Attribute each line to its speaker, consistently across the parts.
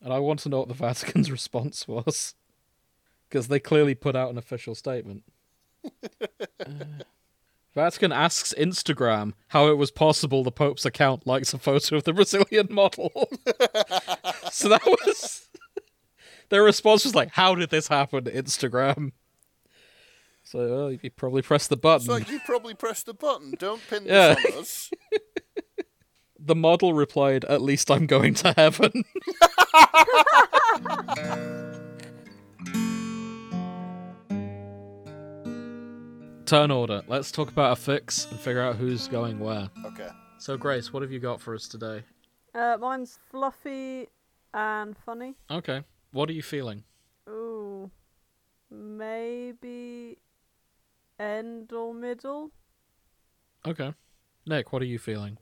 Speaker 1: and I want to know what the Vatican's response was because they clearly put out an official statement. Uh, Vatican asks Instagram how it was possible the Pope's account likes a photo of the Brazilian model. so that was their response was like, "How did this happen, Instagram?" So uh, you probably pressed the button.
Speaker 2: It's like you probably pressed the button. Don't pin
Speaker 1: Yeah.
Speaker 2: this on us.
Speaker 1: The model replied, At least I'm going to heaven. Turn order. Let's talk about a fix and figure out who's going where.
Speaker 2: Okay.
Speaker 1: So, Grace, what have you got for us today?
Speaker 3: Uh, mine's fluffy and funny.
Speaker 1: Okay. What are you feeling?
Speaker 3: Ooh, maybe end or middle.
Speaker 1: Okay. Nick, what are you feeling?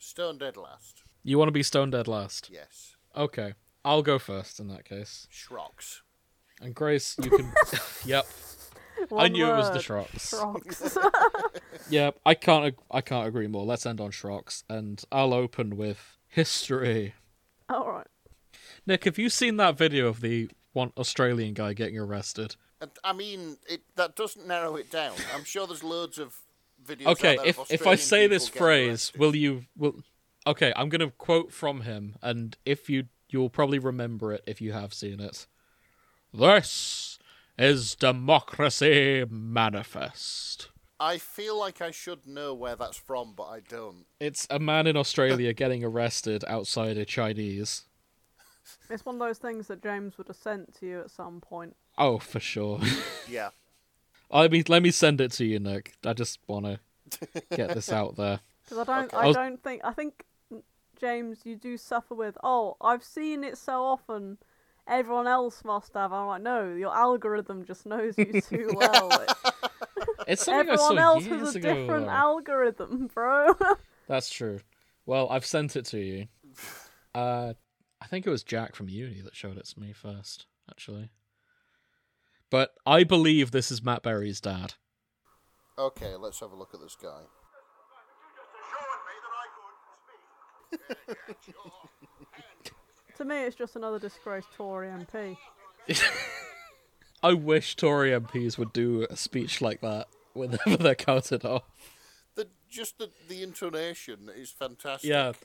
Speaker 2: Stone dead last.
Speaker 1: You want to be stone dead last?
Speaker 2: Yes.
Speaker 1: Okay. I'll go first in that case.
Speaker 2: Shrocks.
Speaker 1: And Grace, you can. yep. I
Speaker 3: One
Speaker 1: knew it was the
Speaker 3: word.
Speaker 1: Shrox.
Speaker 3: Shrogs.
Speaker 1: Yeah, I can't. ag- I can't agree more. Let's end on Shrox, and I'll open with history.
Speaker 3: All right.
Speaker 1: Nick, have you seen that video of the one Australian guy getting arrested?
Speaker 2: And, I mean, it that doesn't narrow it down. I'm sure there's loads of videos.
Speaker 1: Okay,
Speaker 2: out there
Speaker 1: if
Speaker 2: of
Speaker 1: if I
Speaker 2: Australian
Speaker 1: say this
Speaker 2: people getting
Speaker 1: phrase, will you? Will okay? I'm gonna quote from him, and if you, you'll probably remember it if you have seen it. This is democracy manifest.
Speaker 2: arrested. I feel like I should know where that's from, but I don't.
Speaker 1: It's a man in Australia getting arrested outside a Chinese.
Speaker 3: It's one of those things that James would have sent to you at some point.
Speaker 1: Oh, for sure.
Speaker 2: Yeah.
Speaker 1: I mean, let me send it to you, Nick. I just want to get this out there.
Speaker 3: Because I don't,
Speaker 2: Okay.
Speaker 3: I
Speaker 1: I'll-
Speaker 3: don't think, I think, mm, James, you do suffer with, oh, I've seen it so often, everyone else must have. I'm like, no, your algorithm just knows you too well.
Speaker 1: It's something
Speaker 3: everyone
Speaker 1: I saw
Speaker 3: else
Speaker 1: years
Speaker 3: has a
Speaker 1: ago.
Speaker 3: different
Speaker 1: though.
Speaker 3: algorithm, bro.
Speaker 1: That's true. Well, I've sent it to you. Uh, I think it was Jack from uni that showed it to me first, actually. But I believe this is Matt Berry's dad.
Speaker 2: Okay, let's have a look at this guy.
Speaker 3: to me, it's just another disgraced Tory MP.
Speaker 1: I wish Tory MPs would do a speech like that whenever they're counted off.
Speaker 2: The just the, the intonation is fantastic.
Speaker 1: Yeah.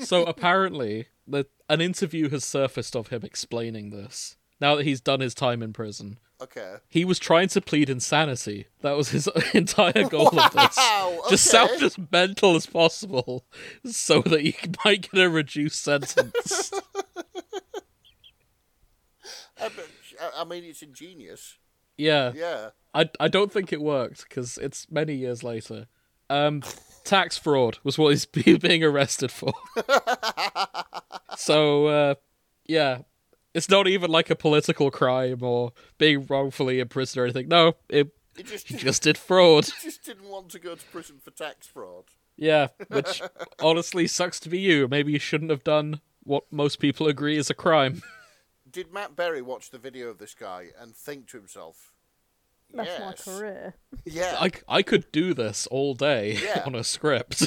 Speaker 1: So apparently, the, an interview has surfaced of him explaining this. Now that he's done his time in prison,
Speaker 2: Okay.
Speaker 1: he was trying to plead insanity. That was his entire goal of this.
Speaker 2: Wow,
Speaker 1: Just
Speaker 2: okay.
Speaker 1: sound as mental as possible, so that he might get a reduced sentence.
Speaker 2: I, bet- I- I mean, it's ingenious.
Speaker 1: yeah,
Speaker 2: Yeah.
Speaker 1: I I don't think it worked because it's many years later. Um, tax fraud was what he's be- being arrested for. so uh, yeah, it's not even like a political crime or being wrongfully imprisoned or anything. No, it
Speaker 2: It just
Speaker 1: he just did fraud.
Speaker 2: just didn't want to go to prison for tax fraud.
Speaker 1: Yeah, which honestly sucks to be you. Maybe you shouldn't have done what most people agree is a crime.
Speaker 2: Did Matt Berry watch the video of this guy and think to himself,
Speaker 3: That's
Speaker 2: Yes.
Speaker 3: my career.
Speaker 2: "Yeah,
Speaker 1: I, I could do this all day
Speaker 2: Yeah.
Speaker 1: on a script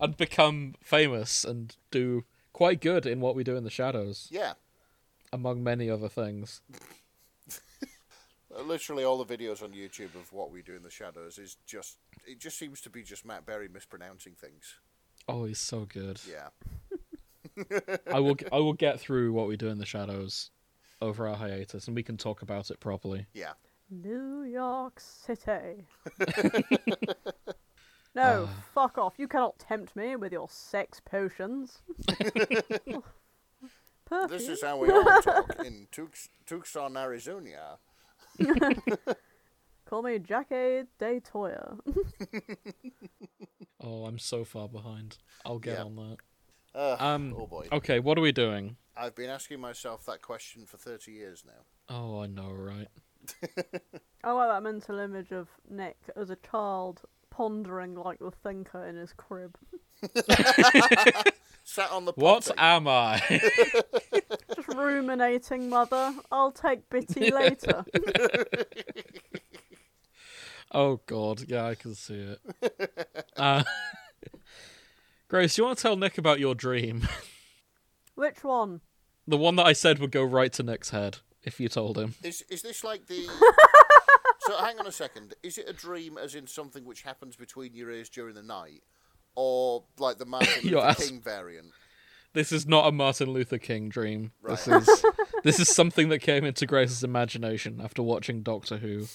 Speaker 1: and become famous and do quite good in what we do in the shadows,
Speaker 2: yeah"?
Speaker 1: among many other things.
Speaker 2: Uh, Literally all the videos on YouTube of what we do in the shadows is just it just seems to be just Matt Berry mispronouncing things.
Speaker 1: Oh, he's so good.
Speaker 2: Yeah.
Speaker 1: I will I will get through what we do in the shadows over our hiatus, and we can talk about it properly.
Speaker 2: Yeah.
Speaker 3: New York City. no, fuck off. You cannot tempt me with your sex potions. Perfume.
Speaker 2: This is how we all talk in Tux- Tucson, Arizona.
Speaker 3: Call me Jackie De Toya.
Speaker 1: Oh, I'm so far behind. I'll get
Speaker 2: Yeah.
Speaker 1: on that.
Speaker 2: Uh,
Speaker 1: Um,
Speaker 2: oh boy.
Speaker 1: Okay, what are we doing?
Speaker 2: I've been asking myself that question for 30 years now.
Speaker 1: Oh, I know, right?
Speaker 3: I like that mental image of Nick as a child pondering like the thinker in his crib.
Speaker 2: Sat on the
Speaker 1: What
Speaker 2: potty.
Speaker 1: am I?
Speaker 3: Just ruminating, mother. I'll take Bitty later.
Speaker 1: oh God, yeah, I can see it. Uh, Grace, you want to tell Nick about your dream?
Speaker 3: Which one?
Speaker 1: The one that I said would go right to Nick's head if you told him.
Speaker 2: Is is this like the? so hang on a second. Is it a dream, as in something which happens between your ears during the night, or like the Martin
Speaker 1: Your
Speaker 2: Luther
Speaker 1: ass.
Speaker 2: King variant?
Speaker 1: This is not a Martin Luther King dream. This
Speaker 2: Right.
Speaker 1: is this is something that came into Grace's imagination after watching Doctor Who.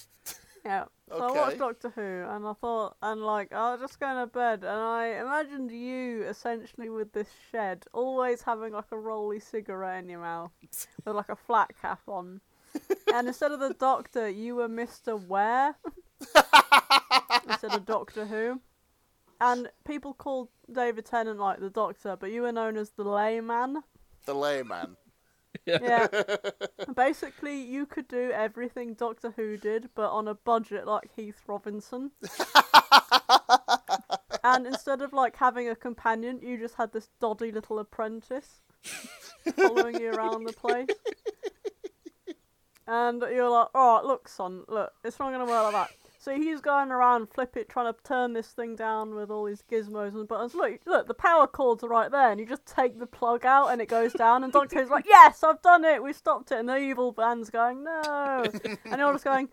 Speaker 3: Yeah. So
Speaker 2: Okay.
Speaker 3: I watched Doctor Who, and I thought, and like, I was just going to bed, and I imagined you essentially with this shed, always having like a rolly cigarette in your mouth, with like a flat cap on. and instead of the Doctor, you were Mister Ware, instead of Doctor Who. And people called David Tennant like the Doctor, but you were known as the Layman.
Speaker 2: The layman.
Speaker 3: Yeah. Basically, you could do everything Doctor Who did, but on a budget like Heath Robinson. and instead of like having a companion, you just had this doddy little apprentice following you around the place. And you're like, "Oh, all right, look, son, look, it's not going to work like that. So he's going around, flip it, trying to turn this thing down with all these gizmos and buttons. Look, look, the power cords are right there, and you just take the plug out, and it goes down. And Doctor Who's like, "Yes, I've done it. We stopped it." And the evil band's going, "No," and they're all just going,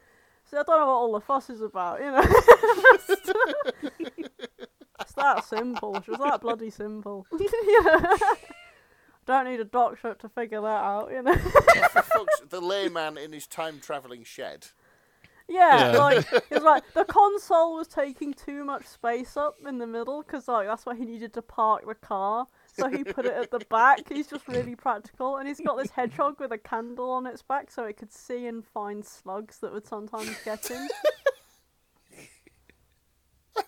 Speaker 3: "See, I don't know what all the fuss is about, you know." it's that simple. It was that bloody simple. yeah. Don't need a doctor to figure that out, you know.
Speaker 2: Oh, for fuck's- the layman in his time traveling shed.
Speaker 1: Yeah.
Speaker 3: Yeah, like it's like the console was taking too much space up in the middle because like that's where he needed to park the car. So he put it at the back. He's just really practical, and he's got this hedgehog with a candle on its back so it could see and find slugs that would sometimes get him.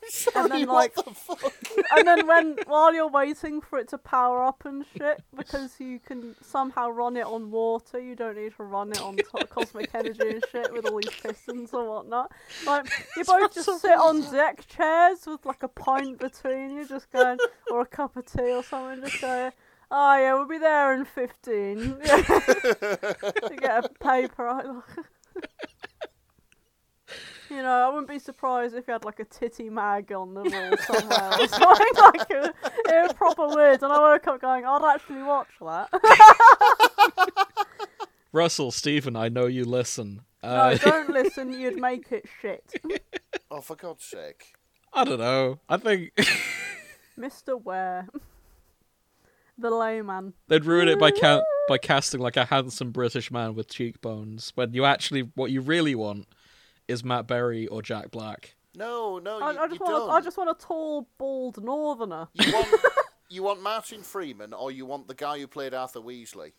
Speaker 2: Sorry,
Speaker 3: then,
Speaker 2: what
Speaker 3: like-
Speaker 2: the fuck?
Speaker 3: and then when while you're waiting for it to power up and shit, because you can somehow run it on water, you don't need to run it on to- cosmic energy and shit with all these pistons and whatnot. Like you both just sit on deck chairs with like a pint between you, just going or a cup of tea or something, just going. Oh yeah, we'll be there in fifteen. to get a paper. out. You know, I wouldn't be surprised if you had like a titty mag on the wall somewhere or something like it, it was proper weird. And I woke up going, I'd actually watch that.
Speaker 1: Russell, Stephen, I know you listen. Uh,
Speaker 3: no, don't listen. You'd make it shit,
Speaker 2: Oh, for God's sake!
Speaker 1: I don't know. I think
Speaker 3: Mister Ware, the layman.
Speaker 1: they'd ruin it by ca- by casting like a handsome British man with cheekbones when you actually what you really want is Matt Berry or Jack Black.
Speaker 2: No, no,
Speaker 3: I,
Speaker 2: Oh, you,
Speaker 3: I
Speaker 2: you
Speaker 3: just
Speaker 2: don't.
Speaker 3: want. A, I just want a tall, bald northerner.
Speaker 2: You want you want Martin Freeman, or you want the guy who played Arthur Weasley,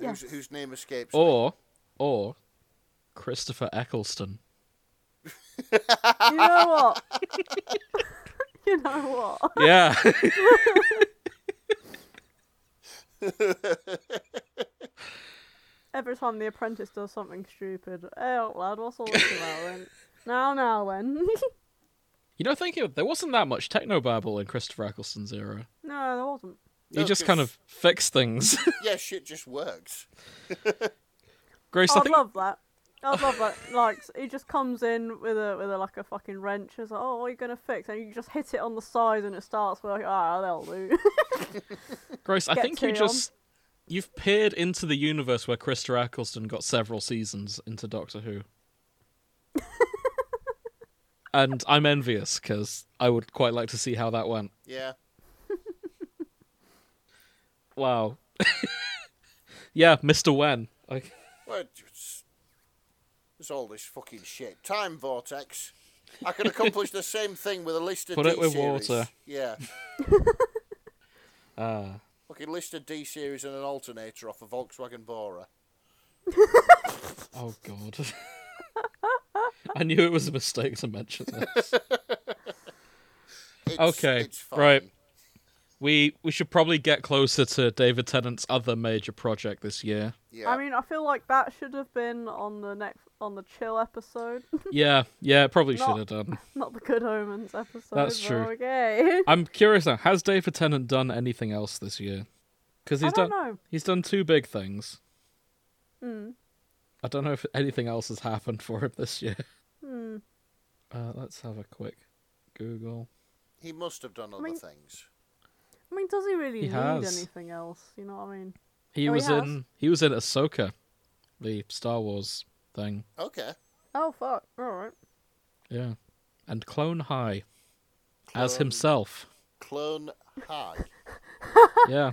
Speaker 3: Yes.
Speaker 2: whose, whose name escapes me.
Speaker 1: Or or Christopher Eccleston.
Speaker 3: You know what? you know what?
Speaker 1: Yeah.
Speaker 3: Every time the apprentice does something stupid, oh lad, what's all this about? Then? Now, now, then.
Speaker 1: you know, thinking of- there wasn't that much techno babble in Christopher Eccleston's era.
Speaker 3: no, there wasn't.
Speaker 1: He
Speaker 2: No,
Speaker 1: just
Speaker 2: 'cause-
Speaker 1: kind of fixed things.
Speaker 2: Yeah, shit just works.
Speaker 1: Grace, I
Speaker 3: Oh, I'd
Speaker 1: think
Speaker 3: love that. I'd love that. Like s- he just comes in with a with a, like a fucking wrench. It's like, oh, what are you gonna fix? And you just hit it on the side, and it starts. We're like, ah, that'll do.
Speaker 1: Grace, I
Speaker 3: Get
Speaker 1: think you
Speaker 3: to
Speaker 1: just you've peered into the universe where Christopher Eccleston got several seasons into Doctor Who. and I'm envious because I would quite like to see how that went.
Speaker 2: Yeah,
Speaker 1: Wow. yeah, Mr. Wen. I,
Speaker 2: well, it's, it's all this fucking shit. Time vortex. I can accomplish the same thing with a list of
Speaker 1: Put
Speaker 2: D
Speaker 1: it with
Speaker 2: series.
Speaker 1: water.
Speaker 2: Yeah,
Speaker 1: ah.
Speaker 2: fucking list of D series and an alternator off a Volkswagen Bora.
Speaker 1: oh god. I knew it was a mistake to mention this.
Speaker 2: It's,
Speaker 1: Okay,
Speaker 2: it's fine.
Speaker 1: right. We we should probably get closer to David Tennant's other major project this year.
Speaker 2: Yeah,
Speaker 3: I mean, I feel like that should have been on the next on the chill episode,
Speaker 1: Yeah, yeah, it probably
Speaker 3: Not-
Speaker 1: should have done.
Speaker 3: not the Good Omens episode.
Speaker 1: That's
Speaker 3: but
Speaker 1: true.
Speaker 3: Okay.
Speaker 1: I'm curious now. Has David Tennant done anything else this year? Because
Speaker 3: I
Speaker 1: he's
Speaker 3: don't
Speaker 1: done
Speaker 3: know.
Speaker 1: he's done two big things.
Speaker 3: Hmm.
Speaker 1: I don't know if anything else has happened for him this year.
Speaker 3: Hmm.
Speaker 1: Uh, let's have a quick Google.
Speaker 2: he must have done other
Speaker 3: mean-
Speaker 2: things.
Speaker 3: I mean, mean, does he really
Speaker 1: He
Speaker 3: need
Speaker 1: has.
Speaker 3: anything else? You know what I mean?
Speaker 1: He
Speaker 3: Oh, he
Speaker 1: was
Speaker 3: has?
Speaker 1: in he was in Ahsoka, the Star Wars thing.
Speaker 2: Okay.
Speaker 3: Oh fuck! All right.
Speaker 1: Yeah. And Clone High as
Speaker 2: Clone-
Speaker 1: himself.
Speaker 2: Clone High.
Speaker 1: Yeah.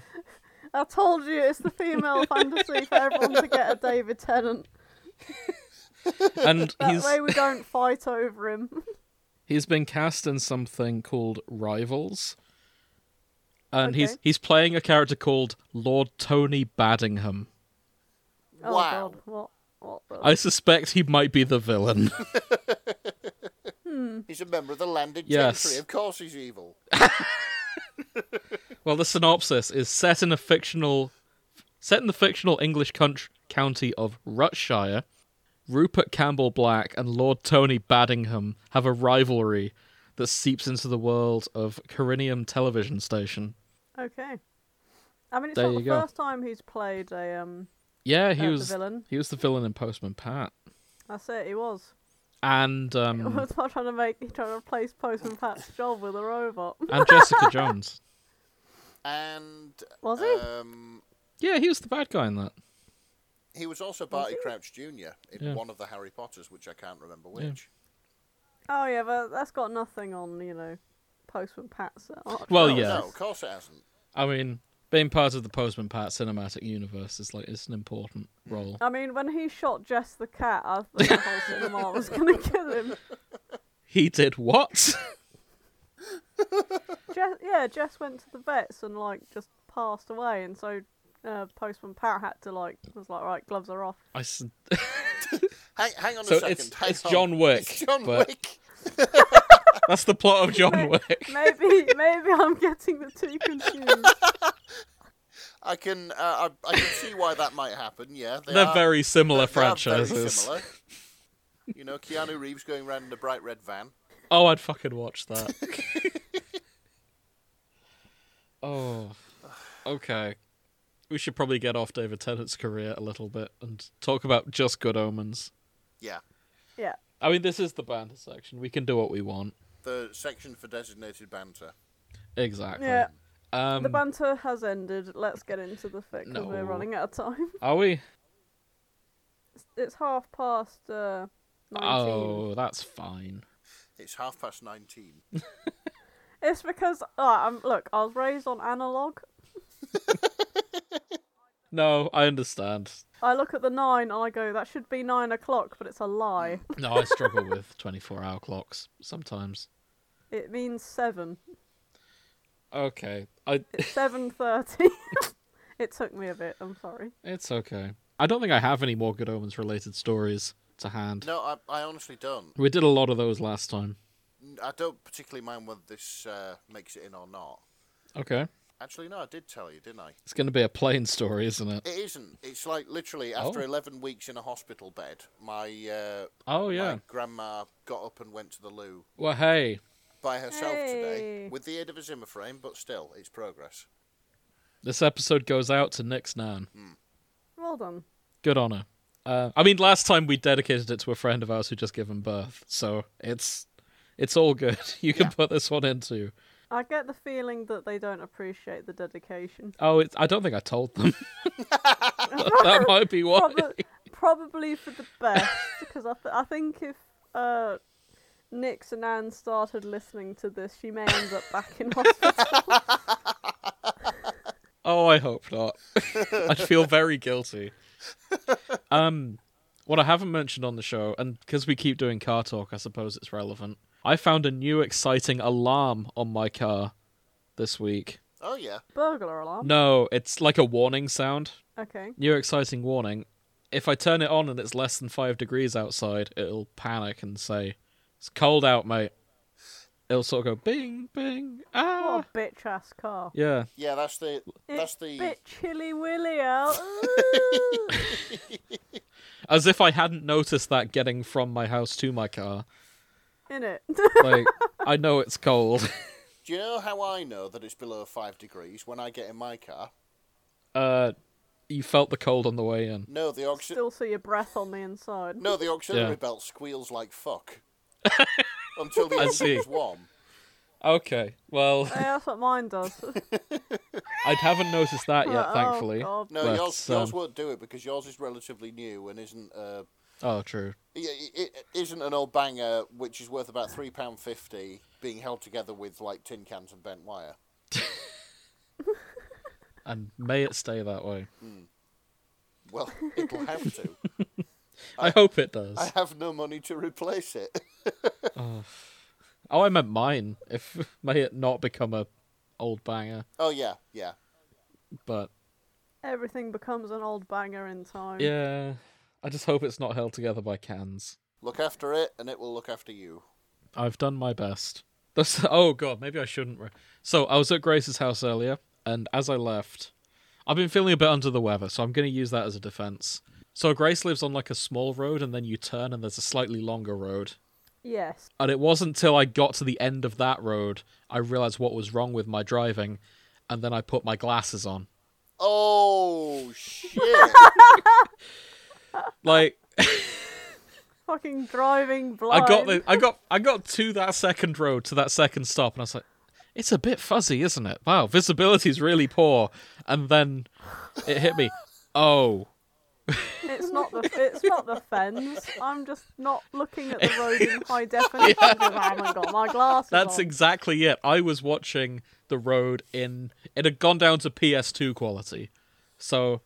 Speaker 3: I told you it's the female fantasy for everyone to get a David Tennant.
Speaker 1: And
Speaker 3: That
Speaker 1: he's
Speaker 3: way we don't fight over him.
Speaker 1: he's been cast in something called Rivals. And he's
Speaker 3: Okay.
Speaker 1: he's playing a character called Lord Tony Badingham.
Speaker 3: Oh
Speaker 2: wow.
Speaker 3: god! What? What? The...
Speaker 1: I suspect he might be the villain.
Speaker 2: He's a member of the landed
Speaker 1: Yes.
Speaker 2: gentry. Of course he's evil.
Speaker 1: well, the synopsis is set in a fictional set in the fictional English country, county of Rutshire. Rupert Campbell Black and Lord Tony Badingham have a rivalry that seeps into the world of Carinium television station.
Speaker 3: Okay. I mean, it's
Speaker 1: There
Speaker 3: not
Speaker 1: you
Speaker 3: the
Speaker 1: go.
Speaker 3: first time he's played a um.
Speaker 1: Yeah, he
Speaker 3: uh,
Speaker 1: was
Speaker 3: the villain.
Speaker 1: he was the villain in Postman Pat.
Speaker 3: That's it. He was.
Speaker 1: And
Speaker 3: He
Speaker 1: um,
Speaker 3: was not trying to make. He's trying to replace Postman Pat's job with a robot.
Speaker 1: and Jessica Jones.
Speaker 2: And
Speaker 3: Was he?
Speaker 1: Uh.
Speaker 2: um,
Speaker 1: Yeah, he was the bad guy in that.
Speaker 2: he was also Barty Crouch Jr. in
Speaker 1: Yeah.
Speaker 2: one of the Harry Potters, which I can't remember which.
Speaker 3: Oh yeah, but that's got nothing on you know, Postman Pat's. arch-
Speaker 1: Well,
Speaker 2: no,
Speaker 1: Oh, yeah.
Speaker 2: No, of course it hasn't.
Speaker 1: I mean, being part of the Postman Pat cinematic universe is like it's an important role.
Speaker 3: I mean, when he shot Jess the cat, I thought the whole cinema was gonna kill him.
Speaker 1: He did what?
Speaker 3: Jess, yeah, Jess went to the vets and like just passed away, and so uh, Postman Pat had to like was like right, gloves are off.
Speaker 1: I s-
Speaker 2: Hang, hang on
Speaker 1: So
Speaker 2: a second.
Speaker 1: it's-
Speaker 2: hang
Speaker 1: it's
Speaker 2: on.
Speaker 1: John Wick,
Speaker 2: It's John
Speaker 1: but-
Speaker 2: Wick.
Speaker 1: that's the plot of John
Speaker 3: Right.
Speaker 1: Wick.
Speaker 3: Maybe maybe I'm getting the two confused.
Speaker 2: I can uh, I, I can see why that might happen. Yeah, they
Speaker 1: They're
Speaker 2: are,
Speaker 1: very similar
Speaker 2: they are very
Speaker 1: franchises.
Speaker 2: similar. you know, Keanu Reeves going around in a bright red van.
Speaker 1: Oh, I'd fucking watch that. oh, okay. We should probably get off David Tennant's career a little bit and talk about just good omens.
Speaker 2: Yeah,
Speaker 3: Yeah,
Speaker 1: I mean, this is the banter section. We can do what we want.
Speaker 2: the section for designated banter.
Speaker 1: Exactly.
Speaker 3: yeah.
Speaker 1: Um,
Speaker 3: The banter has ended. Let's get into the fic 'cause
Speaker 1: No.
Speaker 3: we're running out of time.
Speaker 1: are we?
Speaker 3: It's, it's half past uh, nineteen.
Speaker 1: Oh, that's fine.
Speaker 2: It's half past nineteen.
Speaker 3: It's because uh, I'm, look, I was raised on analog.
Speaker 1: No, I understand.
Speaker 3: I look at the nine and I go, that should be nine o'clock, but it's a lie.
Speaker 1: No, I struggle with 24 hour clocks sometimes.
Speaker 3: It means seven.
Speaker 1: Okay. I
Speaker 3: It's seven thirty. it took me a bit. I'm sorry.
Speaker 1: it's okay. I don't think I have any more good omens related stories to hand.
Speaker 2: No, I, I honestly don't.
Speaker 1: We did a lot of those last time.
Speaker 2: I don't particularly mind whether this uh, makes it in or not.
Speaker 1: Okay.
Speaker 2: Actually, no, I did tell you, didn't I?
Speaker 1: It's going to be a plain story, isn't it?
Speaker 2: It isn't. It's like literally after
Speaker 1: Oh.
Speaker 2: 11 weeks in a hospital bed, my, uh,
Speaker 1: Oh yeah.
Speaker 2: my grandma got up and went to the loo
Speaker 1: Well, hey.
Speaker 2: by herself
Speaker 3: Hey.
Speaker 2: today with the aid of a Zimmer frame, but still, it's progress.
Speaker 1: This episode goes out to Nick's nan.
Speaker 3: Well done.
Speaker 1: Good on her. Uh, I mean, last time we dedicated it to a friend of ours who just given birth, so it's it's all good. You can
Speaker 2: Yeah.
Speaker 1: put this one into.
Speaker 3: I get the feeling that they don't appreciate the dedication.
Speaker 1: Oh, it's, I don't think I told them. that might be why.
Speaker 3: Probably, probably for the best, because I, th- I think if uh, Nix and Anne started listening to this, she may end up back in hospital.
Speaker 1: Oh, I hope not. I'd feel very guilty. Um, what I haven't mentioned on the show, and because we keep doing car talk, I suppose it's relevant. I found a new exciting alarm on my car this week.
Speaker 2: Oh, yeah.
Speaker 3: Burglar alarm.
Speaker 1: No, it's like a warning sound.
Speaker 3: Okay.
Speaker 1: New exciting warning. If I turn it on and it's less than five degrees outside, it'll panic and say, "It's cold out, mate." It'll sort of go bing, bing, ah.
Speaker 3: What a bitch ass car.
Speaker 1: Yeah,
Speaker 2: Yeah, that's the. That's
Speaker 3: It's
Speaker 2: the.
Speaker 3: bit chilly willy out.
Speaker 1: as if I hadn't noticed that getting from my house to my car.
Speaker 3: In it.
Speaker 1: like I know it's cold.
Speaker 2: Do you know how I know that it's below five degrees when I get in my car?
Speaker 1: Uh, you felt the cold on the way in.
Speaker 2: No, the auxi-
Speaker 3: Still see your breath on the inside.
Speaker 2: no, the auxiliary
Speaker 1: Yeah.
Speaker 2: belt squeals like fuck until the
Speaker 1: I
Speaker 2: engine
Speaker 1: see.
Speaker 2: is warm.
Speaker 1: Okay, well,
Speaker 3: Yeah, that's what mine does.
Speaker 1: I haven't noticed that yet,
Speaker 3: Oh,
Speaker 1: thankfully.
Speaker 3: God.
Speaker 2: No,
Speaker 1: But,
Speaker 2: yours, yours
Speaker 1: um,
Speaker 2: won't do it because yours is relatively new and isn't uh,
Speaker 1: Oh, true.
Speaker 2: Yeah, i- i- it isn't an old banger, which is worth about three pound fifty, being held together with like tin cans and bent wire.
Speaker 1: And may it stay that way.
Speaker 2: Well, it'll have to.
Speaker 1: I hope it does.
Speaker 2: I have no money to replace it.
Speaker 1: Oh, I meant mine. If may it not become a old banger,
Speaker 2: Oh yeah, yeah.
Speaker 1: but
Speaker 3: Everything becomes an old banger in time.
Speaker 1: yeah, I just hope it's not held together by cans.
Speaker 2: Look after it, and it will look after you.
Speaker 1: I've done my best. This, oh god, maybe I shouldn't. Re- so I was at Grace's house earlier, and as I left, I've been feeling a bit under the weather, so I'm going to use that as a defense. So Grace lives on like a small road, and then you turn, and there's a slightly longer road.
Speaker 3: Yes.
Speaker 1: And it wasn't till I got to the end of that road I realized what was wrong with my driving, and then I put my glasses on.
Speaker 2: Oh shit!
Speaker 1: Like
Speaker 3: Fucking driving blind.
Speaker 1: I got the I got I got to that second road to that second stop, and I was like, "It's a bit fuzzy, isn't it? Wow, visibility's really poor." And then it hit me. Oh,
Speaker 3: It's not the it's not the fence. I'm just not looking at the road in high definition because I haven't got my glasses
Speaker 1: that's
Speaker 3: on.
Speaker 1: exactly it. I was watching the road in it had gone down to PS2 quality, so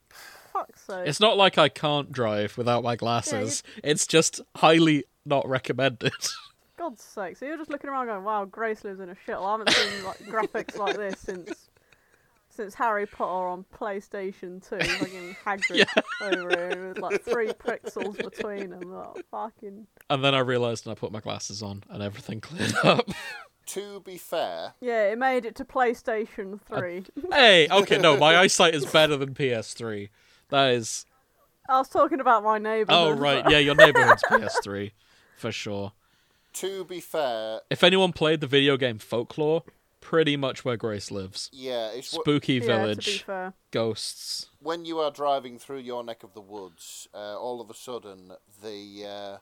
Speaker 3: Fuck's sake.
Speaker 1: it's not like I can't drive without my glasses. It's just highly not recommended.
Speaker 3: God's sake. So you're just looking around going, "Wow, Grace lives in a shithole." I haven't seen like graphics like this since since Harry Potter on PlayStation Two. Fucking Hagrid over here with like three pixels between them. Like, fucking
Speaker 1: and then I realized, and I put my glasses on, and everything cleared up.
Speaker 2: to be fair,
Speaker 3: yeah. It made it to PlayStation Three.
Speaker 1: hey, okay, no, my eyesight is better than PS3. That is
Speaker 3: I was talking about my neighbour.
Speaker 1: Oh right, yeah, your neighborhood's PS3 for sure.
Speaker 2: to be fair,
Speaker 1: If anyone played the video game Folklore, pretty much where Grace lives.
Speaker 2: yeah, it's wh-
Speaker 1: Spooky
Speaker 3: Yeah, to be
Speaker 1: village,
Speaker 3: fair.
Speaker 1: ghosts.
Speaker 2: when you are driving through your neck of the woods, uh, all of a sudden the uh,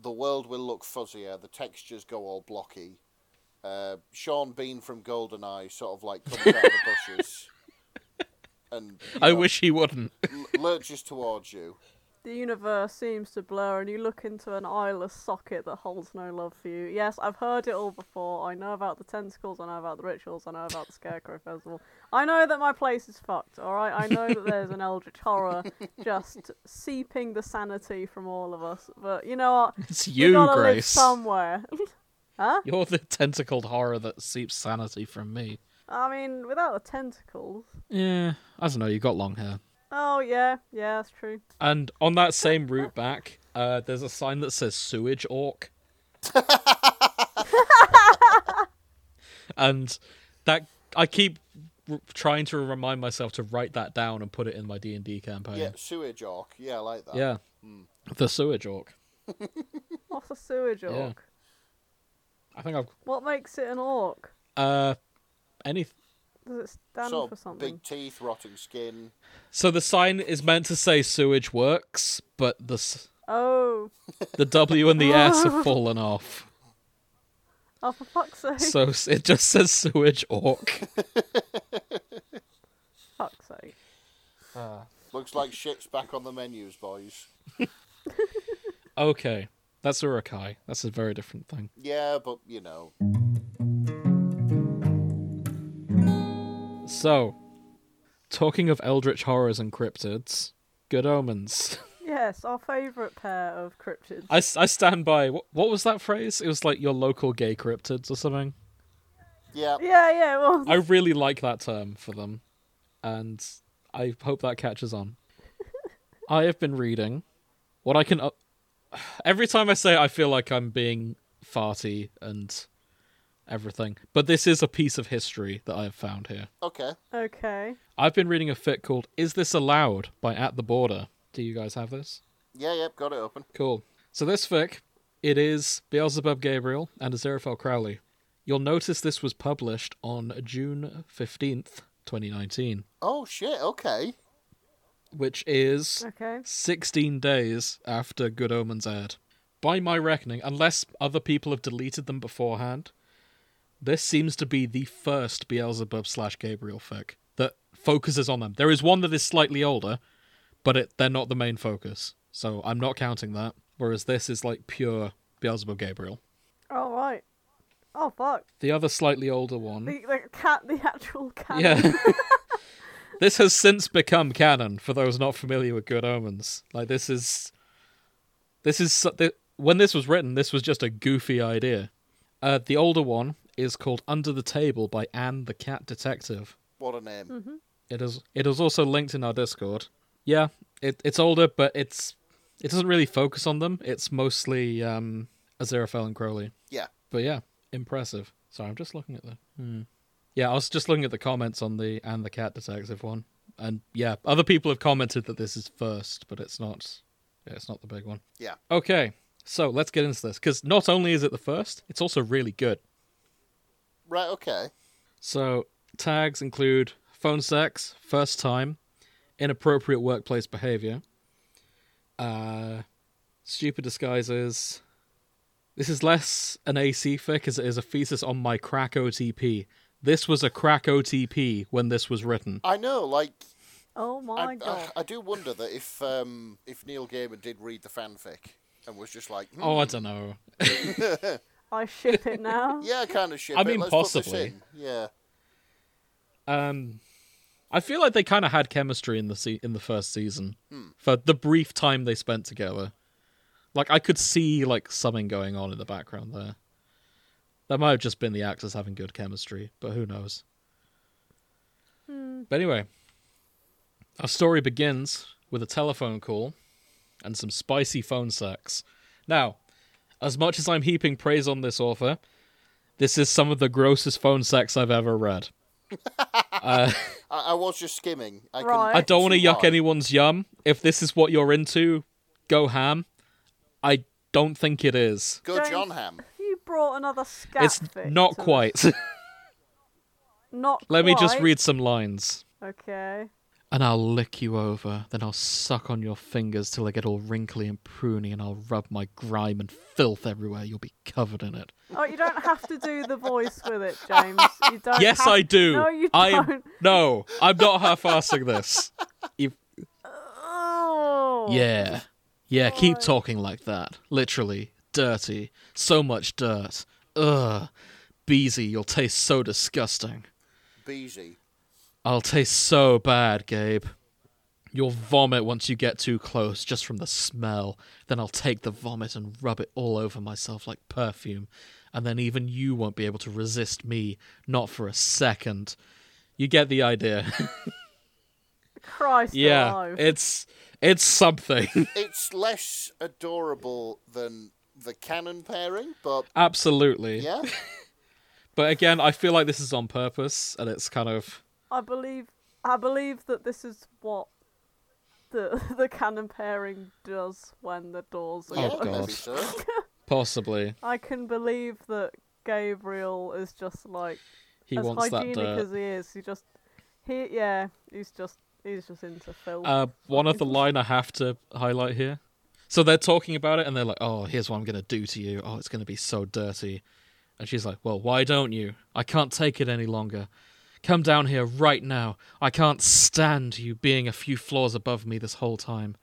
Speaker 2: the world will look fuzzier. The textures go all blocky. Uh, Sean Bean from Goldeneye sort of like comes out of the bushes and you
Speaker 1: I
Speaker 2: know,
Speaker 1: wish he wouldn't.
Speaker 2: l- lurches towards you.
Speaker 3: The universe seems to blur, and you look into an eyeless socket that holds no love for you. Yes, I've heard it all before. I know about the tentacles, I know about the rituals, I know about the Scarecrow Festival. I know that my place is fucked, alright? I know that there's an Eldritch Horror just seeping the sanity from all of us. But you know what?
Speaker 1: It's
Speaker 3: we
Speaker 1: you,
Speaker 3: gotta live
Speaker 1: Grace.
Speaker 3: somewhere.
Speaker 1: You're the tentacled horror that seeps sanity from me.
Speaker 3: I mean, without the tentacles.
Speaker 1: Yeah, I don't know. You got long hair.
Speaker 3: Oh, yeah, yeah, that's true.
Speaker 1: And on that same route back, uh, there's a sign that says sewage orc. and that I keep r- trying to remind myself to write that down and put it in my D and D campaign.
Speaker 2: Yeah, sewage orc. Yeah, I like that.
Speaker 1: Oh, Yeah. the sewage orc.
Speaker 3: What's a sewage orc?
Speaker 1: Yeah. I think I've
Speaker 3: What makes it an orc?
Speaker 1: uh any.
Speaker 3: Does it stand
Speaker 2: Sort
Speaker 3: for
Speaker 2: of
Speaker 3: something?
Speaker 2: big teeth, rotting skin.
Speaker 1: So the sign is meant to say sewage works, but the s-
Speaker 3: Oh,
Speaker 1: the W and the S have fallen off.
Speaker 3: oh, for fuck's sake.
Speaker 1: So s- it just says sewage orc.
Speaker 3: fuck's sake.
Speaker 2: Looks like shit's back on the menus, boys.
Speaker 1: Okay. That's a Urukai. That's a very different thing.
Speaker 2: Yeah, but you know,
Speaker 1: So, talking of eldritch horrors and cryptids, good omens.
Speaker 3: Yes, our favourite pair of cryptids.
Speaker 1: I, s- I stand by. What, what was that phrase? It was like your local gay cryptids or something.
Speaker 2: yeah,
Speaker 3: Yeah, yeah, well,
Speaker 1: I really like that term for them, and I hope that catches on. I have been reading what I can. u- Every time I say it, I feel like I'm being farty and everything, but this is a piece of history that I have found here.
Speaker 2: okay.
Speaker 3: okay.
Speaker 1: I've been reading a fic called Is This Allowed by At the Border. Do you guys have this?
Speaker 2: Yeah, yep, got it open.
Speaker 1: Cool. So this fic, it is Beelzebub Gabriel and Aziraphale Crowley. You'll notice this was published on June 15th, 2019,
Speaker 2: Oh shit, okay.
Speaker 1: which is
Speaker 3: Okay.
Speaker 1: 16 days after Good Omens aired. By my reckoning, unless other people have deleted them beforehand, this seems to be the first Beelzebub slash Gabriel fic. that focuses on them. There is one that is slightly older, but it, they're not the main focus, so I'm not counting that. Whereas this is like pure Beelzebub Gabriel.
Speaker 3: Oh right. Oh fuck.
Speaker 1: The other slightly older one,
Speaker 3: The, the cat, the actual cat.
Speaker 1: Mm. yeah. this has since become canon for those not familiar with Good Omens. Like this is, this is so- th- when this was written, this was just a goofy idea. Uh, the older one is called Under the Table by Anne the Cat Detective.
Speaker 2: What a name.
Speaker 3: Hmm.
Speaker 1: It is. It is also linked in our Discord. Yeah, it, it's older, but it's it doesn't really focus on them. It's mostly um, Aziraphale and Crowley.
Speaker 2: Yeah.
Speaker 1: But yeah, impressive. Sorry, I'm just looking at the. Hmm. Yeah, I was just looking at the comments on the and the cat detective one, and yeah, other people have commented that this is first, but it's not. Yeah, it's not the big one.
Speaker 2: Yeah.
Speaker 1: Okay, so let's get into this because not only is it the first, it's also really good.
Speaker 2: Right, okay.
Speaker 1: So tags include phone sex, first time, inappropriate workplace behavior, uh, stupid disguises. This is less an AC fic as it is a thesis on my crack OTP. This was a crack OTP when this was written.
Speaker 2: I know, like,
Speaker 3: Oh my
Speaker 1: uh,
Speaker 2: I,
Speaker 3: god.
Speaker 2: I, I do wonder that if um, if Neil Gaiman did read the fanfic and was just like,
Speaker 1: Oh, I don't know.
Speaker 3: I ship it now.
Speaker 2: hmm, yeah, kind of shit.
Speaker 1: I mean,
Speaker 2: let's put this
Speaker 1: possibly.
Speaker 2: in." Yeah,
Speaker 1: Um, I feel like they kind of had chemistry in the se- in the first season for the brief time they spent together. Like I could see like something going on in the background there. That might have just been the actors having good chemistry, but who knows? But anyway, our story begins with a telephone call and some spicy phone sex. Now, as much as I'm heaping praise on this author, this is some of the grossest phone sex I've ever read. Uh,
Speaker 2: I, I was just skimming. I, can,
Speaker 3: Right.
Speaker 1: I don't want to
Speaker 2: see
Speaker 1: yuck
Speaker 2: why.
Speaker 1: anyone's yum. If this is what you're into, go ham. I don't think it is.
Speaker 2: Go
Speaker 3: James-
Speaker 2: John Ham.
Speaker 3: You brought another scat.
Speaker 1: it's
Speaker 3: fic
Speaker 1: not
Speaker 3: to this.
Speaker 1: quite.
Speaker 3: Not.
Speaker 1: Let me just
Speaker 3: quite?
Speaker 1: read some lines.
Speaker 3: Okay.
Speaker 1: And I'll lick you over, then I'll suck on your fingers till they get all wrinkly and pruny, and I'll rub my grime and filth everywhere. You'll be covered in it.
Speaker 3: Oh, you don't have to do the voice with it, James. You don't.
Speaker 1: yes,
Speaker 3: have-
Speaker 1: I do.
Speaker 3: No, you
Speaker 1: I am-
Speaker 3: don't.
Speaker 1: No, I'm not half-assing this. You-
Speaker 3: Oh.
Speaker 1: Yeah. Yeah, keep talking like that. Literally. Dirty. So much dirt. Ugh. Beezy, you'll taste so disgusting.
Speaker 2: Beezy.
Speaker 1: I'll taste so bad, Gabe. You'll vomit once you get too close, just from the smell. Then I'll take the vomit and rub it all over myself like perfume. And then even you won't be able to resist me, not for a second. You get the idea.
Speaker 3: Christ
Speaker 1: yeah,
Speaker 3: alive.
Speaker 1: it's it's something.
Speaker 2: It's less adorable than the canon pairing, but
Speaker 1: Absolutely.
Speaker 2: yeah,
Speaker 1: But again, I feel like this is on purpose, and it's kind of
Speaker 3: I believe. I believe that this is what the the canon pairing does when the doors are.
Speaker 2: yeah,
Speaker 1: Oh, God.
Speaker 2: maybe so.
Speaker 1: possibly
Speaker 3: I can believe that Gabriel is just like
Speaker 1: he
Speaker 3: as
Speaker 1: wants that
Speaker 3: hygienic as
Speaker 1: dirt.
Speaker 3: he is. He just he yeah. He's just he's just into film.
Speaker 1: Uh, one other line I have to highlight here. So they're talking about it, and they're like, "Oh, here's what I'm gonna do to you. Oh, it's gonna be so dirty." And she's like, "Well, why don't you? I can't take it any longer. Come down here right now. I can't stand you being a few floors above me this whole time.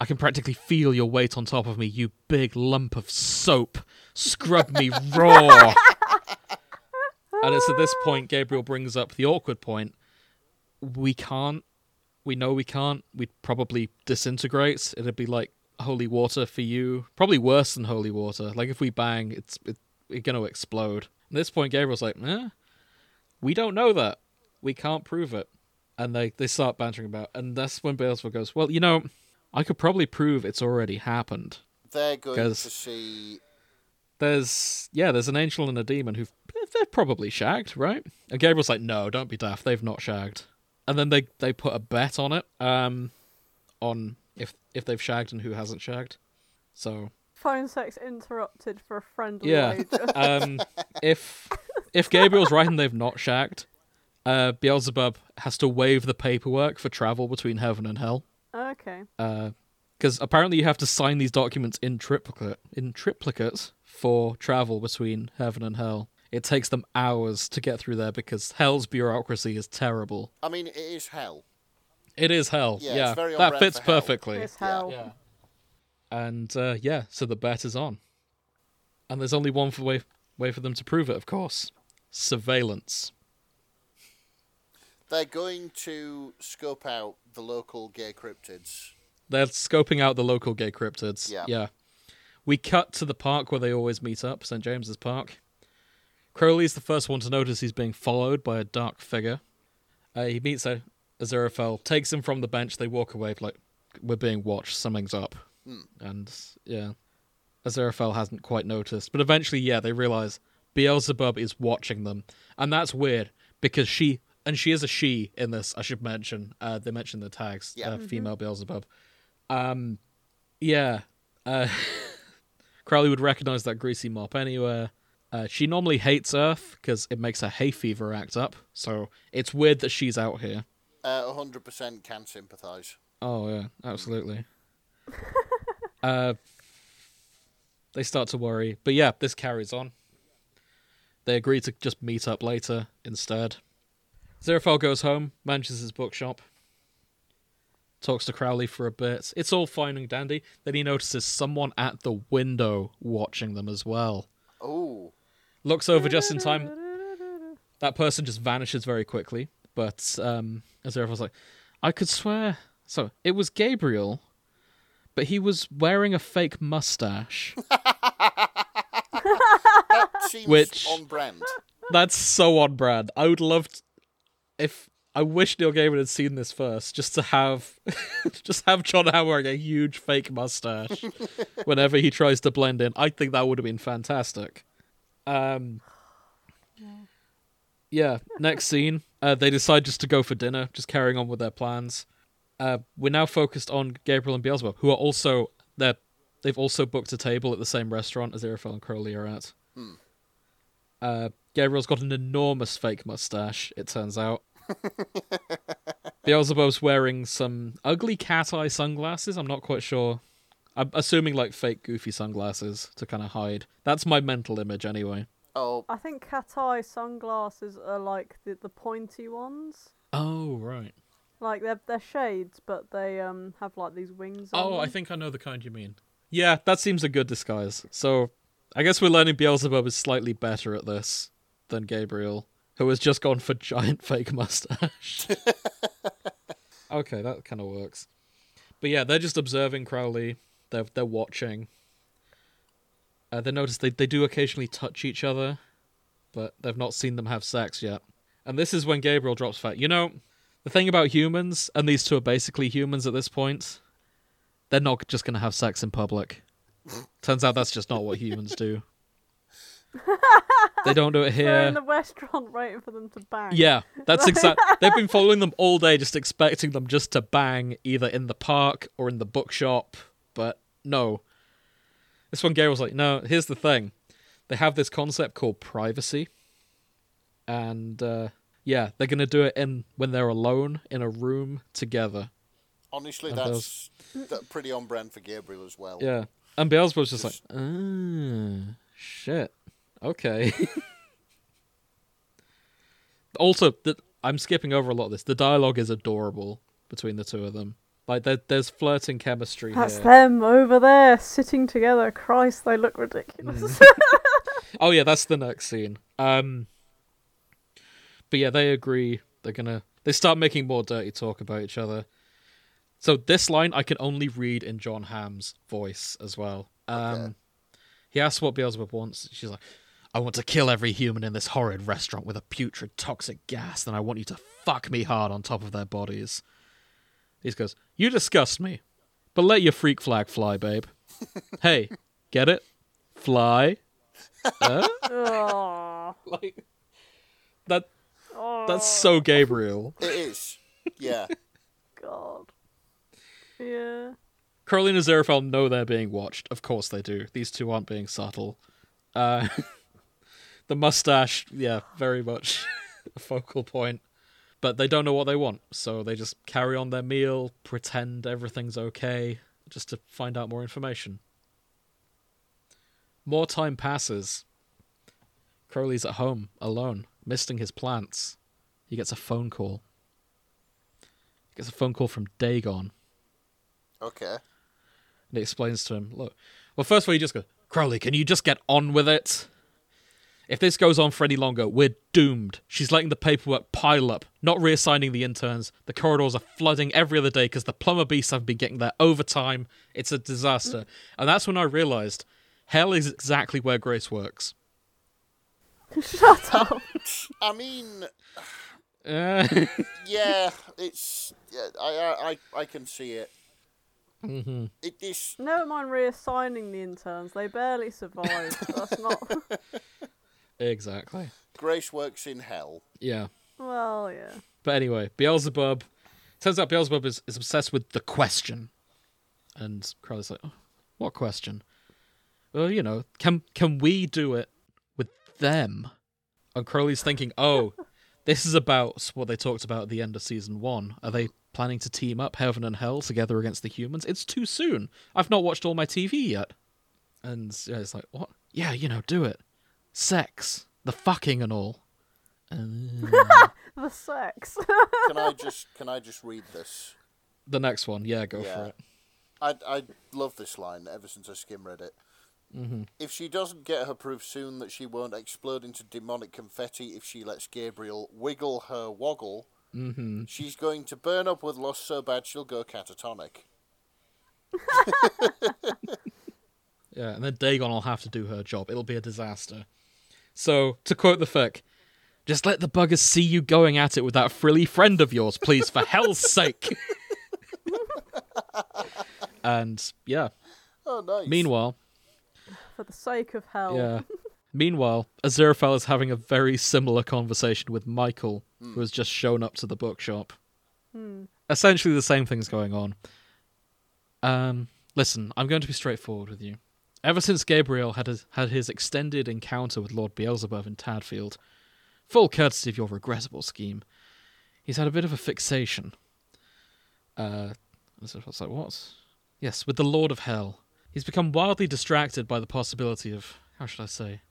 Speaker 1: I can practically feel your weight on top of me, you big lump of soap. Scrub me raw." and it's at this point Gabriel brings up the awkward point. We can't. We know we can't. We'd probably disintegrate. It'd be like holy water for you. Probably worse than holy water. Like if we bang, it's it, it's gonna explode. At this point, Gabriel's like, eh, we don't know that. We can't prove it. And they they start bantering about, and that's when Beelzebub goes, well, you know, I could probably prove it's already happened.
Speaker 2: They're going
Speaker 1: 'Cause-
Speaker 2: to see.
Speaker 1: There's yeah, there's an angel and a demon who've they're probably shagged, right? And Gabriel's like, no, don't be daft, they've not shagged. And then they they put a bet on it, um, on if if they've shagged and who hasn't shagged. So
Speaker 3: Phone sex interrupted for a friendly
Speaker 1: yeah,
Speaker 3: wager.
Speaker 1: um, if if Gabriel's right and they've not shagged, uh, Beelzebub has to waive the paperwork for travel between heaven and hell.
Speaker 3: okay.
Speaker 1: because apparently you have to sign these documents in triplicate in triplicate for travel between heaven and hell. It takes them hours to get through there because hell's bureaucracy is terrible.
Speaker 2: I mean, it is hell.
Speaker 1: It is hell.
Speaker 2: Yeah,
Speaker 1: Yeah,
Speaker 2: it's very on
Speaker 1: that
Speaker 2: brand
Speaker 1: fits
Speaker 2: for hell.
Speaker 1: perfectly.
Speaker 3: It's hell.
Speaker 1: Yeah. And uh, yeah, so the bet is on. And there's only one for way, way for them to prove it, of course surveillance.
Speaker 2: They're going to scope out the local gay cryptids.
Speaker 1: They're scoping out the local gay cryptids.
Speaker 2: Yeah.
Speaker 1: We cut to the park where they always meet up, St. James's Park. Crowley's the first one to notice he's being followed by a dark figure. Uh, he meets a- Aziraphale, takes him from the bench. They walk away, like, we're being watched, something's up. And, yeah. Aziraphale hasn't quite noticed. But eventually, yeah, they realize Beelzebub is watching them. And that's weird because she, and she is a she in this, I should mention. Uh, they mentioned the tags,
Speaker 2: Yeah.
Speaker 1: uh, female Beelzebub. Um, yeah. Uh, Crowley would recognize that greasy mop anywhere. Uh, she normally hates Earth because it makes her hay fever act up. So it's weird that she's out here.
Speaker 2: Uh, 100% can sympathise.
Speaker 1: Oh yeah, absolutely. uh, they start to worry, but yeah, this carries on. They agree to just meet up later instead. Xerophil goes home, manages his bookshop, talks to Crowley for a bit. It's all fine and dandy. Then he notices someone at the window watching them as well.
Speaker 2: Oh,
Speaker 1: Looks over just in time. That person just vanishes very quickly. But um, Aziraphale's like, I could swear. So it was Gabriel, but he was wearing a fake mustache.
Speaker 2: that seems
Speaker 1: Which-
Speaker 2: on brand.
Speaker 1: That's so on brand. I would love to, if I wish Neil Gaiman had seen this first, just to have just have John Hamm wearing a huge fake mustache whenever he tries to blend in. I think that would have been fantastic. Um, yeah. Next scene, uh, they decide just to go for dinner, just carrying on with their plans. Uh, we're now focused on Gabriel and Beelzebub, who are also they're, they've also booked a table at the same restaurant as Irafel and Crowley are at. Uh, Gabriel's got an enormous fake mustache, it turns out. Beelzebub's wearing some ugly cat eye sunglasses. I'm not quite sure. I'm assuming like fake goofy sunglasses to kind of hide. That's my mental image anyway.
Speaker 2: Oh,
Speaker 3: I think cat eye sunglasses are like the, the pointy ones.
Speaker 1: Oh, right.
Speaker 3: Like they're they're shades, but they um have like these wings. on
Speaker 1: Oh, I
Speaker 3: them.
Speaker 1: think I know the kind you mean. Yeah, that seems a good disguise. So I guess we're learning Beelzebub is slightly better at this than Gabriel, who has just gone for giant fake mustache. okay, that kind of works. But yeah, they're just observing Crowley. They're they're watching. Uh, they notice they, they do occasionally touch each other, but they've not seen them have sex yet. And this is when Gabriel drops fat. You know, the thing about humans, and these two are basically humans at this point, they're not just going to have sex in public. Turns out that's just not what humans do. they don't do it
Speaker 3: They're
Speaker 1: here.
Speaker 3: in the restaurant waiting for them to bang.
Speaker 1: Yeah, that's exact. They've been following them all day, just expecting them just to bang either in the park or in the bookshop. But no, this one Gary was like, "No, here's the thing. They have this concept called privacy, and uh, yeah, they're gonna do it in when they're alone in a room together.
Speaker 2: honestly,
Speaker 1: And
Speaker 2: that's that pretty on brand for Gabriel as well.
Speaker 1: Yeah, and Beelzebub's just like, oh, shit, okay. also, the, I'm skipping over a lot of this. The dialogue is adorable between the two of them. Like, there, there's flirting chemistry
Speaker 3: That's
Speaker 1: here.
Speaker 3: them over there sitting together. Christ, they look ridiculous.
Speaker 1: Mm. Oh yeah, that's the next scene. Um, but yeah, they agree. They're gonna. They start making more dirty talk about each other. So this line I can only read in John Hamm's voice as well. Um,
Speaker 2: Okay.
Speaker 1: He asks what Beelzebub wants. She's like, "I want to kill every human in this horrid restaurant with a putrid, toxic gas. Then I want you to fuck me hard on top of their bodies." He goes, "You disgust me, but let your freak flag fly, babe. hey, get it? Fly." Huh?
Speaker 3: Aw.
Speaker 1: like that that's
Speaker 3: Aw.
Speaker 1: so gabriel
Speaker 2: It is. Yeah.
Speaker 3: Oh, God. Yeah.
Speaker 1: curly and Aziraphale know they're being watched of course they do these two aren't being subtle uh the mustache yeah very much a focal point but they don't know what they want so they just carry on their meal pretend everything's okay just to find out more information more time passes Crowley's at home, alone, misting his plants. He gets a phone call. He gets a phone call from Dagon,
Speaker 2: Okay.
Speaker 1: and he explains to him, look, well, first of all, you just go, Crowley, can you just get on with it? If this goes on for any longer, we're doomed. She's letting the paperwork pile up, not reassigning the interns. The corridors are flooding every other day because the plumber beasts have been getting their overtime. It's a disaster. And that's when I realized hell is exactly where Grace works.
Speaker 3: Shut up.
Speaker 2: I mean,
Speaker 1: Uh,
Speaker 2: yeah, it's yeah, I I I- I can see it. Mm-hmm. It is
Speaker 3: Never mind reassigning the interns. They barely survived. That's not.
Speaker 1: exactly.
Speaker 2: Grace works in hell.
Speaker 1: Yeah.
Speaker 3: Well, yeah.
Speaker 1: But anyway, Beelzebub. Turns out Beelzebub is, is obsessed with the question. And Crowley's like, "Oh, what question? Well, you know, can can we do it with them? And Crowley's thinking, oh, this is about what they talked about at the end of season one. Are they planning to team up heaven and hell together against the humans? It's too soon. I've not watched all my TV yet. And yeah, it's like, what? Yeah, you know, do it. Sex, the fucking and all. And
Speaker 3: The sex.
Speaker 2: Can I just can I just read this?
Speaker 1: the next one, yeah, go for
Speaker 2: Yeah.
Speaker 1: it.
Speaker 2: I I love this line ever since I skim read it.
Speaker 1: Mm-hmm.
Speaker 2: If she doesn't get her proof soon that she won't explode into demonic confetti if she lets Gabriel wiggle her woggle, mm-hmm. she's going to burn up with lust so bad she'll go catatonic.
Speaker 1: Yeah, and then Dagon will have to do her job. It'll be a disaster. So, to quote the fic, just let the buggers see you going at it with that frilly friend of yours, please, for hell's sake. and yeah.
Speaker 2: Oh, nice.
Speaker 1: Meanwhile,
Speaker 3: For the sake of hell.
Speaker 1: yeah. Meanwhile, Aziraphale is having a very similar conversation with Michael, who has just shown up to the bookshop. Essentially, the same thing's going on. Um, listen, I'm going to be straightforward with you. Ever since Gabriel had his, had his extended encounter with Lord Beelzebub in Tadfield, full courtesy of your regrettable scheme, he's had a bit of a fixation. Uh, Aziraphale's like, what? Yes, with the Lord of Hell. He's become wildly distracted by the possibility of, how should I say,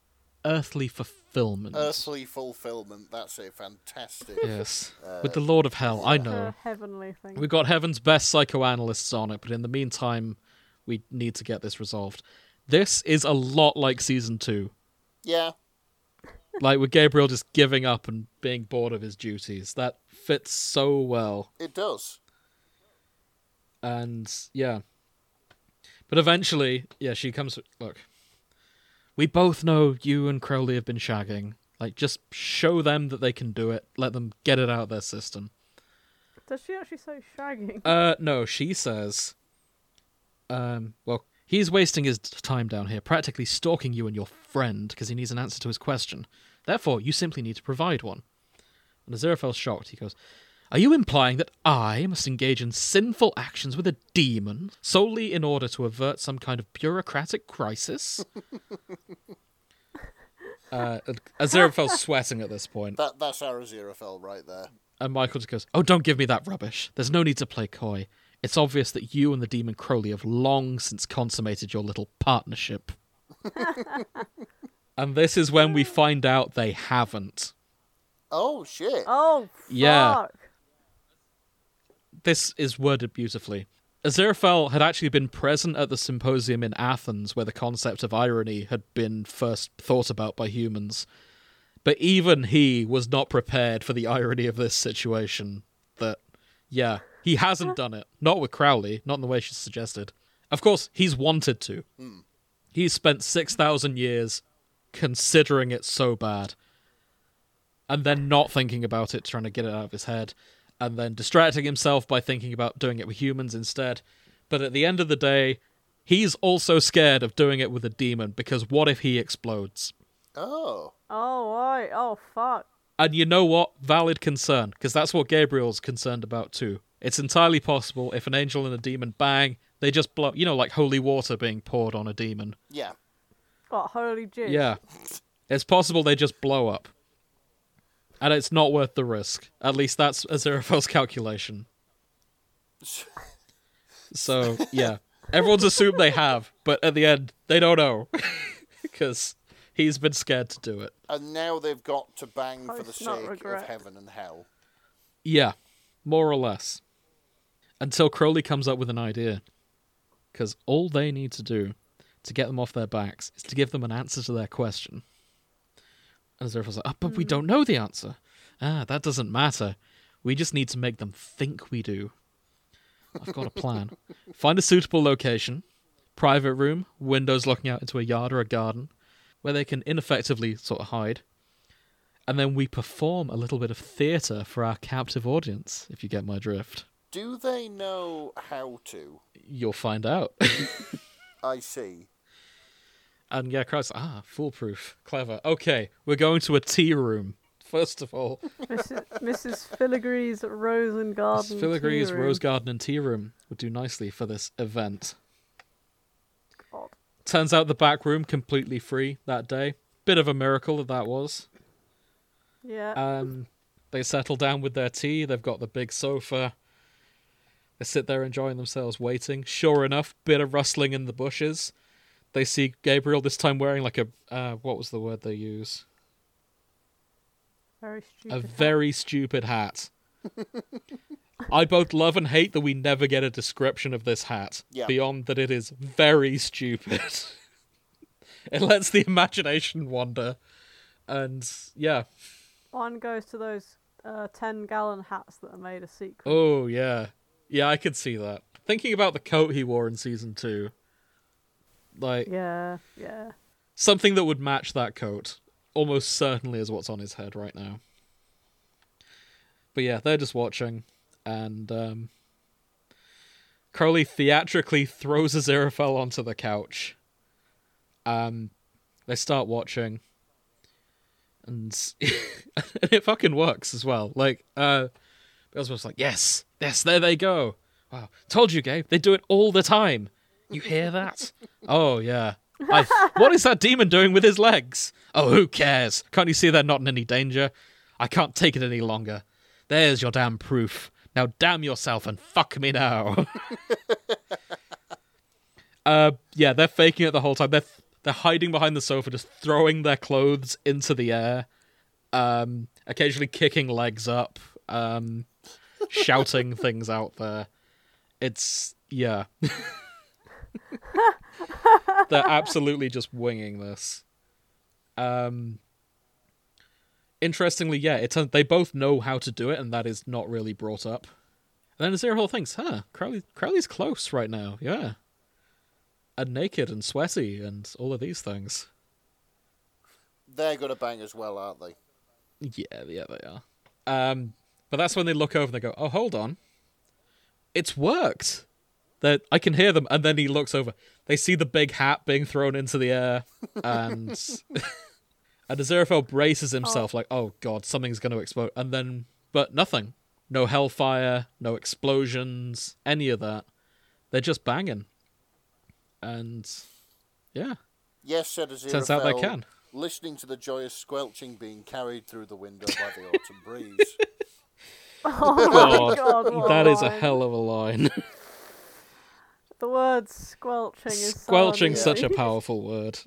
Speaker 1: earthly fulfillment.
Speaker 2: Earthly fulfillment. That's it. Fantastic.
Speaker 1: Yes. with the Lord of Hell, I know.
Speaker 3: A heavenly thing.
Speaker 1: We've got heaven's best psychoanalysts on it, but in the meantime, we need to get this resolved. This is a lot like season two.
Speaker 2: Yeah.
Speaker 1: Like with Gabriel just giving up and being bored of his duties. That fits so well.
Speaker 2: It does.
Speaker 1: and yeah. But eventually, yeah, she comes. Look, we both know you and Crowley have been shagging. Like, just show them that they can do it. Let them get it out of their system.
Speaker 3: Does she actually say shagging?
Speaker 1: Uh, no, she says. Um, well, he's wasting his t- time down here, practically stalking you and your friend because he needs an answer to his question. Therefore, you simply need to provide one. And Aziraphale's shocked. He goes, Are you implying that I must engage in sinful actions with a demon solely in order to avert some kind of bureaucratic crisis? uh, Aziraphale's sweating at this point.
Speaker 2: That that's our Aziraphale right there.
Speaker 1: And Michael just goes, Oh, don't give me that rubbish. There's no need to play coy. It's obvious that you and the demon Crowley have long since consummated your little partnership. and this is when we find out they haven't.
Speaker 2: Oh shit.
Speaker 3: Oh, fuck.
Speaker 1: Yeah. This is worded beautifully. Aziraphale had actually been present at the symposium in Athens where the concept of irony had been first thought about by humans. But even he was not prepared for the irony of this situation. That, yeah, he hasn't done it. Not with Crowley, not in the way she suggested. Of course, he's wanted to. He's spent 6,000 years considering it so bad. And then not thinking about it, trying to get it out of his head. And then distracting himself by thinking about doing it with humans instead. But at the end of the day, he's also scared of doing it with a demon because what if he explodes?
Speaker 2: Oh.
Speaker 3: Oh, right. Oh, fuck.
Speaker 1: And you know what? Valid concern, because that's what Gabriel's concerned about too. It's entirely possible if an angel and a demon bang, they just blow, you know, like holy water being poured on a demon.
Speaker 2: Yeah.
Speaker 3: What, holy jizz?
Speaker 1: Yeah. It's possible they just blow up. And it's not worth the risk. At least that's Aziraphale's calculation. So, yeah. Everyone's assumed they have, but at the end, they don't know. Because He's been scared to do it.
Speaker 2: and now they've got to bang for the
Speaker 3: Christ, Oh, not
Speaker 2: sake
Speaker 3: regret.
Speaker 2: of heaven and hell.
Speaker 1: Yeah, more or less. Until Crowley comes up with an idea. Because all they need to do to get them off their backs is to give them an answer to their question. And Zerophil's like, oh, but we don't know the answer. Ah, that doesn't matter. We just need to make them think we do. I've got a plan. Find a suitable location, private room, windows looking out into a yard or a garden, where they can ineffectively sort of hide and then we perform a little bit of theatre for our captive audience, if you get my drift.
Speaker 2: Do they know how to?
Speaker 1: You'll find out.
Speaker 2: I see.
Speaker 1: and yeah, Christ, ah, foolproof. Clever. Okay, we're going to a tea room. First of all,
Speaker 3: Mrs. Mrs. Filigree's Rose and
Speaker 1: this
Speaker 3: Garden.
Speaker 1: Filigree's
Speaker 3: tea room.
Speaker 1: Rose Garden and Tea Room would do nicely for this event.
Speaker 3: God.
Speaker 1: Turns out the back room completely free that day. Bit of a miracle that that was.
Speaker 3: Yeah.
Speaker 1: Um, they settle down with their tea. They've got the big sofa. They sit there enjoying themselves, waiting. Sure enough, bit of rustling in the bushes. They see Gabriel this time wearing like a uh, what was the word they use?
Speaker 3: very
Speaker 1: A
Speaker 3: stupid.
Speaker 1: very stupid hat. I both love and hate that we never get a description of this hat.
Speaker 2: Yeah.
Speaker 1: Beyond that, it is very stupid. it lets the imagination wander, and yeah,
Speaker 3: One goes to those uh, 10 gallon hats that are made a secret.
Speaker 1: Oh yeah, yeah, I could see that. Thinking about the coat he wore in season two, like
Speaker 3: Yeah, yeah.
Speaker 1: something that would match that coat almost certainly is what's on his head right now. But yeah, they're just watching, and um, Crowley theatrically throws Aziraphale onto the couch. Um, they start watching, and it fucking works as well. Like, uh, Beelzebub's like, yes, yes, there they go. Wow, told you, Gabe. They do it all the time. You hear that? oh yeah. I, what is that demon doing with his legs? Oh, who cares? Can't you see they're not in any danger? I can't take it any longer. There's your damn proof. Now damn yourself and fuck me now. uh, yeah, they're faking it the whole time. They're they're hiding behind the sofa, just throwing their clothes into the air, um, occasionally kicking legs up, um, shouting things out there. It's yeah. They're absolutely just winging this. Um, interestingly, yeah, it turns they both know how to do it, and that is not really brought up. And then Aziraphale thinks, "Huh, Crowley, Crowley's close right now, yeah, and naked and sweaty and all of these things."
Speaker 2: They're going to bang as well, aren't they?
Speaker 1: Yeah, yeah, they are. Um, but that's when they look over and they go, "Oh, hold on, it's worked." That I can hear them, and then he looks over. They see the big hat being thrown into the air, and and Aziraphale braces himself, like, "Oh God, something's going to explode." And then, but nothing, no hellfire, no explosions, any of that. They're just banging, and yeah,
Speaker 2: Yes, said Aziraphale.
Speaker 1: Turns out they can.
Speaker 2: Listening to the joyous squelching being carried through the window by the autumn breeze.
Speaker 3: Oh,
Speaker 1: God,
Speaker 3: God, what
Speaker 1: that is a
Speaker 3: line.
Speaker 1: hell of a line.
Speaker 3: The word squelching is so
Speaker 1: Squelching's such a
Speaker 3: unnerving.
Speaker 1: powerful word.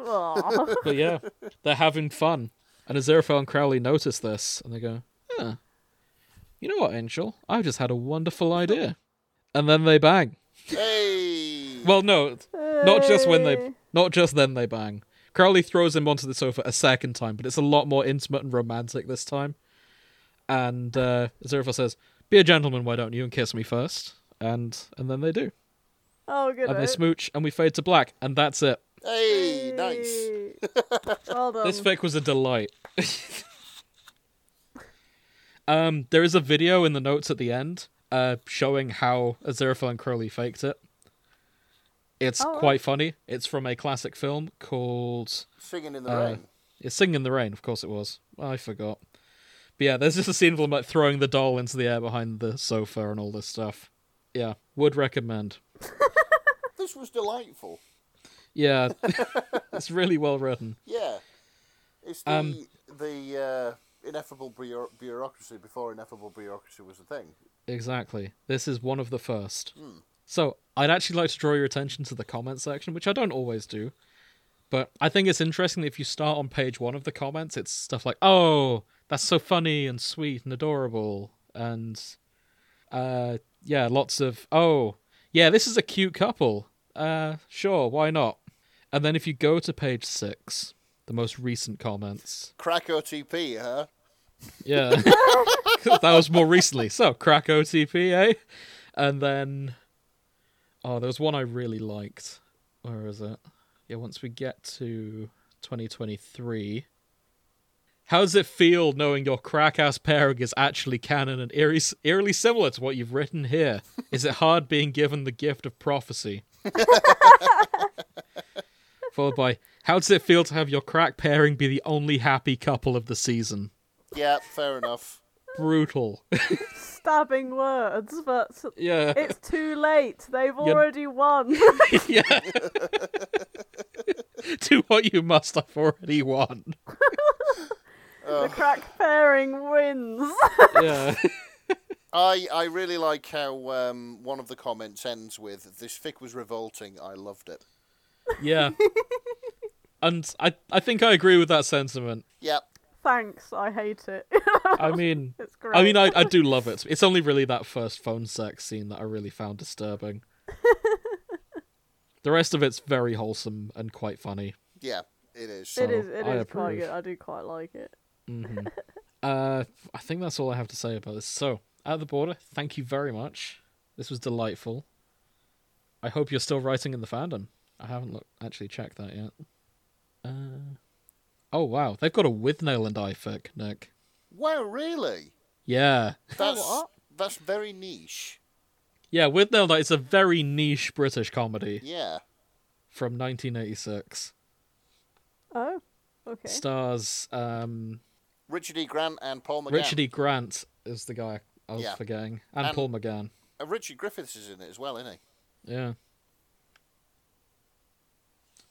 Speaker 3: Aw.
Speaker 1: But yeah, they're having fun. And Aziraphale and Crowley notice this, and they go, huh, you know what, Angel? I've just had a wonderful idea. And then they bang.
Speaker 2: hey!
Speaker 1: Well, no, not just when they,
Speaker 3: Hey.
Speaker 1: not just then they bang. Crowley throws him onto the sofa a second time, but it's a lot more intimate and romantic this time. And uh, Aziraphale says, be a gentleman, why don't you, and kiss me first. And and then they do.
Speaker 3: Oh, good.
Speaker 1: And they
Speaker 3: night.
Speaker 1: smooch, and we fade to black, and that's it.
Speaker 2: hey! Nice.
Speaker 3: well done.
Speaker 1: This fic was a delight. um, there is a video in the notes at the end, uh, showing how Aziraphale and Crowley faked it. It's
Speaker 3: Oh, right.
Speaker 1: quite funny. It's from a classic film called
Speaker 2: Singing in the
Speaker 1: Uh,
Speaker 2: rain.
Speaker 1: "It's Singing in the Rain." Of course, it was. I forgot. But yeah, there's just a scene of them like throwing the doll into the air behind the sofa and all this stuff. Yeah, would recommend.
Speaker 2: This was delightful.
Speaker 1: Yeah, it's really well written.
Speaker 2: Yeah. It's the,
Speaker 1: Um,
Speaker 2: the uh, ineffable bureau- bureaucracy before ineffable bureaucracy was a thing.
Speaker 1: Exactly. This is one of the first. So I'd actually like to draw your attention to the comment section, which I don't always do, But I think it's interesting if you start on page one of the comments, it's stuff like, "Oh, that's so funny and sweet and adorable," and uh, yeah, lots of, "Oh, yeah, this is a cute couple." Uh, sure, why not? And then if you go to page six, the most recent comments,
Speaker 2: Crack OTP, huh?
Speaker 1: yeah, 'Cause that was more recently. So crack OTP, eh? And then, oh, there was one I really liked. Where is it? Yeah, once we get to 2023. How does it feel knowing your crack ass pairing is actually canon and eerie, eerily similar to what you've written here? Is it hard being given the gift of prophecy? Followed by, how does it feel to have your crack pairing be the only happy couple of the season?
Speaker 2: Yeah, fair enough.
Speaker 1: Brutal.
Speaker 3: Stabbing words, but s-
Speaker 1: yeah.
Speaker 3: it's too late. They've already won.
Speaker 1: yeah. Do what you must, I've already won.
Speaker 3: the crack pairing wins.
Speaker 1: Yeah.
Speaker 2: I I really like how um, one of the comments ends with "This fic was revolting. I loved it."
Speaker 1: Yeah. And I, I think I agree with that sentiment.
Speaker 2: Yep.
Speaker 3: Thanks, I hate it.
Speaker 1: I mean,
Speaker 3: it's great.
Speaker 1: I mean, I, I do love it. It's only really that first phone sex scene that I really found disturbing. the rest of it's very wholesome and quite funny.
Speaker 2: Yeah, it is.
Speaker 1: So,
Speaker 3: it is. It
Speaker 1: I
Speaker 3: is quite
Speaker 1: approve.
Speaker 3: good. I do quite like it.
Speaker 1: Uh, I think that's all I have to say about this. So, at the border, thank you very much. This was delightful. I hope you're still writing in the fandom. I haven't look, actually checked that yet. Uh, oh wow, they've got a with nail and eye fic, Nick.
Speaker 2: Wow, really?
Speaker 1: Yeah,
Speaker 2: That's
Speaker 3: what?
Speaker 2: that's very niche.
Speaker 1: yeah, with nail and eye is a very niche British comedy
Speaker 2: Yeah.
Speaker 1: from 1986.
Speaker 3: Oh, okay.
Speaker 1: Stars um,
Speaker 2: Richard E. Grant and Paul McGann.
Speaker 1: Richard E. Grant is the guy I was
Speaker 2: Yeah.
Speaker 1: forgetting, and
Speaker 2: And-
Speaker 1: Paul McGann.
Speaker 2: Uh, Richard Griffiths is in it as well, isn't he?
Speaker 1: Yeah.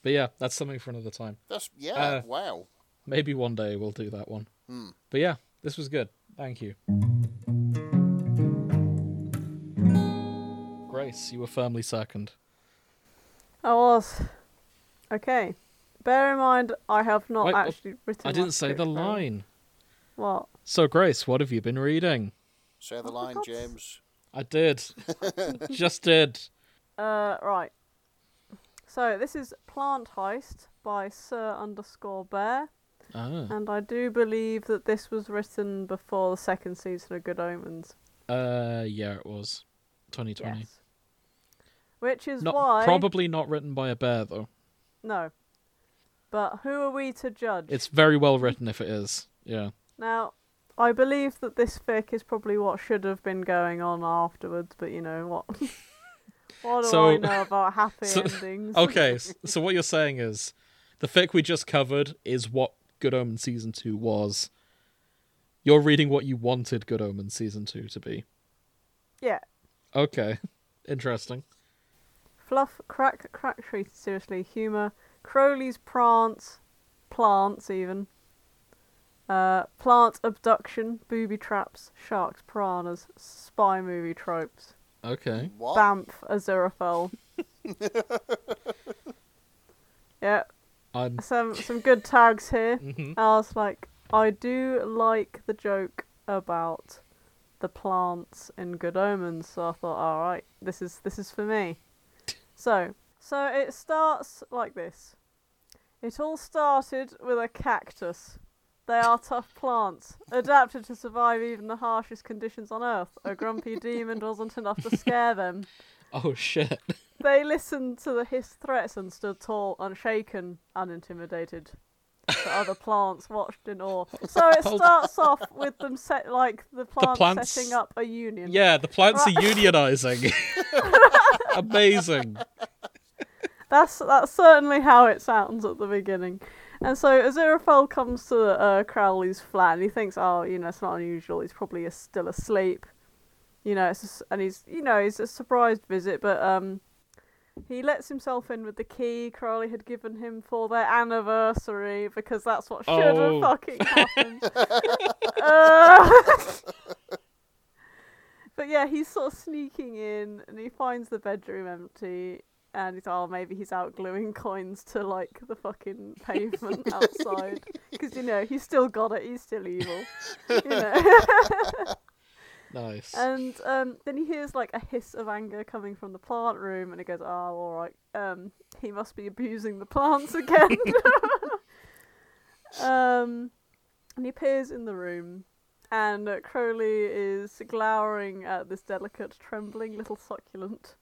Speaker 1: But yeah, that's something for another time.
Speaker 2: That's yeah.
Speaker 1: Uh,
Speaker 2: wow.
Speaker 1: Maybe one day we'll do that one.
Speaker 2: Hmm.
Speaker 1: But yeah, this was good. Thank you. Grace, you were firmly second.
Speaker 3: I was. Oh, Okay. Bear in mind, I have not
Speaker 1: Wait, oh,
Speaker 3: actually written.
Speaker 1: I
Speaker 3: my
Speaker 1: didn't say the
Speaker 3: script down.
Speaker 1: line.
Speaker 3: What?
Speaker 1: So, Grace, what have you been reading?
Speaker 2: Say the
Speaker 3: for
Speaker 2: line,
Speaker 3: God's-
Speaker 2: James.
Speaker 1: I did. Just did.
Speaker 3: Uh, right. So this is Plant Heist by Sir underscore Bear,
Speaker 1: Ah.
Speaker 3: and I do believe that this was written before the second season of Good Omens.
Speaker 1: Uh, yeah, it was 2020.
Speaker 3: Yes. Which is
Speaker 1: Not
Speaker 3: why.
Speaker 1: probably not written by a bear though.
Speaker 3: No. But who are we to judge?
Speaker 1: It's very well written if it is. Yeah.
Speaker 3: Now, I believe that this fic is probably what should have been going on afterwards, but you know what? what do I
Speaker 1: So-
Speaker 3: know about happy
Speaker 1: so-
Speaker 3: endings?
Speaker 1: Okay, s- so what you're saying is the fic we just covered is what Good Omen season 2 was. You're reading what you wanted Good Omen season 2 to be.
Speaker 3: Yeah.
Speaker 1: Okay. Interesting.
Speaker 3: Fluff, crack, crack tree, seriously, humour. Crowley's prance, plants even. Uh, plant abduction, booby traps, sharks, piranhas, spy movie tropes.
Speaker 1: Okay.
Speaker 2: What?
Speaker 3: Bamf, Aziraphale. yeah,
Speaker 1: I'm
Speaker 3: some some good tags here.
Speaker 1: Mhm.
Speaker 3: I was like, I do like the joke about the plants in Good Omens, so I thought, all right, this is this is for me. So, so it starts like this. It all started with a cactus. They are tough plants, adapted to survive even the harshest conditions on Earth. A grumpy demon wasn't enough to scare them.
Speaker 1: Oh shit.
Speaker 3: They listened to the, his threats and stood tall, unshaken, unintimidated. The other plants watched in awe. So it
Speaker 1: Hold-
Speaker 3: starts off with them set like the plants,
Speaker 1: plants-
Speaker 3: setting up a union.
Speaker 1: Yeah, the plants are unionizing. Amazing.
Speaker 3: That's that's certainly how it sounds at the beginning. And so Aziraphale comes to uh, Crowley's flat and he thinks, oh, you know, it's not unusual. He's probably a- still asleep. You know, it's just, and he's, you know, he's a surprised visit, but um, he lets himself in with the key Crowley had given him for their anniversary because that's what should
Speaker 1: Oh.
Speaker 3: have fucking happened. Uh, but yeah, he's sort of sneaking in and he finds the bedroom empty and he's oh maybe he's out gluing coins to like the fucking pavement outside because you know he's still got it. He's still evil. You know.
Speaker 1: Nice.
Speaker 3: And um, then he hears like a hiss of anger coming from the plant room, and he goes, "Oh, all right. Um, he must be abusing the plants again." um, and he appears in the room, and uh, Crowley is glowering at this delicate, trembling little succulent.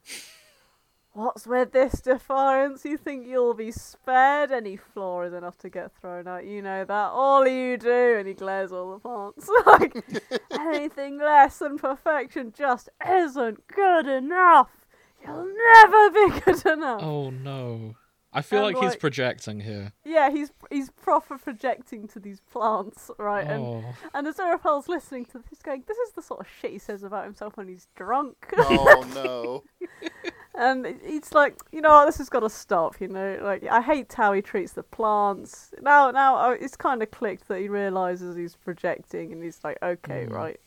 Speaker 3: What's with this defiance? You think you'll be spared? Any flaw is enough to get thrown out. You know that. All you do, and he glares all the plants like anything less than perfection just isn't good enough. You'll never be good enough.
Speaker 1: oh no. I feel
Speaker 3: And,
Speaker 1: like, he's
Speaker 3: um, like-
Speaker 1: projecting here.
Speaker 3: Yeah, he's he's proper projecting to these plants, right? And
Speaker 1: Oh,
Speaker 3: and as Arapel's listening to this, he's going, "This is the sort of shit he says about himself when he's drunk."
Speaker 2: Oh no.
Speaker 3: And it- it's like, you know, what, this has got to stop. You know, like I hate how he treats the plants. Now, now uh, it's kind of clicked that he realizes he's projecting, and he's like, okay,
Speaker 1: Mm.
Speaker 3: right,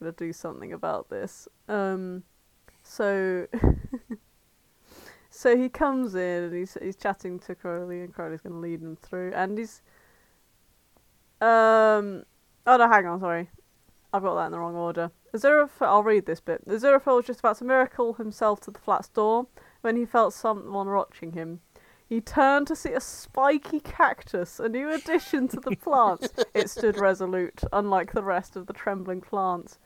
Speaker 3: gotta do something about this. Um, so, so he comes in and he's he's chatting to Crowley, and Crowley's gonna lead him through, and he's, um, oh no, hang on, sorry. I've got that in the wrong order. Aziraphale, I'll read this bit. Aziraphale was just about to miracle himself to the flat's door when he felt someone watching him. He turned to see a spiky cactus, a new addition to the plants. it stood resolute, unlike the rest of the trembling plants.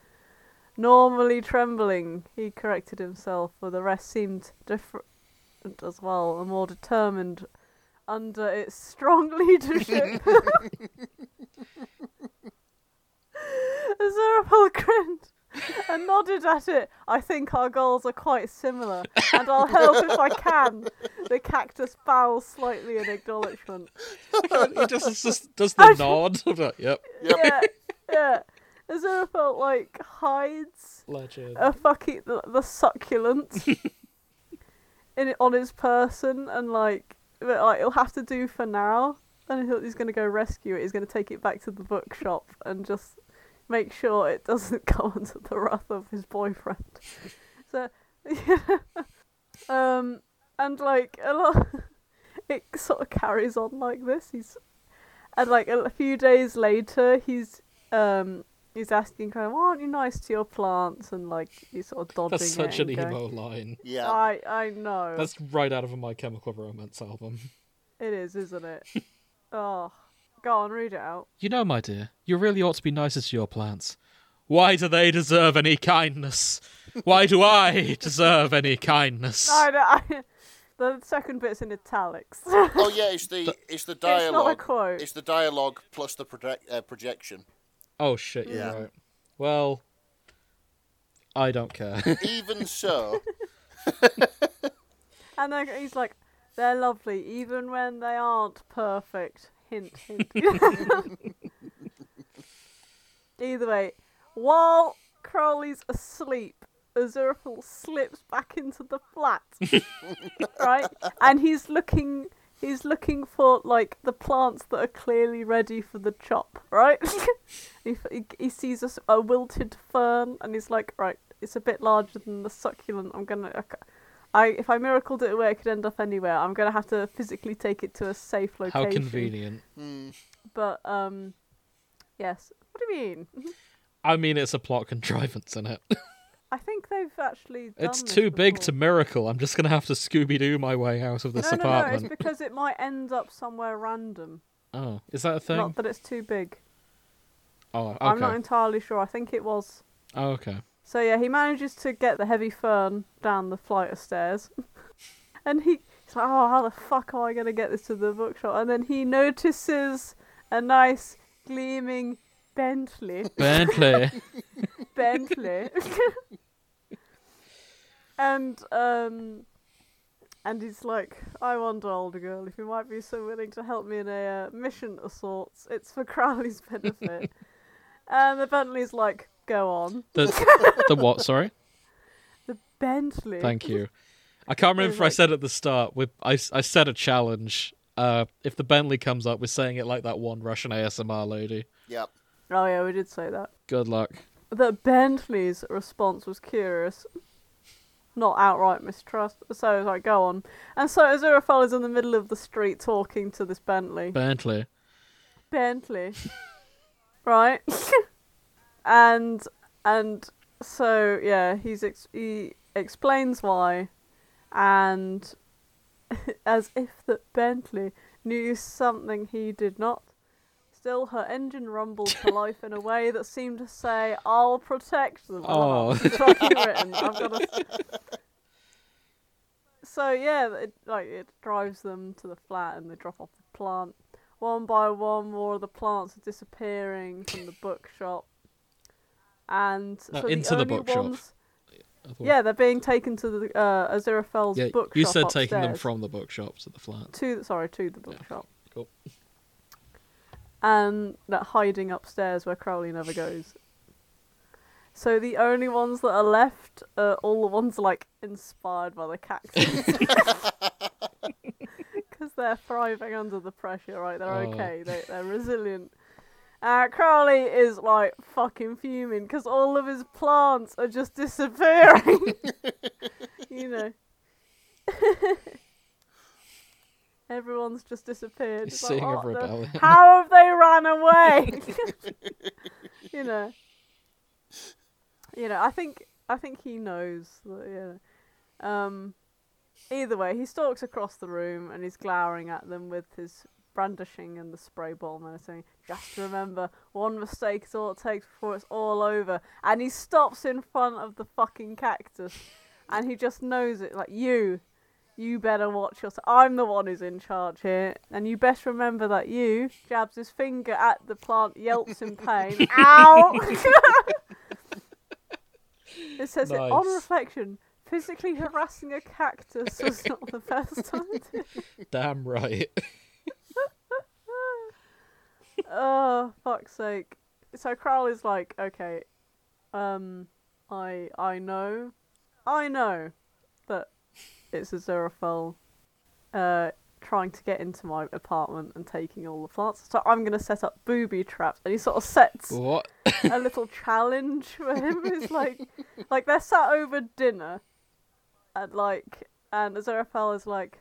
Speaker 3: Normally trembling, he corrected himself, for the rest seemed different as well, and more determined under its strong leadership. Aziraphale grinned and nodded at it. I think our goals are quite similar, and I'll help if I can. The cactus bows slightly in acknowledgement.
Speaker 1: Oh. he just, just does the nod. I'm like, yep,
Speaker 2: Yep.
Speaker 3: Yeah, yeah. Aziraphale like hides
Speaker 1: legend.
Speaker 3: a fucking the, the succulent in it on his person, and like, but, like he'll have to do for now. And he'll, he's going to go rescue it. He's going to take it back to the bookshop and just make sure it doesn't go under the wrath of his boyfriend. So, um, and like a lot, it sort of carries on like this. He's and like a few days later, he's um he's asking kind of, "Why aren't you nice to your plants?" And like he's sort of dodging
Speaker 1: That's
Speaker 3: it
Speaker 1: such an
Speaker 3: and going,
Speaker 1: emo line.
Speaker 2: Yeah.
Speaker 3: I I know.
Speaker 1: That's right out of a My Chemical Romance album.
Speaker 3: It is, isn't it? oh, go on, read it out.
Speaker 1: You know, my dear, you really ought to be nicer to your plants. Why do they deserve any kindness? Why do I deserve any kindness?
Speaker 3: No, no, I, the second bit's in italics.
Speaker 2: Oh yeah, it's the it's the dialogue.
Speaker 3: It's not a quote.
Speaker 2: It's the dialogue plus the project, uh, projection.
Speaker 1: Oh shit, you're
Speaker 2: Yeah.
Speaker 1: right. Well, I don't care.
Speaker 2: Even so,
Speaker 3: And then he's like, they're lovely, even when they aren't perfect. Hint, hint. Either way, while Crowley's asleep, Aziraphale slips back into the flat, right? And he's looking. He's looking for like the plants that are clearly ready for the chop, right? he, f- he, he sees a, s- a wilted fern, and he's like, right, it's a bit larger than the succulent. I'm gonna, I ca- I if I miracled it away, it could end up anywhere. I'm gonna have to physically take it to a safe location.
Speaker 1: How convenient.
Speaker 3: But um, yes. What do you mean?
Speaker 1: I mean, it's a plot contrivance in it.
Speaker 3: I think they've actually. Done
Speaker 1: It's
Speaker 3: this
Speaker 1: too big to
Speaker 3: before.
Speaker 1: miracle. I'm just gonna have to Scooby Doo my way out of this
Speaker 3: no, no, no.
Speaker 1: apartment.
Speaker 3: It's because it might end up somewhere random.
Speaker 1: Oh, is that a thing?
Speaker 3: Not that it's too big.
Speaker 1: Oh, okay.
Speaker 3: I'm not entirely sure. I think it was.
Speaker 1: Oh, okay.
Speaker 3: So yeah, he manages to get the heavy fern down the flight of stairs, and he, he's like, "Oh, how the fuck am I gonna get this to the bookshop?" And then he notices a nice gleaming Bentley.
Speaker 1: Bentley.
Speaker 3: Bentley. and um and he's like, I wonder, older girl, if you might be so willing to help me in a uh, mission of sorts. It's for Crowley's benefit. Um, and the Bentley's like, go on.
Speaker 1: the, the what? Sorry.
Speaker 3: The Bentley.
Speaker 1: Thank you. I can't remember if I
Speaker 3: like-
Speaker 1: said at the start. With I, s- I said a challenge. Uh, if the Bentley comes up, we're saying it like that one Russian ASMR lady.
Speaker 2: yep.
Speaker 3: Oh yeah, we did say that.
Speaker 1: Good luck.
Speaker 3: That Bentley's response was curious. not outright mistrust. So I was like, go on. And so Aziraphale is in the middle of the street talking to this Bentley.
Speaker 1: Bentley.
Speaker 3: Bentley. right? and and so yeah, he's ex- he explains why and as if that Bentley knew something he did not. Still her engine rumbled to life in a way that seemed to say, I'll protect them. I don't know.
Speaker 1: Oh.
Speaker 3: It's already written. I've got to so yeah, it, like it drives them to the flat and they drop off the plant. One by one, more of the plants are disappearing from the bookshop, and
Speaker 1: No,
Speaker 3: so
Speaker 1: into the
Speaker 3: the, only
Speaker 1: bookshop.
Speaker 3: Ones,
Speaker 1: I thought-
Speaker 3: yeah, they're being taken to the uh, Aziraphale's
Speaker 1: Yeah,
Speaker 3: bookshop.
Speaker 1: you said taking them
Speaker 3: upstairs.
Speaker 1: from the bookshop to the flat.
Speaker 3: to sorry to the bookshop
Speaker 1: Cool.
Speaker 3: and um, that hiding upstairs where Crowley never goes. So the only ones that are left are all the ones like inspired by the cactus. Because they're thriving under the pressure, right? They're
Speaker 1: Oh.
Speaker 3: okay. They, they're resilient. Uh, Crowley is like fucking fuming because all of his plants are just disappearing. you know. Everyone's just disappeared.
Speaker 1: He's
Speaker 3: It's like,
Speaker 1: seeing a
Speaker 3: what the-
Speaker 1: rebellion.
Speaker 3: how have they ran away? you know. You know, I think I think he knows that yeah. Um either way, he stalks across the room and he's glowering at them with his brandishing and the spray bottle menacing. Just remember, one mistake is all it takes before it's all over. And he stops in front of the fucking cactus and he just knows it like you you better watch yourself. I'm the one who's in charge here, and you best remember that you jabs his finger at the plant, yelps in pain. Ow! it says it on
Speaker 1: Nice.
Speaker 3: reflection. Physically harassing a cactus was not the best idea.
Speaker 1: Damn right.
Speaker 3: oh fuck's sake! So Crowley's like, okay, um, I I know, I know that it's a Xerophil, uh, trying to get into my apartment and taking all the plants. So I'm gonna set up booby traps, and he sort of sets
Speaker 1: what?
Speaker 3: a little challenge for him. It's like, like they're sat over dinner, and like, and Aziraphale is like,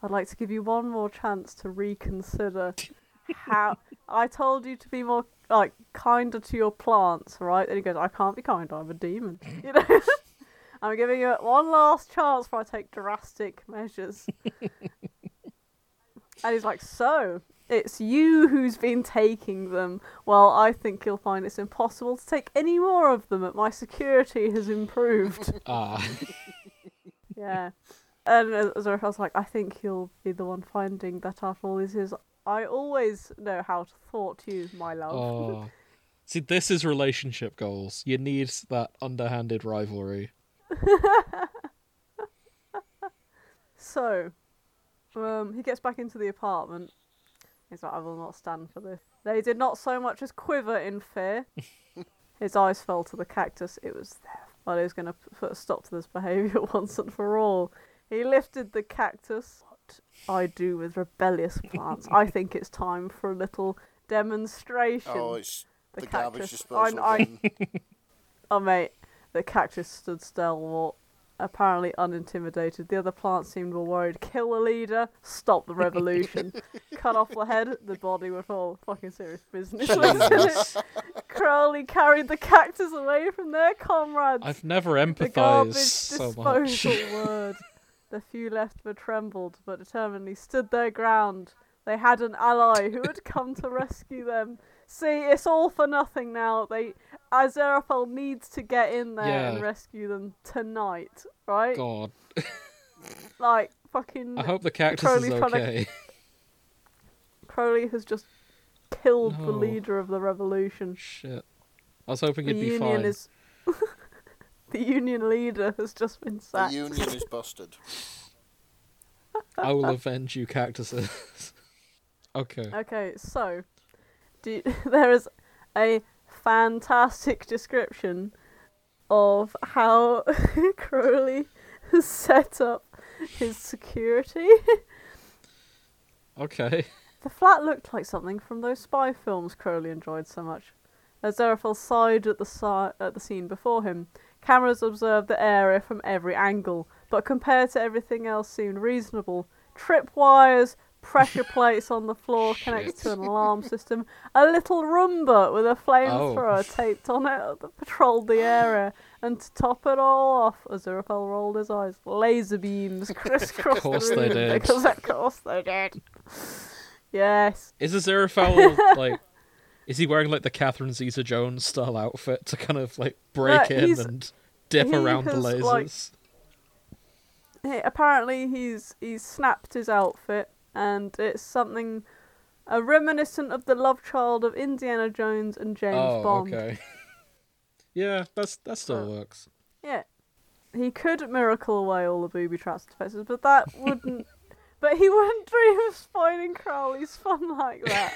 Speaker 3: I'd like to give you one more chance to reconsider how I told you to be more like kinder to your plants, right? And he goes, I can't be kind. I'm a demon. You know. I'm giving you one last chance before I take drastic measures. and he's like, So, it's you who's been taking them. Well, I think you'll find it's impossible to take any more of them, but my security has improved.
Speaker 1: Ah.
Speaker 3: yeah. And Azor was like, I think you'll be the one finding that after all this is. I always know how to thwart you, my love.
Speaker 1: Oh. See, this is relationship goals. You need that underhanded rivalry.
Speaker 3: So, um, he gets back into the apartment. He's like, I will not stand for this. They did not so much as quiver in fear. His eyes fell to the cactus. It was there. Well, he was going to put a stop to this behaviour once and for all. He lifted the cactus. What I do with rebellious plants. I think it's time for a little demonstration.
Speaker 2: Oh, it's
Speaker 3: The
Speaker 2: the, garbage
Speaker 3: cactus. I-
Speaker 2: disposal.
Speaker 3: I-
Speaker 2: bin.
Speaker 3: Oh mate, the cactus stood stalwart, apparently unintimidated. The other plants seemed more worried. Kill the leader, stop the revolution. Cut off the head, the body would fall. Fucking serious business. wasn't it? Crowley carried the cactus away from their comrades.
Speaker 1: I've never
Speaker 3: the
Speaker 1: empathized
Speaker 3: garbage
Speaker 1: so much.
Speaker 3: disposal word. The few left were trembled, but determinedly stood their ground. They had an ally who had come to rescue them. See, it's all for nothing now. They Aziraphale needs to get in there and
Speaker 1: Yeah.
Speaker 3: rescue them tonight, right?
Speaker 1: God.
Speaker 3: Like fucking
Speaker 1: I hope the cactus is
Speaker 3: Crowley product-
Speaker 1: okay.
Speaker 3: Crowley has just killed the
Speaker 1: No.
Speaker 3: leader of the revolution.
Speaker 1: Shit. I was hoping
Speaker 3: The
Speaker 1: he'd be
Speaker 3: union
Speaker 1: fine.
Speaker 3: is the union leader has just been
Speaker 2: the
Speaker 3: sacked.
Speaker 2: union is busted.
Speaker 1: I will avenge you, cactuses. okay.
Speaker 3: Okay, so do there is a fantastic description of how Crowley has set up his security.
Speaker 1: Okay.
Speaker 3: The flat looked like something from those spy films Crowley enjoyed so much. As Zerafil sighed at the, si- at the scene before him, cameras observed the area from every angle, but compared to everything else seemed reasonable. Tripwires, pressure plates on the floor connected to an alarm system, a little Roomba with a flamethrower taped on it that patrolled the area, and to top it all off, Aziraphale rolled his eyes, laser beams crisscrossed the
Speaker 1: course they
Speaker 3: room
Speaker 1: did.
Speaker 3: because of course they did. Yes.
Speaker 1: Is Aziraphale like? Is he wearing like the Catherine Zeta Jones style outfit to kind of like break
Speaker 3: Yeah,
Speaker 1: in
Speaker 3: he's-
Speaker 1: and dip
Speaker 3: he
Speaker 1: around the
Speaker 3: has,
Speaker 1: lasers?
Speaker 3: like- he, apparently he's he's snapped his outfit and it's something uh, reminiscent of the love child of Indiana Jones and James
Speaker 1: oh,
Speaker 3: Bond. Uh,
Speaker 1: okay. yeah, that's that still works.
Speaker 3: Yeah. He could miracle away all the booby traps and defenses, but that wouldn't but he wouldn't dream of spoiling Crowley's fun like that.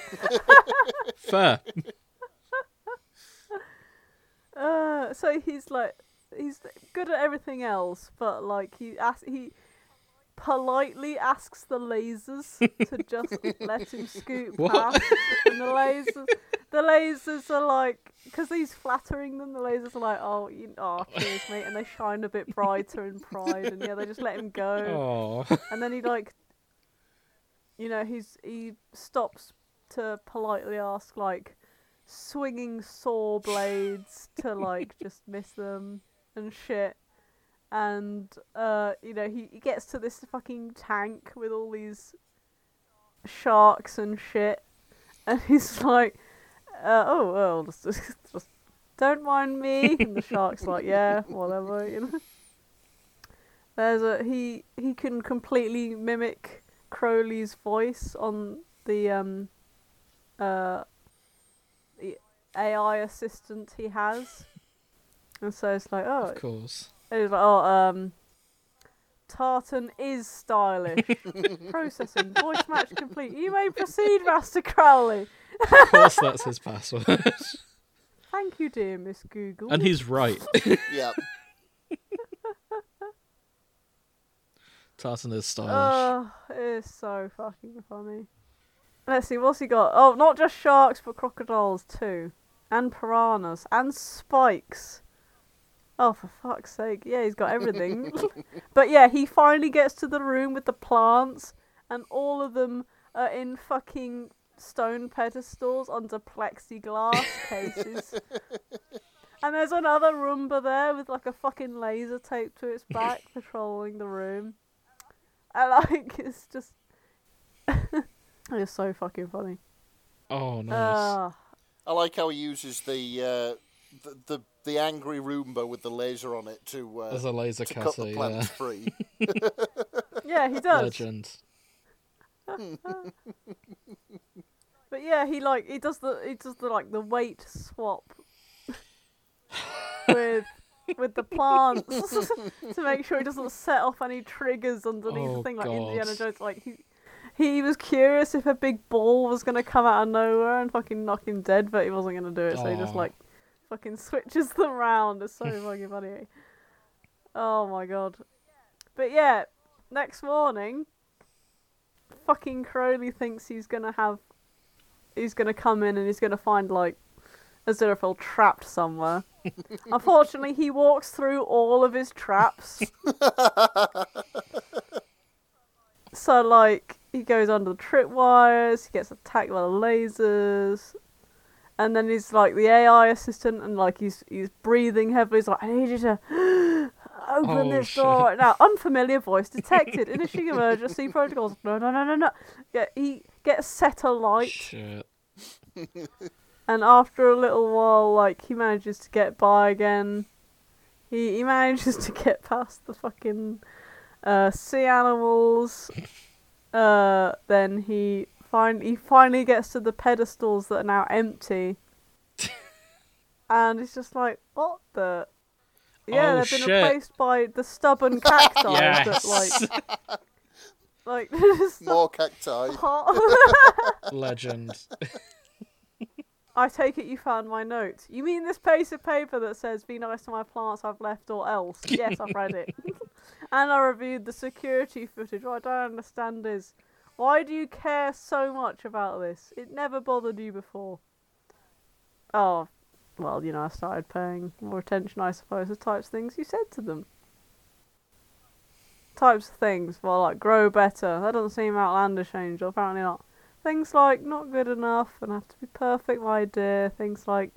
Speaker 1: Fair.
Speaker 3: Uh, so he's like, he's good at everything else, but like he asks, he politely asks the lasers to just let him scoot
Speaker 1: What?
Speaker 3: past, and the lasers, the lasers are like, because he's flattering them, the lasers are like, oh, you, oh, cheers, mate, and they shine a bit brighter in pride, and yeah, they just let him go
Speaker 1: Oh,
Speaker 3: and then he like you know he's he stops to politely ask like swinging saw blades to like just miss them and shit and uh you know he, he gets to this fucking tank with all these sharks and shit and he's like uh, oh well just, just, just don't mind me and the shark's like yeah whatever you know there's a he he can completely mimic Crowley's voice on the um uh the AI assistant he has. And so it's like, oh,
Speaker 1: of course.
Speaker 3: it was like, oh, um, Tartan is stylish. Processing, voice match complete. You may proceed, Master Crowley.
Speaker 1: Of course, that's his password.
Speaker 3: Thank you, dear Miss Google.
Speaker 1: and he's right.
Speaker 2: Yeah.
Speaker 1: Tartan is stylish.
Speaker 3: Oh, it's so fucking funny. Let's see, what's he got? Oh, not just sharks, but crocodiles too. And piranhas. And spikes. Oh, for fuck's sake. Yeah, he's got everything. but yeah, he finally gets to the room with the plants, and all of them are in fucking stone pedestals under plexiglass cases. And there's another Roomba there with like a fucking laser taped to its back, patrolling the room. And like, it's just. it's so fucking funny.
Speaker 1: oh, nice.
Speaker 3: Ah,
Speaker 2: I like how he uses the, uh, the the the angry Roomba with the laser on it to uh,
Speaker 1: There's a laser
Speaker 2: to cut the
Speaker 1: cutter. Yeah.
Speaker 2: plants free.
Speaker 3: yeah, he does.
Speaker 1: Legend.
Speaker 3: But yeah, he like he does the he does the like the weight swap with with the plants to make sure he doesn't set off any triggers underneath
Speaker 1: Oh,
Speaker 3: the thing like
Speaker 1: God.
Speaker 3: Indiana Jones. Like he he was curious if a big ball was gonna come out of nowhere and fucking knock him dead, but he wasn't gonna do it, so he just
Speaker 1: Aw.
Speaker 3: like fucking switches them round. It's so fucking funny. Oh my god. But yeah, next morning, fucking Crowley thinks he's gonna have, he's gonna come in and he's gonna find like Aziraphale trapped somewhere. Unfortunately, he walks through all of his traps. so like he goes under the tripwires, he gets attacked by the lasers. And then he's like the AI assistant, and like he's he's breathing heavily. He's like, "I need you to open
Speaker 1: Oh,
Speaker 3: this
Speaker 1: shit.
Speaker 3: door right now." Unfamiliar voice detected. Initiating emergency protocols. No, no, no, no, no. Yeah, he gets set alight.
Speaker 1: Shit.
Speaker 3: And after a little while, like he manages to get by again. He he manages to get past the fucking uh, sea animals. Uh, then he find he finally gets to the pedestals that are now empty. and it's just like, what the? Yeah,
Speaker 1: Oh,
Speaker 3: they've been
Speaker 1: shit.
Speaker 3: replaced by the stubborn cacti that
Speaker 1: Yes.
Speaker 3: like like just
Speaker 2: More cacti.
Speaker 3: hot.
Speaker 1: Legend.
Speaker 3: I take it you found my note. You mean this piece of paper that says, Be nice to my plants I've left or else? Yes, I've read it. and I reviewed the security footage. What I don't understand is, why do you care so much about this? It never bothered you before. Oh, well, you know, I started paying more attention, I suppose, to types of things you said to them. Types of things, well, like grow better. That doesn't seem outlandish, Angel. Apparently not. Things like not good enough and have to be perfect, my dear. Things like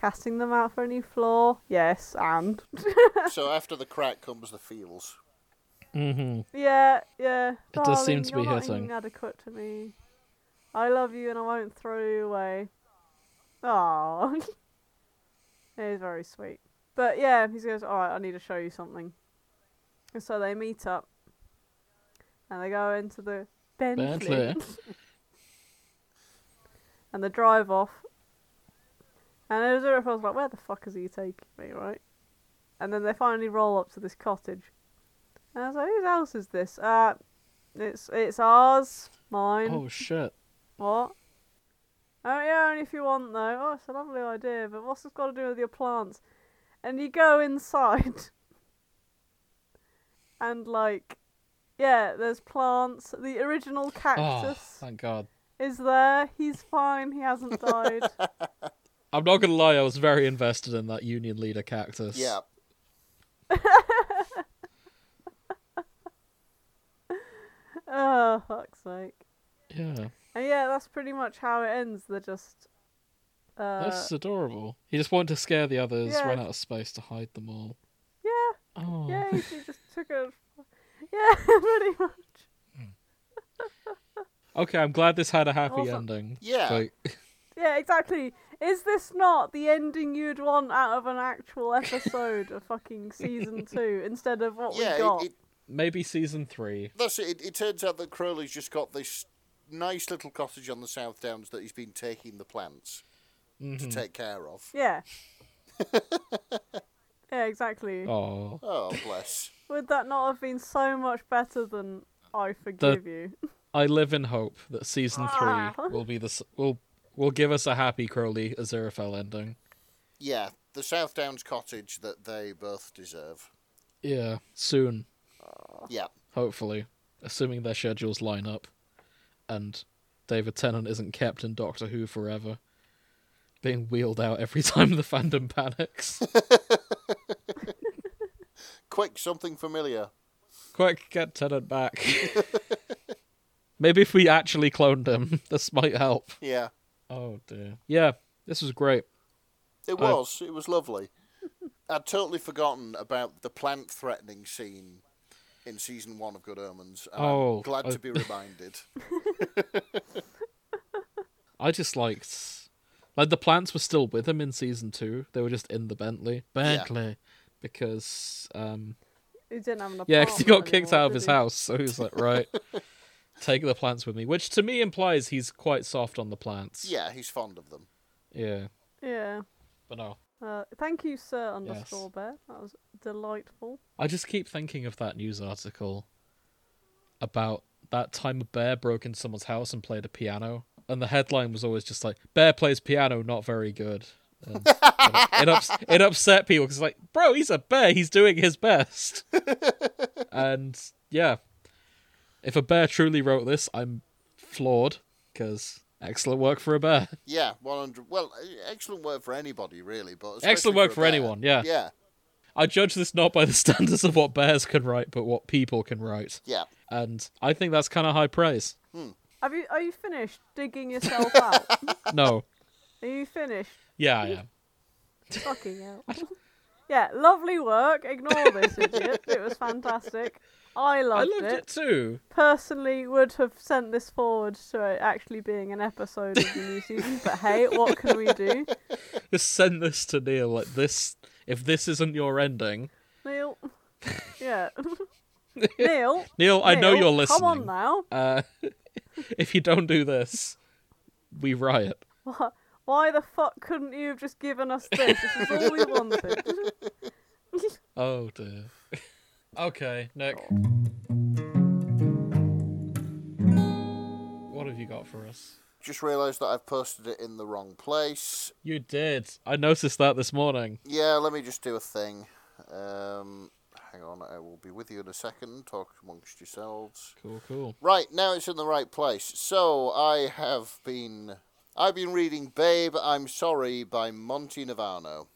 Speaker 3: casting them out for any flaw. Yes, and
Speaker 2: so after the crack comes the feels.
Speaker 1: Mm-hmm.
Speaker 3: yeah, yeah.
Speaker 1: It does seem
Speaker 3: darling,
Speaker 1: to be
Speaker 3: you're not
Speaker 1: hitting.
Speaker 3: Inadequate to me. I love you and I won't throw you away. Aww. it is very sweet. But yeah, he goes, Alright, I need to show you something. And so they meet up. And they go into the Bentley.
Speaker 1: Bentley.
Speaker 3: and they drive off. And it was I was like, where the fuck is he taking me, right? And then they finally roll up to this cottage. And I was like, whose house is this? Uh, it's it's ours, mine.
Speaker 1: Oh shit.
Speaker 3: What? Oh yeah, only if you want though. Oh, it's a lovely idea, but what's this got to do with your plants? And you go inside, and like, yeah, there's plants. The original
Speaker 1: Oh,
Speaker 3: cactus
Speaker 1: thank God.
Speaker 3: is there. He's fine. He hasn't died.
Speaker 1: I'm not gonna lie, I was very invested in that union leader cactus.
Speaker 2: Yeah.
Speaker 3: oh fuck's sake!
Speaker 1: Yeah.
Speaker 3: And yeah, that's pretty much how it ends. They're just. Uh,
Speaker 1: That's adorable. He just wanted to scare the others,
Speaker 3: yeah.
Speaker 1: ran out of space to hide them all.
Speaker 3: Yeah.
Speaker 1: Oh.
Speaker 3: Yeah, he he just took a. Yeah, pretty much.
Speaker 1: Okay, I'm glad this had a happy
Speaker 3: Awesome.
Speaker 1: ending.
Speaker 2: Yeah.
Speaker 1: Like,
Speaker 3: Yeah, exactly. Is this not the ending you'd want out of an actual episode of fucking season two instead of what we
Speaker 2: Yeah,
Speaker 3: got?
Speaker 2: it, it,
Speaker 1: maybe season three.
Speaker 2: that's it. it. It turns out that Crowley's just got this nice little cottage on the South Downs that he's been taking the plants to
Speaker 1: Mhm.
Speaker 2: take care of.
Speaker 3: Yeah. yeah, exactly.
Speaker 1: Oh.
Speaker 2: Oh, bless.
Speaker 3: Would that not have been so much better than I forgive you?
Speaker 1: I live in hope that season
Speaker 3: Ah.
Speaker 1: three will be the s- will will give us a happy Crowley Aziraphale ending.
Speaker 2: Yeah, the South Downs cottage that they both deserve.
Speaker 1: Yeah, soon,
Speaker 2: Yeah.
Speaker 1: hopefully, assuming their schedules line up, and David Tennant isn't kept in Doctor Who forever, being wheeled out every time the fandom panics.
Speaker 2: Quick, something familiar.
Speaker 1: Quick, get Tennant back. Maybe if we actually cloned him, this might help.
Speaker 2: Yeah.
Speaker 1: Oh dear. Yeah, this was great.
Speaker 2: It
Speaker 1: I-
Speaker 2: was. It was lovely. I'd totally forgotten about the plant threatening scene in season one of Good Omens. And
Speaker 1: Oh,
Speaker 2: I'm glad
Speaker 1: I-
Speaker 2: to be reminded.
Speaker 1: I just liked like the plants were still with him in season two. They were just in the Bentley. Bentley. Because um
Speaker 3: He didn't have an
Speaker 1: yeah, because he got
Speaker 3: apartment
Speaker 1: kicked
Speaker 3: anymore,
Speaker 1: out of
Speaker 3: Oh, did
Speaker 1: his
Speaker 3: he?
Speaker 1: house, so he's like, right, take the plants with me, which to me implies he's quite soft on the plants.
Speaker 2: yeah, he's fond of them.
Speaker 1: yeah,
Speaker 3: Yeah.
Speaker 1: but no,
Speaker 3: Uh, thank you, sir. Underscore bear. That was delightful.
Speaker 1: I just keep thinking of that news article about that time a bear broke into someone's house and played a piano, and the headline was always just like "Bear plays piano, not very good." And it, ups- it upset people because like, bro, he's a bear. He's doing his best. and yeah, if a bear truly wrote this, I'm flawed because excellent work for a bear.
Speaker 2: Yeah, 100. Well, e, excellent work for anybody, really. But especially
Speaker 1: excellent work
Speaker 2: a
Speaker 1: for
Speaker 2: bear.
Speaker 1: anyone. Yeah.
Speaker 2: Yeah,
Speaker 1: I judge this not by the standards of what bears can write, but what people can write.
Speaker 2: yeah.
Speaker 1: and I think that's kind of high praise.
Speaker 3: Have you? Are you finished digging yourself out?
Speaker 1: No,
Speaker 3: Are you finished?
Speaker 1: yeah, I am.
Speaker 3: Fucking hell. yeah, lovely work. Ignore this idiot. It was fantastic. I
Speaker 1: I
Speaker 3: loved,
Speaker 1: loved
Speaker 3: it.
Speaker 1: it too.
Speaker 3: Personally, would have sent this forward to it actually being an episode of the new season, but hey, what can we do?
Speaker 1: Just send this to Neil. Like this, if this isn't your ending,
Speaker 3: Neil. Yeah. Neil.
Speaker 1: Neil, I know
Speaker 3: Neil,
Speaker 1: you're listening.
Speaker 3: Come on now.
Speaker 1: Uh, if you don't do this, we riot.
Speaker 3: Why- Why the fuck couldn't you have just given us this? This is all we wanted.
Speaker 1: Oh dear. okay, Nick. What have you got for us?
Speaker 2: Just realised that I've posted it in the wrong place.
Speaker 1: You did. I noticed that this morning.
Speaker 2: Yeah, let me just do a thing. Um, hang on, I will be with you in a second. Talk amongst yourselves.
Speaker 1: Cool, cool.
Speaker 2: Right, now it's in the right place. So I have been. I've been reading Babe, I'm Sorry by Monty Navano.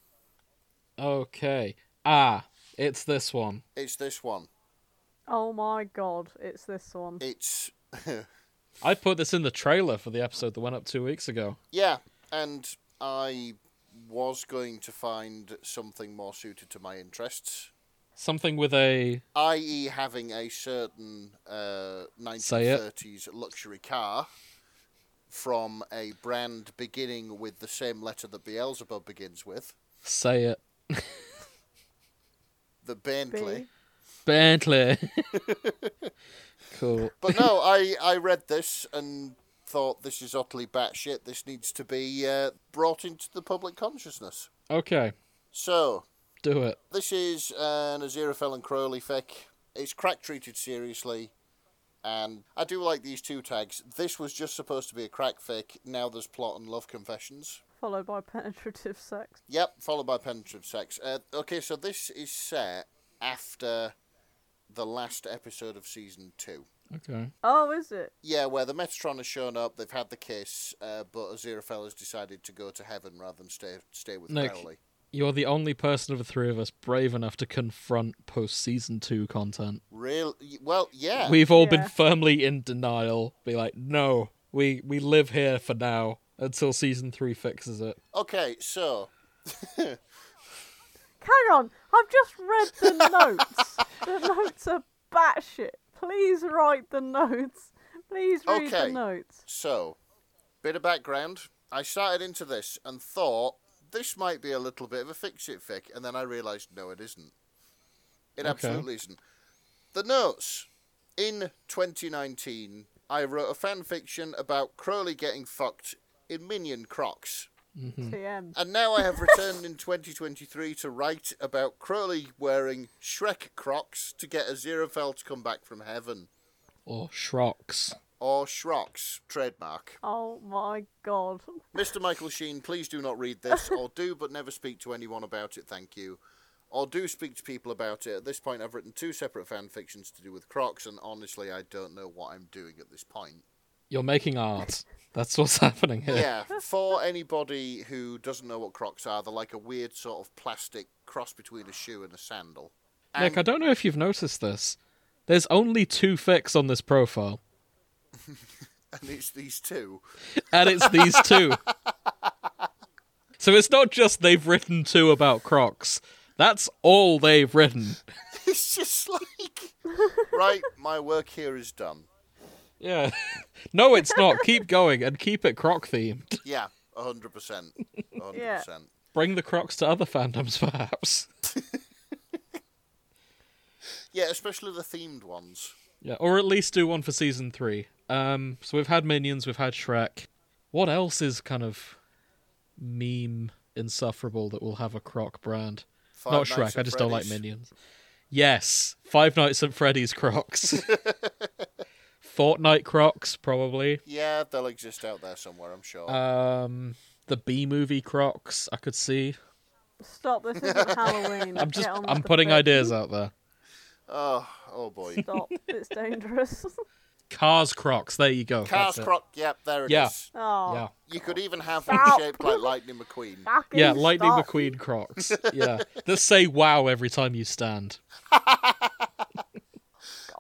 Speaker 1: Okay. Ah, it's this one.
Speaker 2: It's this one.
Speaker 3: Oh my god, it's this one.
Speaker 2: It's.
Speaker 1: I put this in the trailer for the episode that went up two weeks ago.
Speaker 2: yeah, and I was going to find something more suited to my interests,
Speaker 1: Something with a
Speaker 2: i.e., having a certain uh, 1930s luxury car from a brand beginning with the same letter that Beelzebub begins with,
Speaker 1: say it
Speaker 2: the Bentley.
Speaker 3: B.
Speaker 1: Bentley. cool.
Speaker 2: But no, I, I read this and thought this is utterly batshit. This needs to be uh, brought into the public consciousness.
Speaker 1: Okay,
Speaker 2: So,
Speaker 1: do it.
Speaker 2: this is an Aziraphale and Crowley fic. It's crack treated seriously. And I do like these two tags. This was just supposed to be a crack fic. Now there's plot and love confessions.
Speaker 3: Followed by penetrative sex.
Speaker 2: Yep, followed by penetrative sex. Uh, okay, so this is set after the last episode of season two.
Speaker 1: Okay.
Speaker 3: Oh, is it?
Speaker 2: Yeah, where the Metatron has shown up, they've had the kiss, uh, but Aziraphale has decided to go to heaven rather than stay stay with
Speaker 1: Nick.
Speaker 2: Crowley.
Speaker 1: You're the only person of the three of us brave enough to confront post season two content.
Speaker 2: Real, well, yeah,
Speaker 1: We've all been
Speaker 3: Yeah.
Speaker 1: firmly in denial. Be like, no, we we live here for now until season three fixes it.
Speaker 2: okay. So
Speaker 3: Hang on, I've just read the notes. the notes are batshit. Please write the notes. Please read
Speaker 2: Okay.
Speaker 3: the notes.
Speaker 2: So, bit of background. I started into this and thought this might be a little bit of a fix it fic, and then I realised no, it isn't. It
Speaker 1: Okay.
Speaker 2: absolutely isn't. The notes. In 2019, I wrote a fan fiction about Crowley getting fucked in Minion Crocs.
Speaker 1: Hmm.
Speaker 3: TM.
Speaker 2: And now I have returned in 2023 to write about Crowley wearing Shrek Crocs to get Aziraphale to come back from heaven.
Speaker 1: Or Shrox.
Speaker 2: Or Shrocks, trademark.
Speaker 3: Oh my god.
Speaker 2: Mr. Michael Sheen, please do not read this, or do but never speak to anyone about it, thank you. Or do speak to people about it. At this point, I've written two separate fan fictions to do with Crocs, and honestly, I don't know what I'm doing at this point.
Speaker 1: You're making art. That's what's happening here.
Speaker 2: Yeah, for anybody who doesn't know what Crocs are, they're like a weird sort of plastic cross between a shoe and a sandal.
Speaker 1: Nick, I don't know if you've noticed this. There's only two fics on this profile,
Speaker 2: And it's these two.
Speaker 1: and it's these two. So it's not just they've written two about Crocs. That's all they've written.
Speaker 2: It's just like, right, my work here is done.
Speaker 1: Yeah. No, it's not. Keep going and keep it Croc themed.
Speaker 2: Yeah, 100%. 100%.
Speaker 1: Bring the Crocs to other fandoms, perhaps.
Speaker 2: Yeah, especially the themed ones.
Speaker 1: Yeah, or at least do one for season three. Um, so we've had Minions, we've had Shrek. What else is kind of meme insufferable that will have a Croc brand?
Speaker 2: Five
Speaker 1: Not Shrek.
Speaker 2: Nights
Speaker 1: I
Speaker 2: at
Speaker 1: just don't like
Speaker 2: Freddy's.
Speaker 1: Minions. Yes, Five Nights at Freddy's Crocs. Fortnite Crocs, probably.
Speaker 2: Yeah, they'll exist out there somewhere, I'm sure. Oh.
Speaker 1: Um, the B movie Crocs. I could see.
Speaker 3: Stop, this isn't Halloween.
Speaker 1: I'm just.
Speaker 3: Get on with
Speaker 1: I'm
Speaker 3: the
Speaker 1: putting
Speaker 3: bit.
Speaker 1: ideas out there.
Speaker 2: oh, oh boy.
Speaker 3: Stop, it's dangerous.
Speaker 1: Cars Crocs. There you go.
Speaker 2: Cars
Speaker 1: That's it.
Speaker 2: Croc, yep, there it is.
Speaker 1: Yeah.
Speaker 3: oh,
Speaker 1: Yeah.
Speaker 2: You could even have one
Speaker 3: Stop.
Speaker 2: shaped like Lightning McQueen.
Speaker 3: fucking
Speaker 1: Yeah, Lightning
Speaker 3: stop.
Speaker 1: McQueen Crocs. Yeah, that say "Wow" every time you stand. I'm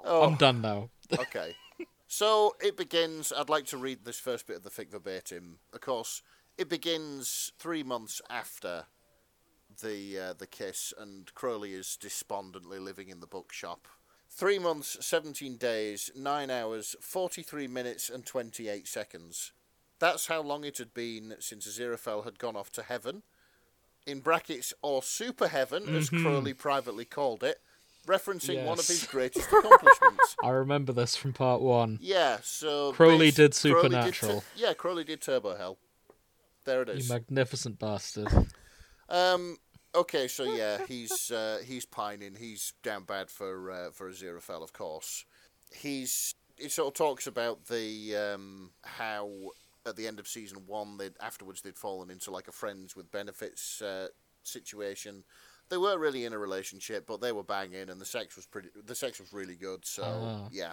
Speaker 2: Oh,
Speaker 1: done now.
Speaker 2: okay. So it begins. I'd like to read this first bit of the fic verbatim. Of course, it begins three months after the uh, the kiss, and Crowley is despondently living in the bookshop. Three months, seventeen days, nine hours, forty-three minutes, and twenty-eight seconds. That's how long it had been since Aziraphale had gone off to heaven, in brackets or super heaven, as Crowley privately called it, referencing one of
Speaker 1: Yes.
Speaker 2: his greatest accomplishments.
Speaker 1: I remember this from part one.
Speaker 2: Yeah, so
Speaker 1: Crowley
Speaker 2: bas-
Speaker 1: did
Speaker 2: Crowley tur-
Speaker 1: Supernatural.
Speaker 2: yeah, Crowley did Turbo Hell. There it
Speaker 1: You
Speaker 2: is.
Speaker 1: magnificent bastard.
Speaker 2: um, okay, so yeah, he's uh, he's pining. He's down bad for uh, for Aziraphale, of course. He's he sort of talks about the um, how at the end of season one, they would afterwards they'd fallen into like a friends with benefits uh, situation. They weren't really in a relationship, but they were banging, and the sex was pretty. The sex was really good. So
Speaker 1: Ah.
Speaker 2: yeah.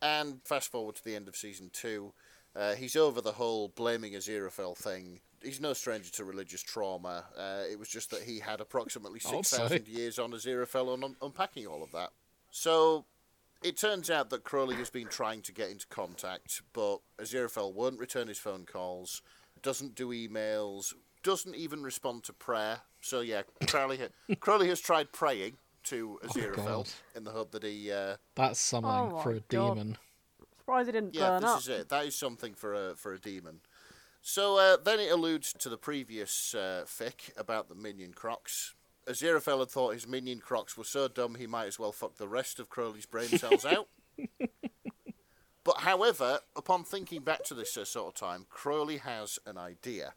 Speaker 2: And fast forward to the end of season two, Uh, he's over the whole blaming Aziraphale thing. He's no stranger to religious trauma. Uh, it was just that he had approximately
Speaker 1: I'll say.
Speaker 2: 6,000 years on Aziraphale on un- unpacking all of that. So it turns out that Crowley has been trying to get into contact, but Aziraphale won't return his phone calls, doesn't do emails, doesn't even respond to prayer. So yeah, Crowley, ha- Crowley has tried praying to Aziraphale
Speaker 1: Oh, God.
Speaker 2: in the hope that he uh,
Speaker 1: That's something
Speaker 3: Oh my
Speaker 1: for a
Speaker 3: God.
Speaker 1: demon.
Speaker 3: Surprised he didn't
Speaker 2: yeah,
Speaker 3: burn
Speaker 2: this
Speaker 3: up.
Speaker 2: is it. That is something for a for a demon. So uh, then it alludes to the previous uh, fic about the minion crocs. Aziraphale had thought his minion crocs were so dumb he might as well fuck the rest of Crowley's brain cells out. But however, upon thinking back to this uh, sort of time, Crowley has an idea.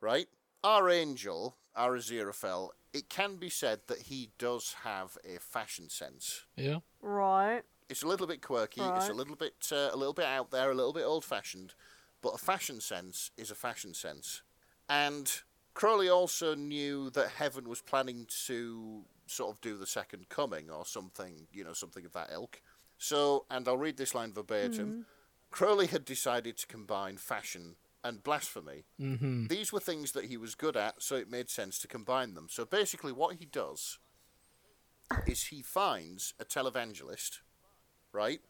Speaker 2: Right? Our angel, our Aziraphale, it can be said that he does have a fashion sense
Speaker 1: Yeah.
Speaker 3: Right.
Speaker 2: it's a little bit quirky. It's a
Speaker 3: Right.
Speaker 2: little bit uh, a little bit out there, a little bit old fashioned, but a fashion sense is a fashion sense. And Crowley also knew that Heaven was planning to sort of do the second coming or something, you know, something of that ilk. So, and I'll read this line verbatim. Crowley had decided to combine fashion and blasphemy.
Speaker 1: Mm-hmm.
Speaker 2: These were things that he was good at, so it made sense to combine them. So basically, what he does is he finds a televangelist, right,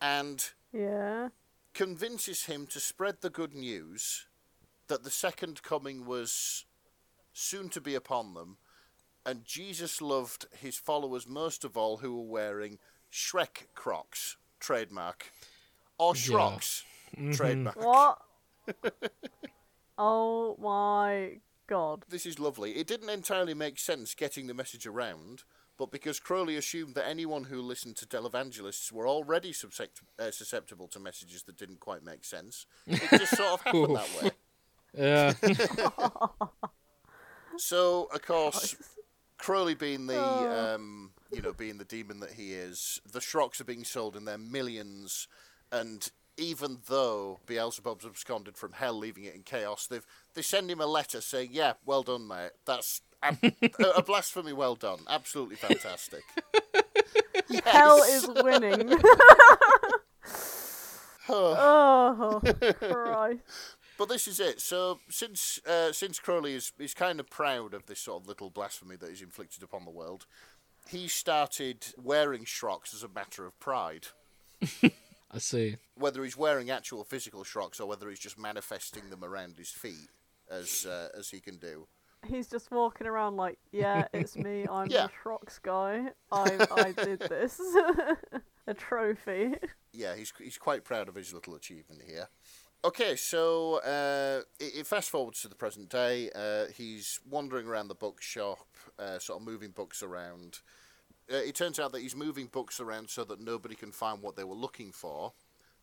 Speaker 2: and
Speaker 3: Yeah.
Speaker 2: convinces him to spread the good news that the second coming was soon to be upon them, and Jesus loved his followers most of all who were wearing Shrek Crocs, trademark, or
Speaker 1: Yeah. Mm-hmm.
Speaker 2: Shrocs, trademark.
Speaker 3: What? oh my god.
Speaker 2: This is lovely. It didn't entirely make sense getting the message around, but because Crowley assumed that anyone who listened to televangelists were already suscept- uh, susceptible to messages that didn't quite make sense, it just sort of happened that way.
Speaker 1: mm-hmm. Yeah.
Speaker 2: So, of course, Crowley being the
Speaker 3: Oh.
Speaker 2: um, you know being the demon that he is, the Shrocks are being sold in their millions, and even though Beelzebub's absconded from hell, leaving it in chaos, they've they send him a letter saying, "Yeah, well done, mate. That's ab- a, a blasphemy. Well done. Absolutely fantastic." yes.
Speaker 3: Hell is winning. oh Christ.
Speaker 2: But this is it. So since uh, since Crowley is is kind of proud of this sort of little blasphemy that is inflicted upon the world, he started wearing shrocks as a matter of pride.
Speaker 1: I see.
Speaker 2: Whether he's wearing actual physical shrocks or whether he's just manifesting them around his feet, as uh, as he can do.
Speaker 3: He's just walking around like, yeah, it's me. I'm
Speaker 2: Yeah.
Speaker 3: the Shrox guy. I I did this. A trophy.
Speaker 2: yeah, he's he's quite proud of his little achievement here. Okay, so uh, it, it fast forwards to the present day. Uh, he's wandering around the bookshop, uh, sort of moving books around. Uh, it turns out that he's moving books around so that nobody can find what they were looking for.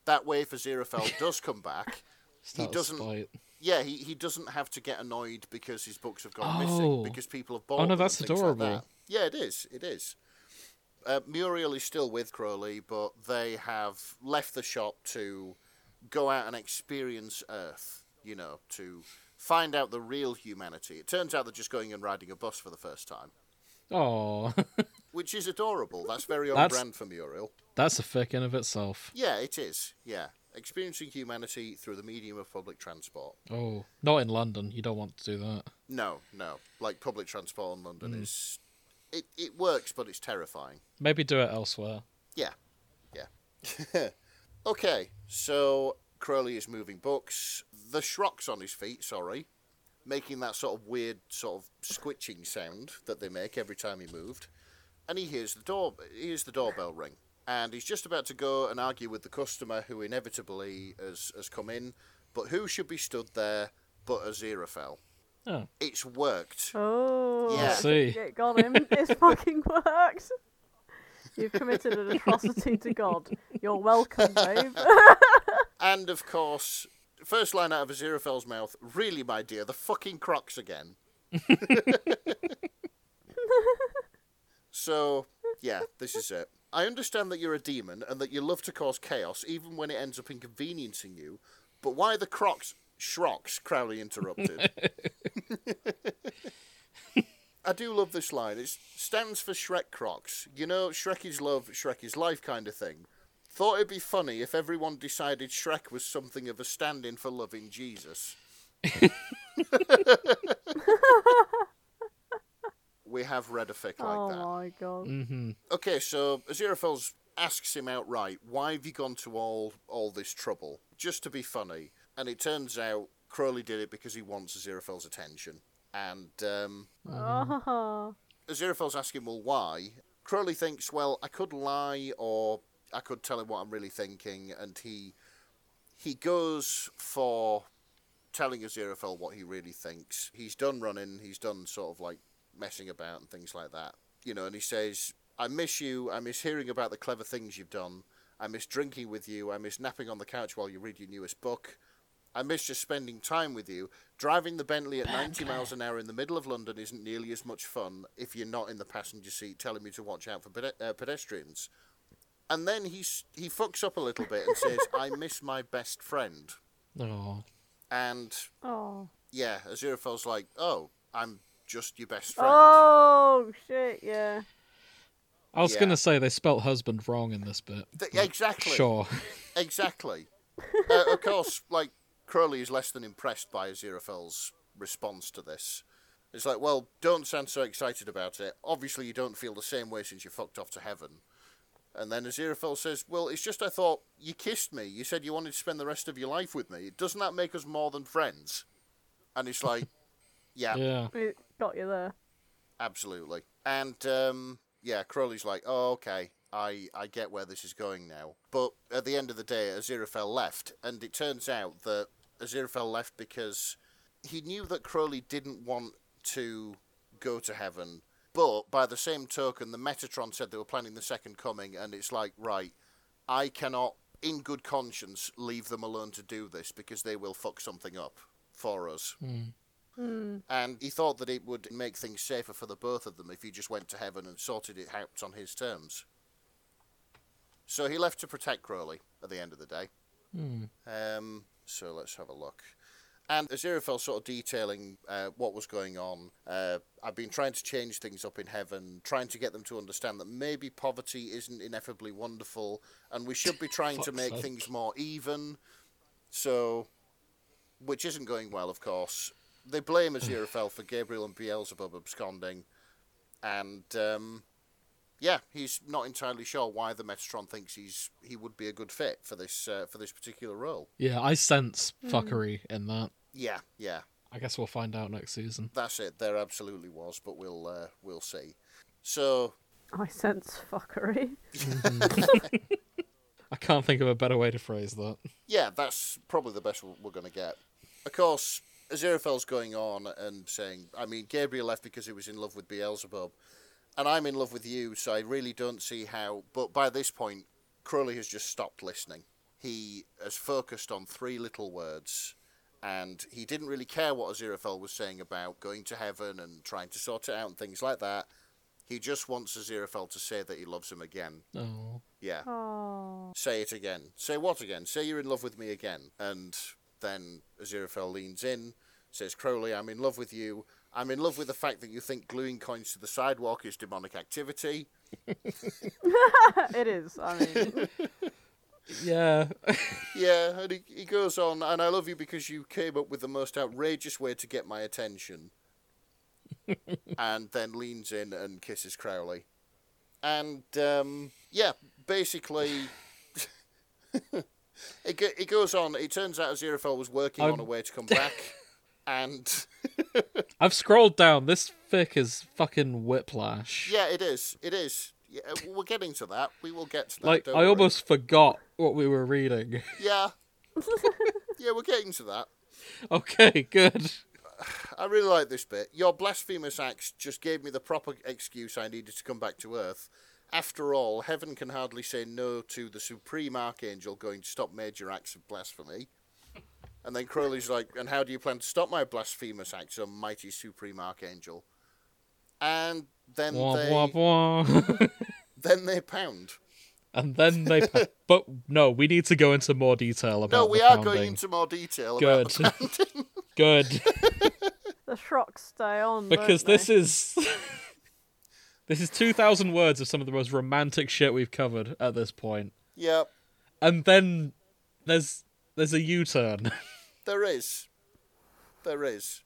Speaker 2: That way, if Aziraphale does come back,
Speaker 1: It's out of
Speaker 2: doesn't-
Speaker 1: spite.
Speaker 2: yeah, he, he doesn't have to get annoyed because his books have gone
Speaker 1: Oh.
Speaker 2: missing because people have bought.
Speaker 1: no,
Speaker 2: them and
Speaker 1: that's
Speaker 2: things like
Speaker 1: adorable.
Speaker 2: that. Yeah, it is. It is. Uh, Muriel is still with Crowley, but they have left the shop to go out and experience Earth. You know, to find out the real humanity. It turns out they're just going and riding a bus for the first time,
Speaker 1: Oh,
Speaker 2: which is adorable. That's very on
Speaker 1: That's-
Speaker 2: brand for Muriel.
Speaker 1: that's a fic in of itself.
Speaker 2: Yeah, it is. Yeah, experiencing humanity through the medium of public transport.
Speaker 1: Oh, not in London. You don't want to do that.
Speaker 2: No, no. Like public transport in London is it, it works but it's terrifying.
Speaker 1: Maybe do it elsewhere.
Speaker 2: Yeah. Yeah. okay, so Crowley is moving books. The shrock's on his feet, sorry. Making that sort of weird sort of squitching sound that they make every time he moved. And he hears the door he hears the doorbell ring. And he's just about to go and argue with the customer who inevitably has, has come in, but who should be stood there but Aziraphale?
Speaker 1: Oh.
Speaker 2: It's worked.
Speaker 3: Oh,
Speaker 2: Yeah. I
Speaker 1: see.
Speaker 3: It got him. It's fucking worked. You've committed an atrocity to God. You're welcome, babe.
Speaker 2: And of course, first line out of Aziraphale's mouth, really, my dear, the fucking crocs again. so, yeah, this is it. I understand that you're a demon and that you love to cause chaos even when it ends up inconveniencing you, but why the crocs? Shrocks, Crowley interrupted. I do love this line. It stands for Shrek Crocs. You know, Shrek is love, Shrek is life kind of thing. Thought it'd be funny if everyone decided Shrek was something of a stand in for loving Jesus. we have read a fic like
Speaker 3: oh
Speaker 2: that.
Speaker 3: my god.
Speaker 1: Mm-hmm.
Speaker 2: Okay, so Aziraphale's asks him outright, "Why have you gone to all all this trouble just to be funny?" And it turns out Crowley did it because he wants Aziraphale's attention. And um,
Speaker 3: Oh.
Speaker 2: Aziraphale's asking, "Well, why?" Crowley thinks, "Well, I could lie, or I could tell him what I'm really thinking," and he he goes for telling Aziraphale what he really thinks. He's done running. He's done sort of like messing about and things like that, you know. And he says, "I miss you. I miss hearing about the clever things you've done. I miss drinking with you. I miss napping on the couch while you read your newest book." I miss just spending time with you. Driving the Bentley at 90 miles an hour in the middle of London isn't nearly as much fun if you're not in the passenger seat telling me to watch out for pede- uh, pedestrians. And then he, s- he fucks up a little bit and says, I miss my best friend.
Speaker 1: Oh.
Speaker 2: And
Speaker 3: Oh.
Speaker 2: yeah, Aziraphale's like, oh, I'm just your best friend.
Speaker 3: Oh shit! Yeah.
Speaker 1: I was
Speaker 2: Yeah.
Speaker 1: gonna say they spelt husband wrong in this bit.
Speaker 2: Th- exactly.
Speaker 1: Sure.
Speaker 2: Exactly. uh, of course, like Crowley is less than impressed by Aziraphale's response to this. It's like, well, don't sound so excited about it. Obviously, you don't feel the same way since you fucked off to heaven. And then Aziraphale says, well, it's just I thought you kissed me. You said you wanted to spend the rest of your life with me. Doesn't that make us more than friends? And it's like, yeah,
Speaker 1: Yeah.
Speaker 3: It got you there.
Speaker 2: absolutely. And um, yeah, Crowley's like, oh, okay, I, I get where this is going now. But at the end of the day, Aziraphale left, and it turns out that Aziraphale left because he knew that Crowley didn't want to go to heaven. But by the same token, the Metatron said they were planning the second coming, and it's like, right, I cannot, in good conscience, leave them alone to do this because they will fuck something up for us and he thought that it would make things safer for the both of them if he just went to heaven and sorted it out on his terms. So he left to protect Crowley at the end of the day.
Speaker 1: Hmm.
Speaker 2: Um, so let's have a look. And Aziraphale sort of detailing uh, what was going on. Uh, I've been trying to change things up in heaven, trying to get them to understand that maybe poverty isn't ineffably wonderful, and we should be trying to
Speaker 1: Fuck's
Speaker 2: make
Speaker 1: sake.
Speaker 2: things more even. So, which isn't going well, of course. They blame Aziraphale for Gabriel and Beelzebub absconding, and um, yeah, he's not entirely sure why the Metatron thinks he's he would be a good fit for this uh, for this particular role.
Speaker 1: Yeah, I sense fuckery in that.
Speaker 2: Yeah, yeah,
Speaker 1: I guess we'll find out next season.
Speaker 2: that's it. There absolutely was, but we'll uh, we'll see. So
Speaker 3: I sense fuckery.
Speaker 1: I can't think of a better way to phrase that.
Speaker 2: yeah, that's probably the best we're going to get. Of course, Aziraphale's going on and saying, I mean, Gabriel left because he was in love with Beelzebub, and I'm in love with you, so I really don't see how. But by this point, Crowley has just stopped listening. He has focused on three little words, and he didn't really care what Aziraphale was saying about going to heaven and trying to sort it out and things like that. He just wants Aziraphale to say that he loves him again.
Speaker 1: Oh.
Speaker 2: Yeah
Speaker 3: Oh.
Speaker 2: say it again. Say what again? Say you're in love with me again. And then Aziraphale leans in, says, Crowley, I'm in love with you. I'm in love with the fact that you think gluing coins to the sidewalk is demonic activity.
Speaker 3: it is. I mean,
Speaker 1: Yeah.
Speaker 2: Yeah, and he, he goes on, and I love you because you came up with the most outrageous way to get my attention. and then leans in and kisses Crowley. And, um, yeah, basically. it, go, it goes on. It turns out Aziraphale was working on
Speaker 1: I'm-
Speaker 2: a way to come back. and,
Speaker 1: I've scrolled down. This fic is fucking whiplash.
Speaker 2: yeah, it is. It is. Yeah, we're getting to that. We will get to that.
Speaker 1: like
Speaker 2: don't
Speaker 1: I
Speaker 2: worry.
Speaker 1: almost forgot what we were reading.
Speaker 2: Yeah. yeah, we're getting to that.
Speaker 1: okay, good.
Speaker 2: I really like this bit. Your blasphemous acts just gave me the proper excuse I needed to come back to Earth. After all, heaven can hardly say no to the supreme archangel going to stop major acts of blasphemy. And then Crowley's like, And how do you plan to stop my blasphemous acts, O mighty supreme archangel? And then
Speaker 1: Wah,
Speaker 2: they
Speaker 1: wah, wah.
Speaker 2: then they pound.
Speaker 1: and then they. pa- but no, we need to go into more detail about.
Speaker 2: No, we
Speaker 1: the
Speaker 2: are
Speaker 1: pounding.
Speaker 2: going into more detail about
Speaker 1: Good.
Speaker 2: the
Speaker 1: good.
Speaker 3: the shocks stay on.
Speaker 1: Because
Speaker 3: don't they?
Speaker 1: this is. This is 2,000 words of some of the most romantic shit we've covered at this point.
Speaker 2: Yep.
Speaker 1: and then there's there's a U-turn.
Speaker 2: There is. There is.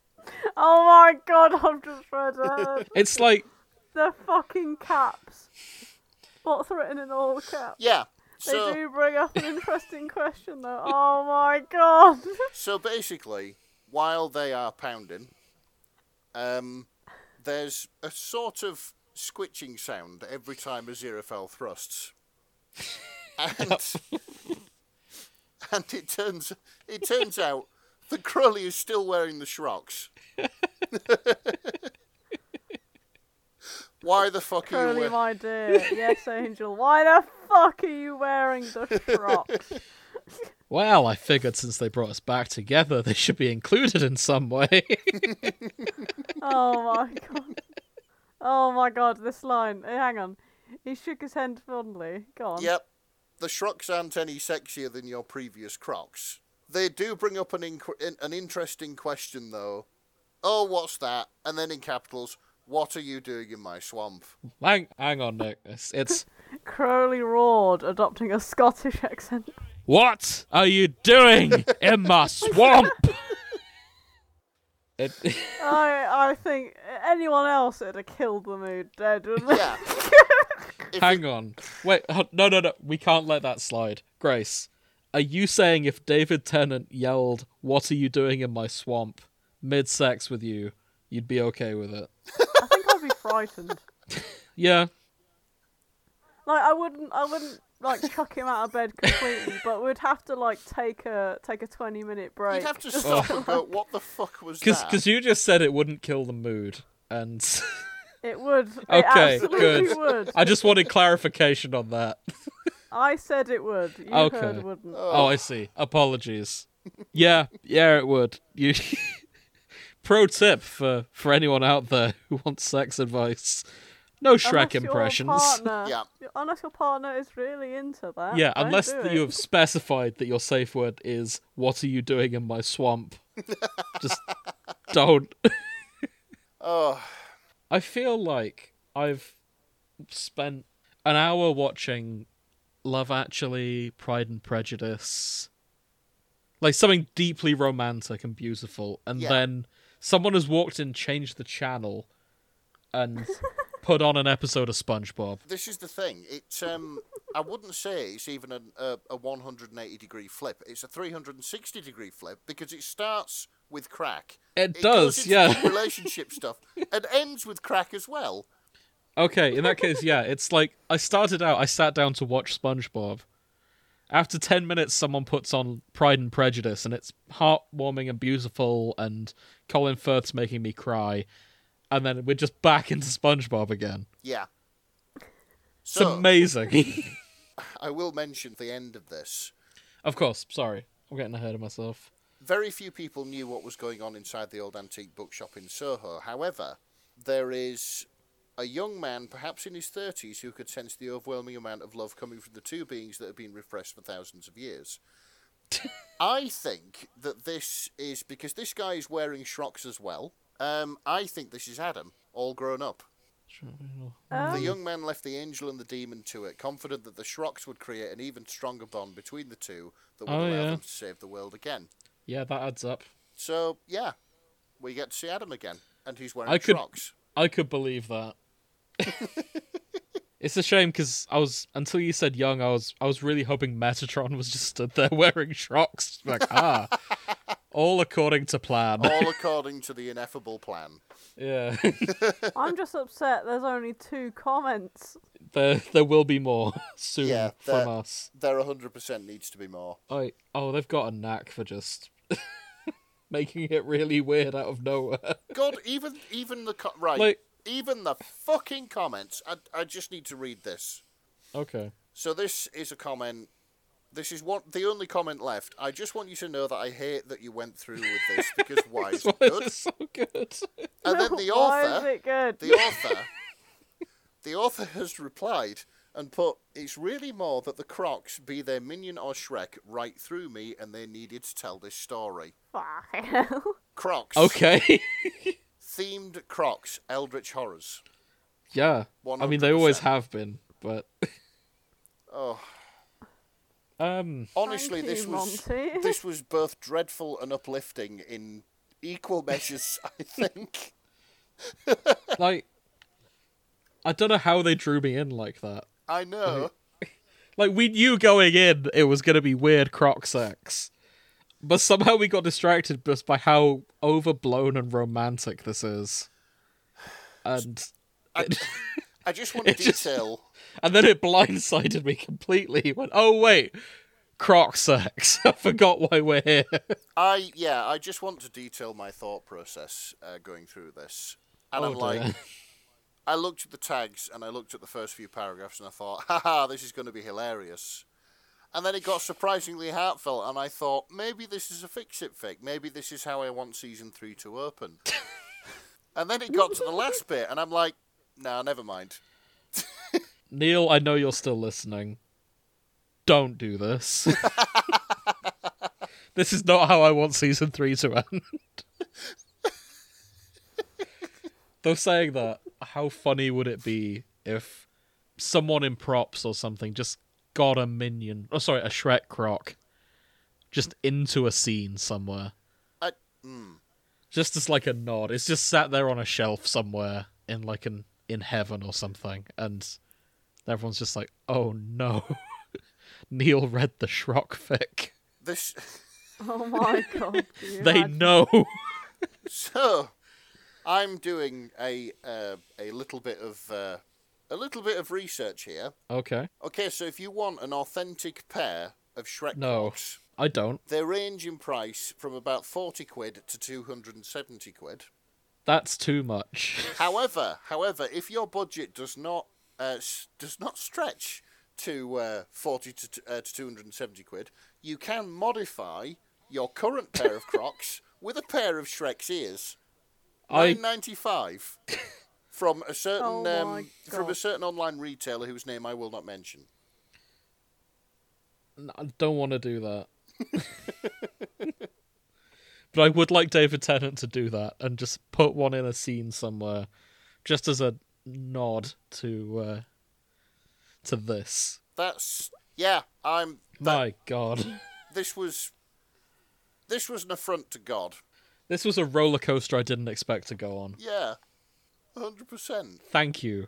Speaker 3: Oh my god, I've just read it.
Speaker 1: It's like
Speaker 3: They're fucking caps. What's written in all caps?
Speaker 2: Yeah.
Speaker 3: They
Speaker 2: So
Speaker 3: do bring up an interesting question though. Oh my god.
Speaker 2: so basically, while they are pounding, um, there's a sort of squitching sound every time Aziraphale thrusts, and and it turns it turns out the Crowley is still wearing the shrocks. Why the fuck are you
Speaker 3: Curly,
Speaker 2: wearing?
Speaker 3: my dear. Yes, Angel. Why the fuck are you wearing the frocks?
Speaker 1: Well, I figured since they brought us back together, they should be included in some way.
Speaker 3: Oh my god. Oh my god, this line. Eh, hang on. He shook his head fondly. Go on.
Speaker 2: Yep. The Shrucks aren't any sexier than your previous Crocs. They do bring up an inqu- in- an interesting question, though. Oh, what's that? And then in capitals, what are you doing in my swamp?
Speaker 1: hang, hang on, Nick. It's, it's
Speaker 3: Crowley roared, adopting a Scottish accent.
Speaker 1: what are you doing in my swamp? It,
Speaker 3: I I think anyone else would have killed the mood dead. wouldn't they?
Speaker 2: Yeah. If
Speaker 1: hang on. Wait, ho- no, no, no. We can't let that slide. Grace, are you saying if David Tennant yelled, "What are you doing in my swamp?" mid-sex with you, you'd be okay with it?
Speaker 3: I think I'd be frightened.
Speaker 1: Yeah.
Speaker 3: Like I wouldn't I wouldn't like chuck him out of bed completely, but we'd have to like take a take a twenty minute break.
Speaker 2: You'd have to stop and go, what the fuck was
Speaker 1: Because
Speaker 2: that?
Speaker 1: you just said it wouldn't kill the mood, and
Speaker 3: It would. It
Speaker 1: Okay,
Speaker 3: absolutely
Speaker 1: good.
Speaker 3: would.
Speaker 1: I just wanted clarification on that.
Speaker 3: I said it would. You
Speaker 1: Okay.
Speaker 3: heard wouldn't.
Speaker 1: Oh, I see. Apologies. Yeah, yeah, it would. You. Pro tip for for anyone out there who wants sex advice: no Shrek
Speaker 3: Unless your
Speaker 1: impressions.
Speaker 3: partner-
Speaker 2: Yeah.
Speaker 3: Unless your partner is really into that.
Speaker 1: Yeah,
Speaker 3: don't
Speaker 1: unless
Speaker 3: Ah, do
Speaker 1: that
Speaker 3: it.
Speaker 1: you have specified that your safe word is "What are you doing in my swamp?" just don't.
Speaker 2: Oh,
Speaker 1: I feel like I've spent an hour watching Love Actually, Pride and Prejudice, like something deeply romantic and beautiful, and
Speaker 2: Yeah.
Speaker 1: then someone has walked in, changed the channel, and put on an episode of SpongeBob.
Speaker 2: this is the thing. It's um, I wouldn't say it's even an, a, a 180 degree flip. It's a 360 degree flip because it starts with crack.
Speaker 1: It,
Speaker 2: It goes
Speaker 1: does,
Speaker 2: into
Speaker 1: yeah.
Speaker 2: Relationship stuff and ends with crack as well.
Speaker 1: Okay, in that case, yeah, it's like I started out, I sat down to watch SpongeBob. After 10 minutes, someone puts on Pride and Prejudice, and it's heartwarming and beautiful, and Colin Firth's making me cry. And then we're just back into SpongeBob again.
Speaker 2: Yeah.
Speaker 1: It's
Speaker 2: So
Speaker 1: amazing.
Speaker 2: I will mention the end of this.
Speaker 1: of course, sorry. I'm getting ahead of myself.
Speaker 2: Very few people knew what was going on inside the old antique bookshop in Soho. However, there is a young man, perhaps in his 30s, who could sense the overwhelming amount of love coming from the two beings that have been refreshed for thousands of years. I think that this is because this guy is wearing shrocks as well. Um, I think this is Adam, all grown up. The
Speaker 3: Um,
Speaker 2: young man left the angel and the demon to it, confident that the Shrocks would create an even stronger bond between the two that would
Speaker 1: Oh,
Speaker 2: allow
Speaker 1: yeah.
Speaker 2: them to save the world again.
Speaker 1: Yeah, that adds up.
Speaker 2: So, yeah, we get to see Adam again, and he's wearing
Speaker 1: I could-
Speaker 2: Shrocks.
Speaker 1: I could believe that. it's a shame because I was until you said young, I was I was really hoping Metatron was just stood there wearing shocks. Like ah, all according to plan.
Speaker 2: All according to the ineffable plan.
Speaker 1: yeah,
Speaker 3: I'm just upset. There's only two comments.
Speaker 1: there there will be more soon
Speaker 2: Yeah,
Speaker 1: from
Speaker 2: that-
Speaker 1: us.
Speaker 2: There 100% needs to be more.
Speaker 1: I oh they've got a knack for just making it really weird out of nowhere.
Speaker 2: God, even even the co- right,
Speaker 1: Like-
Speaker 2: even the fucking comments. I, I just need to read this.
Speaker 1: Okay.
Speaker 2: So this is a comment. This is what the only comment left. I just want you to know that I hate that you went through with this because why is
Speaker 1: Why
Speaker 2: it
Speaker 1: is
Speaker 2: good?
Speaker 1: it so good?
Speaker 2: And then the
Speaker 3: Why is
Speaker 2: author,
Speaker 3: it good?
Speaker 2: the author, the author has replied and put, "It's really more that the Crocs, be they Minion or Shrek, right through me, and they needed to tell this story."
Speaker 3: Fucking hell.
Speaker 2: Crocs,
Speaker 1: Okay.
Speaker 2: themed Crocs, Eldritch horrors.
Speaker 1: yeah. I mean they always
Speaker 2: 100%.
Speaker 1: have been, but
Speaker 2: Oh,
Speaker 1: Um,
Speaker 2: Honestly,
Speaker 3: you,
Speaker 2: this was
Speaker 3: Monty.
Speaker 2: this was both dreadful and uplifting in equal measures. I think.
Speaker 1: like, I don't know how they drew me in like that.
Speaker 2: I
Speaker 1: Mm-hmm.
Speaker 2: know.
Speaker 1: Like, we knew going in it was going to be weird croc sex. But somehow we got distracted just by how overblown and romantic this is. And
Speaker 2: I just want to
Speaker 1: It just-
Speaker 2: detail.
Speaker 1: and then it blindsided me completely. It Went, oh wait, croc sex. I forgot why we're here.
Speaker 2: I yeah, I just want to detail my thought process uh, going through this, and
Speaker 1: Oh,
Speaker 2: I'm like,
Speaker 1: dear.
Speaker 2: I looked at the tags and I looked at the first few paragraphs and I thought, haha, this is going to be hilarious. And then it got surprisingly heartfelt, and I thought maybe this is a fix-it fic. Maybe this is how I want season three to open. and then it got to the last bit, and I'm like, nah, never mind.
Speaker 1: Neil, I know you're still listening. Don't do this. this is not how I want season three to end. Though saying that, how funny would it be if someone in props or something just got a minion, oh sorry, a Shrek croc, just into a scene somewhere,
Speaker 2: I, mm,
Speaker 1: just as like a nod. It's just sat there on a shelf somewhere in like an in heaven or something, and everyone's just like, "Oh no, Neil read the Shrock fic.
Speaker 2: this
Speaker 3: Oh my god. can you
Speaker 1: They
Speaker 3: imagine?
Speaker 1: know."
Speaker 2: So, I'm doing a uh, a little bit of uh, a little bit of research here.
Speaker 1: okay,
Speaker 2: Okay, so if you want an authentic pair of Shrek
Speaker 1: No.
Speaker 2: clocks,
Speaker 1: I don't.
Speaker 2: they range in price from about forty quid to two hundred and seventy quid.
Speaker 1: That's too much.
Speaker 2: However, however, if your budget does not uh, s- does not stretch to uh, forty to t- uh, to two hundred and seventy quid, you can modify your current pair of Crocs with a pair of Shrek's ears.
Speaker 1: I
Speaker 2: Nine ninety five from a certain
Speaker 3: Oh my
Speaker 2: um, from a
Speaker 3: God.
Speaker 2: certain online retailer whose name I will not mention.
Speaker 1: n- I don't want to do that. but I would like David Tennant to do that and just put one in a scene somewhere, just as a nod to uh, to this.
Speaker 2: That's yeah. I'm. That,
Speaker 1: My God,
Speaker 2: this was this was an affront to God.
Speaker 1: this was a roller coaster I didn't expect to go on.
Speaker 2: Yeah, hundred percent.
Speaker 1: thank you,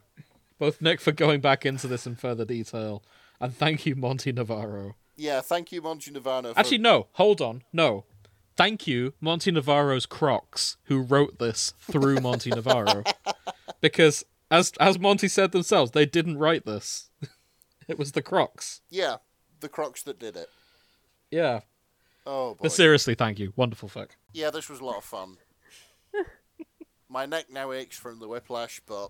Speaker 1: both Nick for going back into this in further detail, and thank you, Monty Navarro.
Speaker 2: Yeah. Thank you, Monty Nirvana. For,
Speaker 1: Actually, no, hold on, no. Thank you, Monty Navarro's Crocs, who wrote this through Monty Navarro, because as as Monty said themselves, they didn't write this. it was the Crocs.
Speaker 2: yeah, the Crocs that did it.
Speaker 1: Yeah,
Speaker 2: Oh boy.
Speaker 1: but seriously, thank you. Wonderful fuck.
Speaker 2: yeah, this was a lot of fun. My neck now aches from the whiplash, but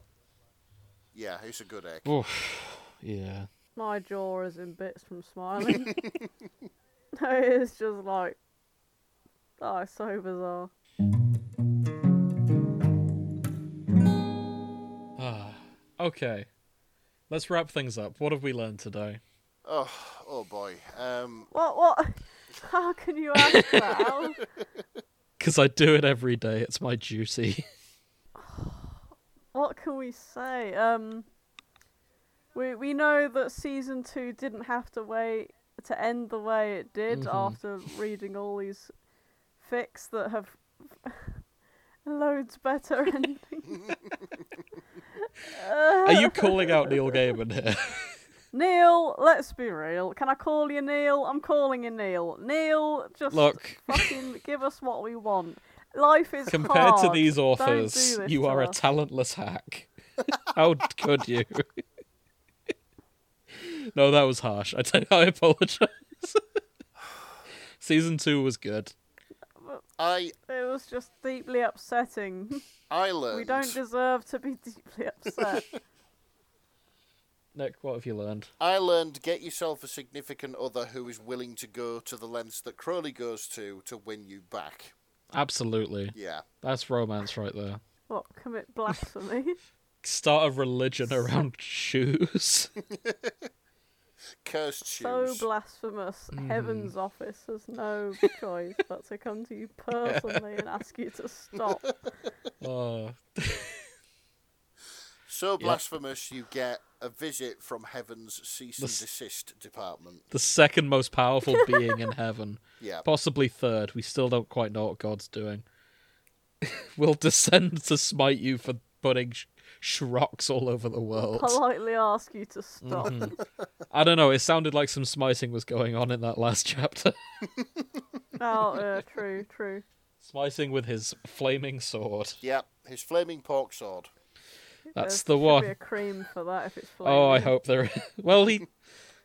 Speaker 2: yeah, it's a good ache.
Speaker 1: Yeah.
Speaker 3: My jaw is in bits from smiling. it's just like. Oh, it's so bizarre.
Speaker 1: Okay. Let's wrap things up. What have we learned today?
Speaker 2: Oh, oh boy. Um,
Speaker 3: What? What? How can you ask that? How-
Speaker 1: Because I do it every day. It's my duty.
Speaker 3: what can we say? Um, we we know that season two didn't have to wait to end the way it did
Speaker 1: Mm-hmm.
Speaker 3: after reading all these fics that have loads better endings.
Speaker 1: Are you calling out Neil Gaiman here?
Speaker 3: Neil, let's be real. Can I call you Neil? I'm calling you Neil. Neil, just
Speaker 1: Look.
Speaker 3: fucking give us what we want. Life is
Speaker 1: Compared to
Speaker 3: hard.
Speaker 1: these
Speaker 3: Don't do
Speaker 1: authors,
Speaker 3: this
Speaker 1: you
Speaker 3: to
Speaker 1: are a
Speaker 3: us.
Speaker 1: talentless hack. How could you? no, that was harsh. I tell you, I apologize. Season two was good.
Speaker 2: I
Speaker 3: It was just deeply upsetting.
Speaker 2: I learned.
Speaker 3: We don't deserve to be deeply upset.
Speaker 1: Nick, what have you learned?
Speaker 2: I learned get yourself a significant other who is willing to go to the lengths that Crowley goes to to win you back.
Speaker 1: Absolutely.
Speaker 2: Yeah.
Speaker 1: That's romance right there.
Speaker 3: what commit blasphemy?
Speaker 1: Start a religion around shoes.
Speaker 2: Cursed
Speaker 3: so
Speaker 2: shoes.
Speaker 3: blasphemous.
Speaker 1: Hmm.
Speaker 3: Heaven's office has no choice but to come to you personally and ask you to stop.
Speaker 1: Oh,
Speaker 2: so blasphemous you get a visit from heaven's cease and
Speaker 1: s-
Speaker 2: desist department.
Speaker 1: The second most powerful being in heaven.
Speaker 2: Yeah.
Speaker 1: Possibly third. We still don't quite know what God's doing. will descend to smite you for putting sh- shrocks all over the world.
Speaker 3: Politely ask you to stop.
Speaker 1: Mm-hmm. I don't know. It sounded like some smiting was going on in that last chapter.
Speaker 3: Oh, uh, true, true.
Speaker 1: smiting with his flaming sword.
Speaker 2: Yeah, his flaming pork sword.
Speaker 1: That's
Speaker 3: There
Speaker 1: the
Speaker 3: should
Speaker 1: one.
Speaker 3: Be a cream for that if it's flaming.
Speaker 1: Oh, I hope there. well, he.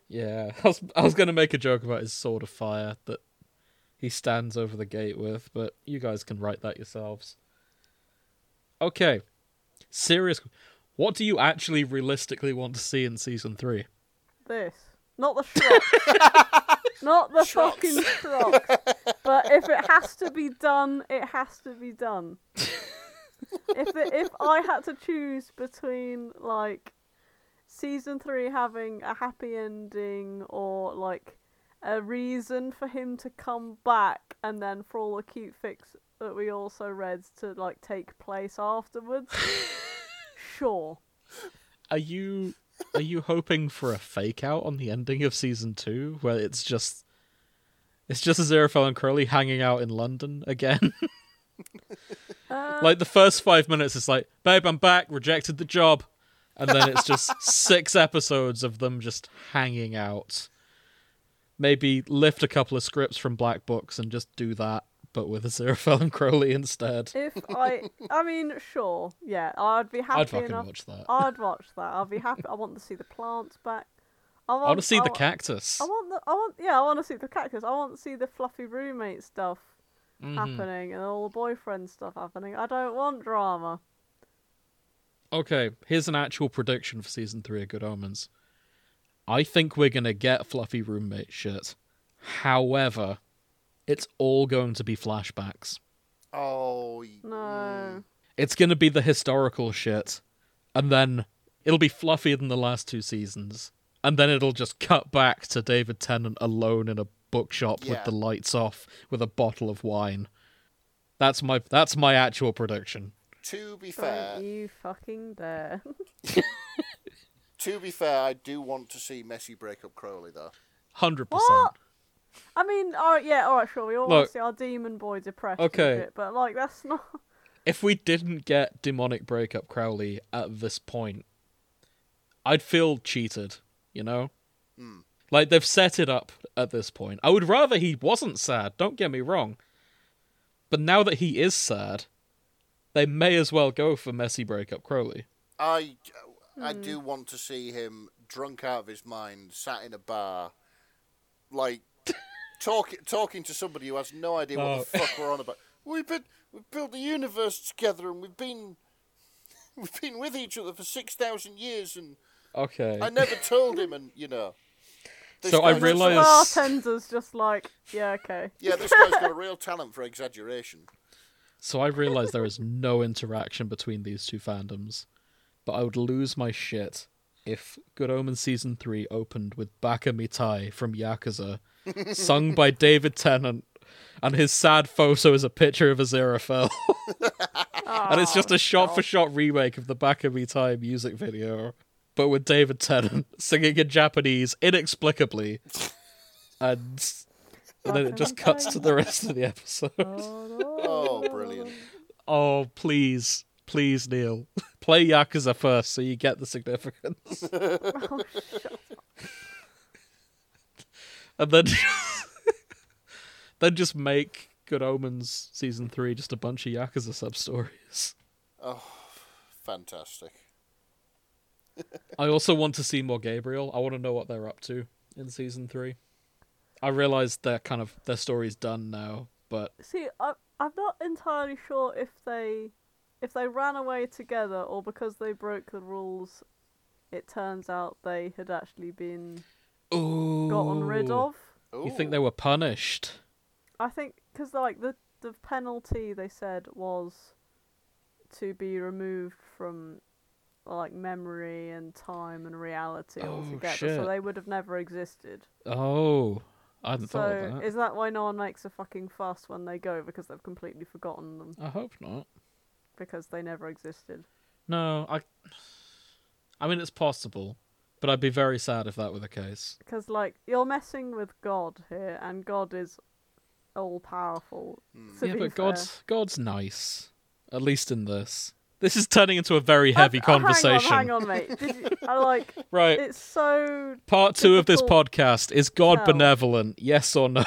Speaker 1: Yeah, I was I was gonna make a joke about his sword of fire that he stands over the gate with, but you guys can write that yourselves. Okay, serious. What do you actually realistically want to see in season three?
Speaker 3: This. Not the shrocks. Not the
Speaker 2: Shrocks.
Speaker 3: fucking shrocks. But if it has to be done, it has to be done. if it, if I had to choose between like season three having a happy ending or like a reason for him to come back and then for all the cute fix that we also read to like take place afterwards, sure.
Speaker 1: Are you are you hoping for a fake out on the ending of season two, where it's just it's just Aziraphale and Crowley hanging out in London again?
Speaker 3: Uh,
Speaker 1: like the first five minutes it's like babe i'm back rejected the job and then it's just six episodes of them just hanging out maybe lift a couple of scripts from black books and just do that but with Aziraphale and crowley instead
Speaker 3: if I, I mean, sure, yeah, I'd be happy
Speaker 1: i'd fucking
Speaker 3: enough.
Speaker 1: watch that i
Speaker 3: I'd watch that. I'd be happy. I want to see the plants back. I want
Speaker 1: want to see the
Speaker 3: wa-
Speaker 1: cactus
Speaker 3: I want the. I want. Yeah, I want to see the cactus. I want to see the fluffy roommate stuff
Speaker 1: Mm-hmm.
Speaker 3: happening and all the boyfriend stuff happening. I don't want drama.
Speaker 1: okay here's an actual prediction for season three of good omens i think we're gonna get fluffy roommate shit however it's all going to be flashbacks
Speaker 2: Oh, y-
Speaker 1: Mm,
Speaker 3: No.
Speaker 1: It's going to be the historical shit, and then it'll be fluffier than the last two seasons, and then it'll just cut back to David Tennant alone in a bookshop
Speaker 2: Yeah.
Speaker 1: with the lights off, with a bottle of wine. That's my that's my actual prediction.
Speaker 2: to be fair,
Speaker 3: Don't you fucking dare.
Speaker 2: to be fair, I do want to see Messi break up Crowley though.
Speaker 1: Hundred percent.
Speaker 3: What? I mean, all right, yeah, all right, sure. We all want
Speaker 1: Look.
Speaker 3: to see our demon boy depressed.
Speaker 1: Okay.
Speaker 3: And shit, but like, that's not.
Speaker 1: If we didn't get demonic breakup Crowley at this point, I'd feel cheated. You know. Like they've set it up at this point. I would rather he wasn't sad, don't get me wrong. But now that he is sad, they may as well go for messy breakup Crowley.
Speaker 2: I, I
Speaker 1: Hmm.
Speaker 2: do want to see him drunk out of his mind, sat in a bar, like talking talking to somebody who has no idea what
Speaker 1: Oh.
Speaker 2: the fuck we're on about. We've been we've built the universe together, and we've been we've been with each other for six thousand years, and
Speaker 1: Okay.
Speaker 2: I never told him, and you know. this
Speaker 1: So I
Speaker 2: guy's-
Speaker 1: realise- Yes.
Speaker 3: Bartender's just like, yeah, okay.
Speaker 2: Yeah, this guy's got a real talent for exaggeration.
Speaker 1: So I realize there is no interaction between these two fandoms, but I would lose my shit if Good Omens season three opened with Baka Mitai from Yakuza, sung by David Tennant, and his sad photo is a picture of Aziraphale, and it's just a shot-for-shot remake of the Baka Mitai music video, but with David Tennant singing in Japanese inexplicably, and, and then it just cuts to the rest of the episode.
Speaker 3: Ah.
Speaker 2: Oh, brilliant!
Speaker 1: Oh, please, please, Neil, play Yakuza first so you get the significance. and then, then just make Good Omens season three just a bunch of Yakuza sub stories.
Speaker 2: Oh, Fantastic.
Speaker 1: I also want to see more Gabriel. I want to know what they're up to in season three. I realize they're kind of their story's done now, but
Speaker 3: See, I, I'm not entirely sure if they if they ran away together or because they broke the rules. It turns out they had actually been
Speaker 1: Ooh,
Speaker 3: gotten rid of.
Speaker 1: You think they were punished?
Speaker 3: I think because like the the penalty they said was to be removed from like memory and time and reality
Speaker 1: Oh,
Speaker 3: altogether,
Speaker 1: shit.
Speaker 3: so they would have never existed.
Speaker 1: Oh, I hadn't thought of
Speaker 3: So
Speaker 1: that.
Speaker 3: is that why no one makes a fucking fuss when they go because they've completely forgotten them
Speaker 1: I hope not.
Speaker 3: because they never existed?
Speaker 1: No, I. I mean, it's possible. But I'd be very sad if that were the case.
Speaker 3: Because, like, you're messing with God here, and God is all powerful. to
Speaker 1: yeah,
Speaker 3: be
Speaker 1: but
Speaker 3: fair.
Speaker 1: God's God's nice. At least in this. This is turning into a very heavy
Speaker 3: Oh, hang on,
Speaker 1: conversation.
Speaker 3: Hang on, mate. Did you, I like.
Speaker 1: Right.
Speaker 3: It's so
Speaker 1: Part two of this
Speaker 3: difficult
Speaker 1: podcast is God
Speaker 3: No.
Speaker 1: benevolent? Yes or no?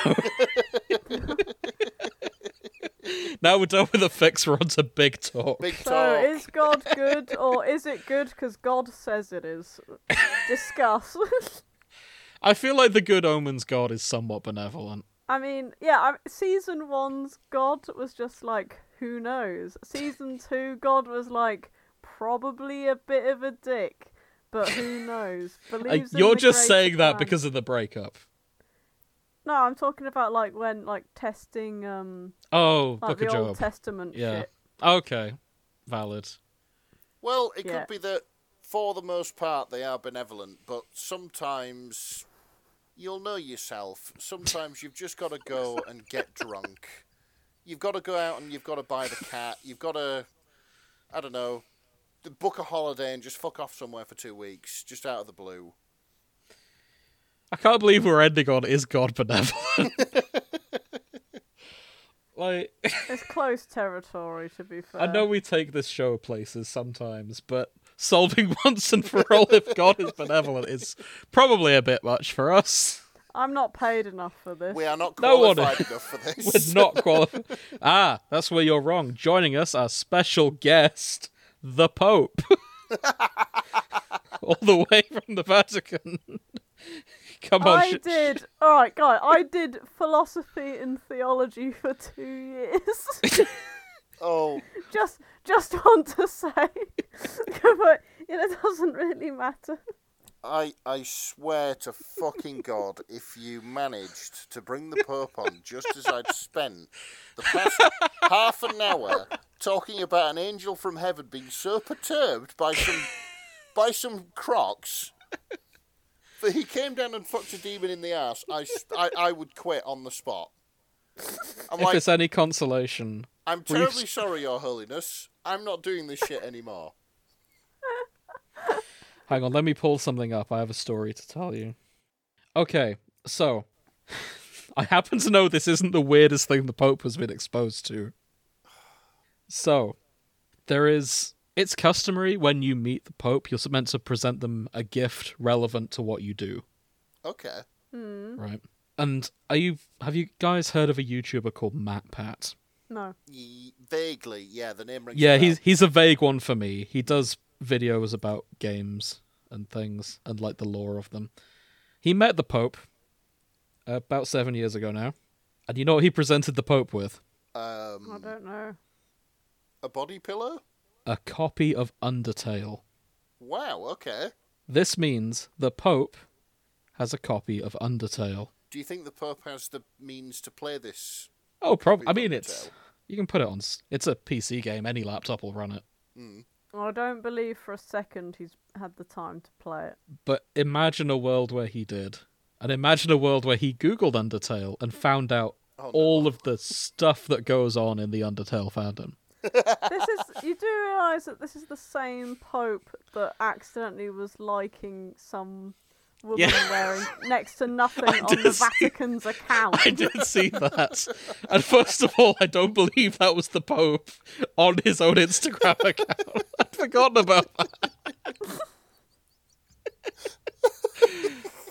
Speaker 1: now we're done with the fix. We're on to big talk.
Speaker 2: Big
Speaker 3: So
Speaker 2: talk.
Speaker 3: is God good or is it good because God says it is? Discuss.
Speaker 1: I feel like the good omens God is somewhat benevolent.
Speaker 3: I mean, yeah, I, season one's God was just like, who knows? Season two, God was like, probably a bit of a dick, but who knows?
Speaker 1: Uh,
Speaker 3: Believes in
Speaker 1: you're
Speaker 3: the
Speaker 1: just
Speaker 3: greater
Speaker 1: saying that
Speaker 3: plan.
Speaker 1: because of the breakup.
Speaker 3: No, I'm talking about like when like testing um
Speaker 1: Oh,
Speaker 3: like
Speaker 1: Book of
Speaker 3: the Old
Speaker 1: Job.
Speaker 3: Testament
Speaker 1: Yeah.
Speaker 3: shit.
Speaker 1: Okay. Valid.
Speaker 2: Well, it
Speaker 3: Yeah.
Speaker 2: could be that for the most part they are benevolent, but sometimes you'll know yourself. Sometimes you've just got to go and get drunk. You've got to go out and you've got to buy the cat. You've got to, I don't know, to book a holiday and just fuck off somewhere for two weeks, just out of the blue.
Speaker 1: I can't believe we're ending on is God benevolent? like,
Speaker 3: It's close territory to be fair.
Speaker 1: I know we take this show places sometimes, but solving once and for all if God is benevolent is probably a bit much for us.
Speaker 3: I'm not paid enough for this.
Speaker 2: We are not
Speaker 1: No one-
Speaker 2: qualified enough for
Speaker 1: We're
Speaker 2: this.
Speaker 1: not qualified. ah, that's where you're wrong. Joining us, our special guest, the Pope. all the way from the Vatican. Come on.
Speaker 3: I
Speaker 1: sh-
Speaker 3: did. All right, guy. I did philosophy and theology for two years.
Speaker 2: Oh,
Speaker 3: just, just want to say, but it doesn't really matter.
Speaker 2: I I swear to fucking God, if you managed to bring the Pope on just as I'd spent the past half an hour talking about an angel from heaven being so perturbed by some by some crocs that he came down and fucked a demon in the ass, I, s- I- I would quit on the spot. I'm
Speaker 1: if
Speaker 2: like,
Speaker 1: it's any consolation,
Speaker 2: I'm
Speaker 1: brief
Speaker 2: terribly sorry, Your Holiness. I'm not doing this shit anymore.
Speaker 1: Hang on, let me pull something up. I have a story to tell you. Okay, so I happen to know this isn't the weirdest thing the Pope has been exposed to. So, there is. It's customary when you meet the Pope, you're meant to present them a gift relevant to what you do,
Speaker 2: Okay.
Speaker 3: Hmm.
Speaker 1: right? And are you have you guys heard of a YouTuber called Matt Pat?
Speaker 3: No.
Speaker 2: Ye- vaguely, yeah, the name rings a
Speaker 1: Yeah,
Speaker 2: bell.
Speaker 1: he's he's a vague one for me. He does videos about games and things and like the lore of them. He met the Pope about seven years ago now, and you know what he presented the Pope with?
Speaker 3: I
Speaker 2: Um,
Speaker 3: don't know.
Speaker 2: a body pillow?
Speaker 1: A copy of Undertale.
Speaker 2: Wow, okay.
Speaker 1: This means the Pope has a copy of Undertale.
Speaker 2: Do you think the Pope has the means to play this?
Speaker 1: Oh, prob-
Speaker 2: Copy
Speaker 1: I
Speaker 2: of
Speaker 1: mean, it's
Speaker 2: Undertale.
Speaker 1: you can put it on. s- It's a PC game. Any laptop will run it.
Speaker 3: I don't believe for a second he's had the time to play it.
Speaker 1: But imagine a world where he did. And imagine a world where he Googled Undertale and found out
Speaker 2: no.
Speaker 1: all of the stuff that goes on in the Undertale fandom.
Speaker 3: This is. You do realise that this is the same Pope that accidentally was liking some. Woman
Speaker 1: Yeah.
Speaker 3: wearing next to nothing
Speaker 1: I
Speaker 3: on
Speaker 1: did
Speaker 3: the
Speaker 1: see-
Speaker 3: Vatican's account.
Speaker 1: I did see that. And first of all, I don't believe that was the Pope on his own Instagram account. I'd forgotten about that.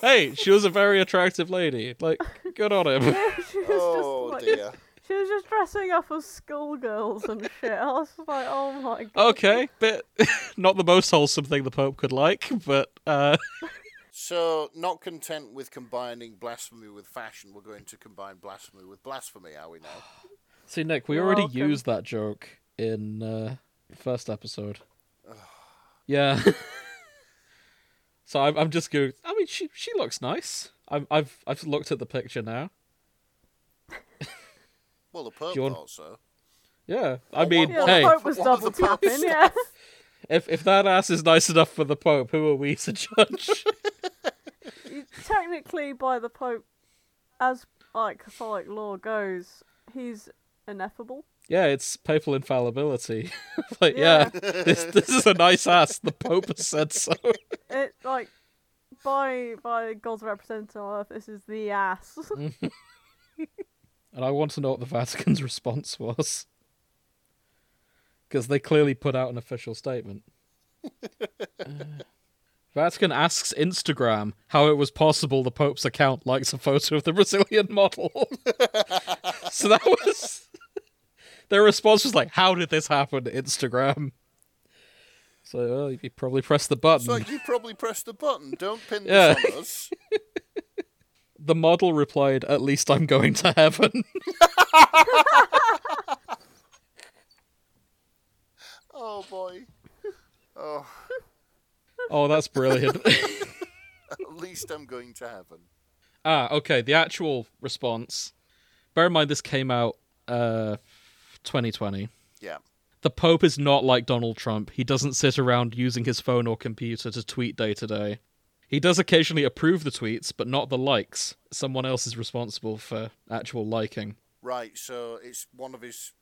Speaker 1: hey, she was a very attractive lady. Like, good on him.
Speaker 3: she was
Speaker 2: Oh
Speaker 3: just like,
Speaker 2: dear.
Speaker 3: she was just dressing up as schoolgirls and shit. I was just like, oh my god.
Speaker 1: Okay, but not the most wholesome thing the Pope could like, but uh,
Speaker 2: So, not content with combining blasphemy with fashion, we're going to combine blasphemy with blasphemy, are we now?
Speaker 1: See, Nick, we
Speaker 3: You're
Speaker 1: already
Speaker 3: welcome.
Speaker 1: used that joke in uh, the first episode. yeah. so I'm, I'm just going. I mean, she she looks nice. I'm, I've I've looked at the picture now.
Speaker 2: Well, the Pope
Speaker 1: you want-
Speaker 2: also.
Speaker 1: Yeah, I
Speaker 2: Oh,
Speaker 1: mean,
Speaker 3: Yeah,
Speaker 1: hey,
Speaker 3: the Pope was
Speaker 2: One of the
Speaker 3: double tapping. Yeah,
Speaker 1: if if that ass is nice enough for the Pope, who are we to judge?
Speaker 3: You- technically, by the Pope, as like Catholic law goes, he's ineffable.
Speaker 1: yeah, it's papal infallibility. like, yeah, this this is a nice ass. The Pope has said so.
Speaker 3: It like by by God's representative on Earth, this is the ass.
Speaker 1: And I want to know what the Vatican's response was. Because they clearly put out an official statement. Uh, Vatican asks Instagram how it was possible the Pope's account likes a photo of the Brazilian model. so that was. Their response was like, How did this happen, Instagram? So well, you probably pressed the button.
Speaker 2: It's like you probably pressed the button. Don't pin
Speaker 1: Yeah.
Speaker 2: this on us.
Speaker 1: The model replied, At least I'm going to heaven.
Speaker 2: Oh boy. Oh,
Speaker 1: oh, that's brilliant.
Speaker 2: at least I'm going to heaven.
Speaker 1: Ah, okay. The actual response. Bear in mind, this came out uh, 2020.
Speaker 2: Yeah.
Speaker 1: The Pope is not like Donald Trump. He doesn't sit around using his phone or computer to tweet day to day. He does occasionally approve the tweets, but not the likes. Someone else is responsible for actual liking.
Speaker 2: Right. So it's one of his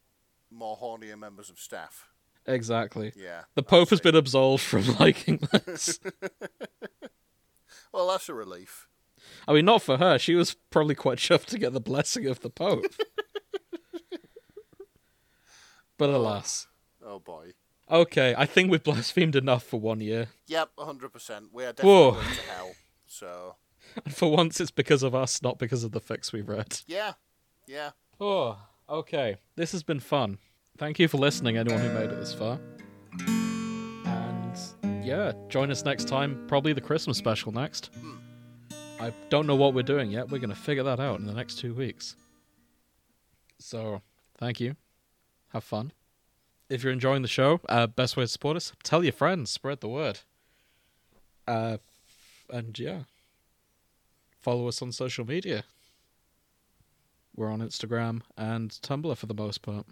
Speaker 2: more hornier members of staff.
Speaker 1: Exactly.
Speaker 2: Yeah.
Speaker 1: The
Speaker 2: I
Speaker 1: Pope has
Speaker 2: see.
Speaker 1: been absolved from liking likes.
Speaker 2: Well, that's a relief.
Speaker 1: I mean, not for her. She was probably quite chuffed to get the blessing of the Pope. but alas.
Speaker 2: Oh boy.
Speaker 1: Okay, I think we've blasphemed enough for one year.
Speaker 2: Yep, hundred percent. We are
Speaker 1: Whoa.
Speaker 2: definitely going to hell. So
Speaker 1: And for once, it's because of us, not because of the fix we read.
Speaker 2: yeah, yeah.
Speaker 1: Oh, okay. This has been fun. Thank you for listening, anyone who made it this far. And yeah, join us next time, probably the Christmas special next. I don't know what we're doing yet. We're going to figure that out in the next two weeks. So, thank you. Have fun. If you're enjoying the show, uh, best way to support us, tell your friends, spread the word. Uh, and yeah, follow us on social media. We're on Instagram and Tumblr for the most part.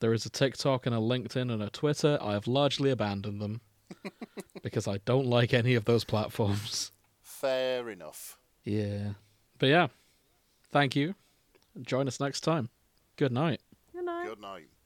Speaker 1: There is a TikTok and a LinkedIn and a Twitter. I have largely abandoned them because I don't like any of those platforms.
Speaker 2: Fair enough.
Speaker 1: Yeah. But yeah, thank you. Join us next time. Good night.
Speaker 3: You know.
Speaker 2: Good night.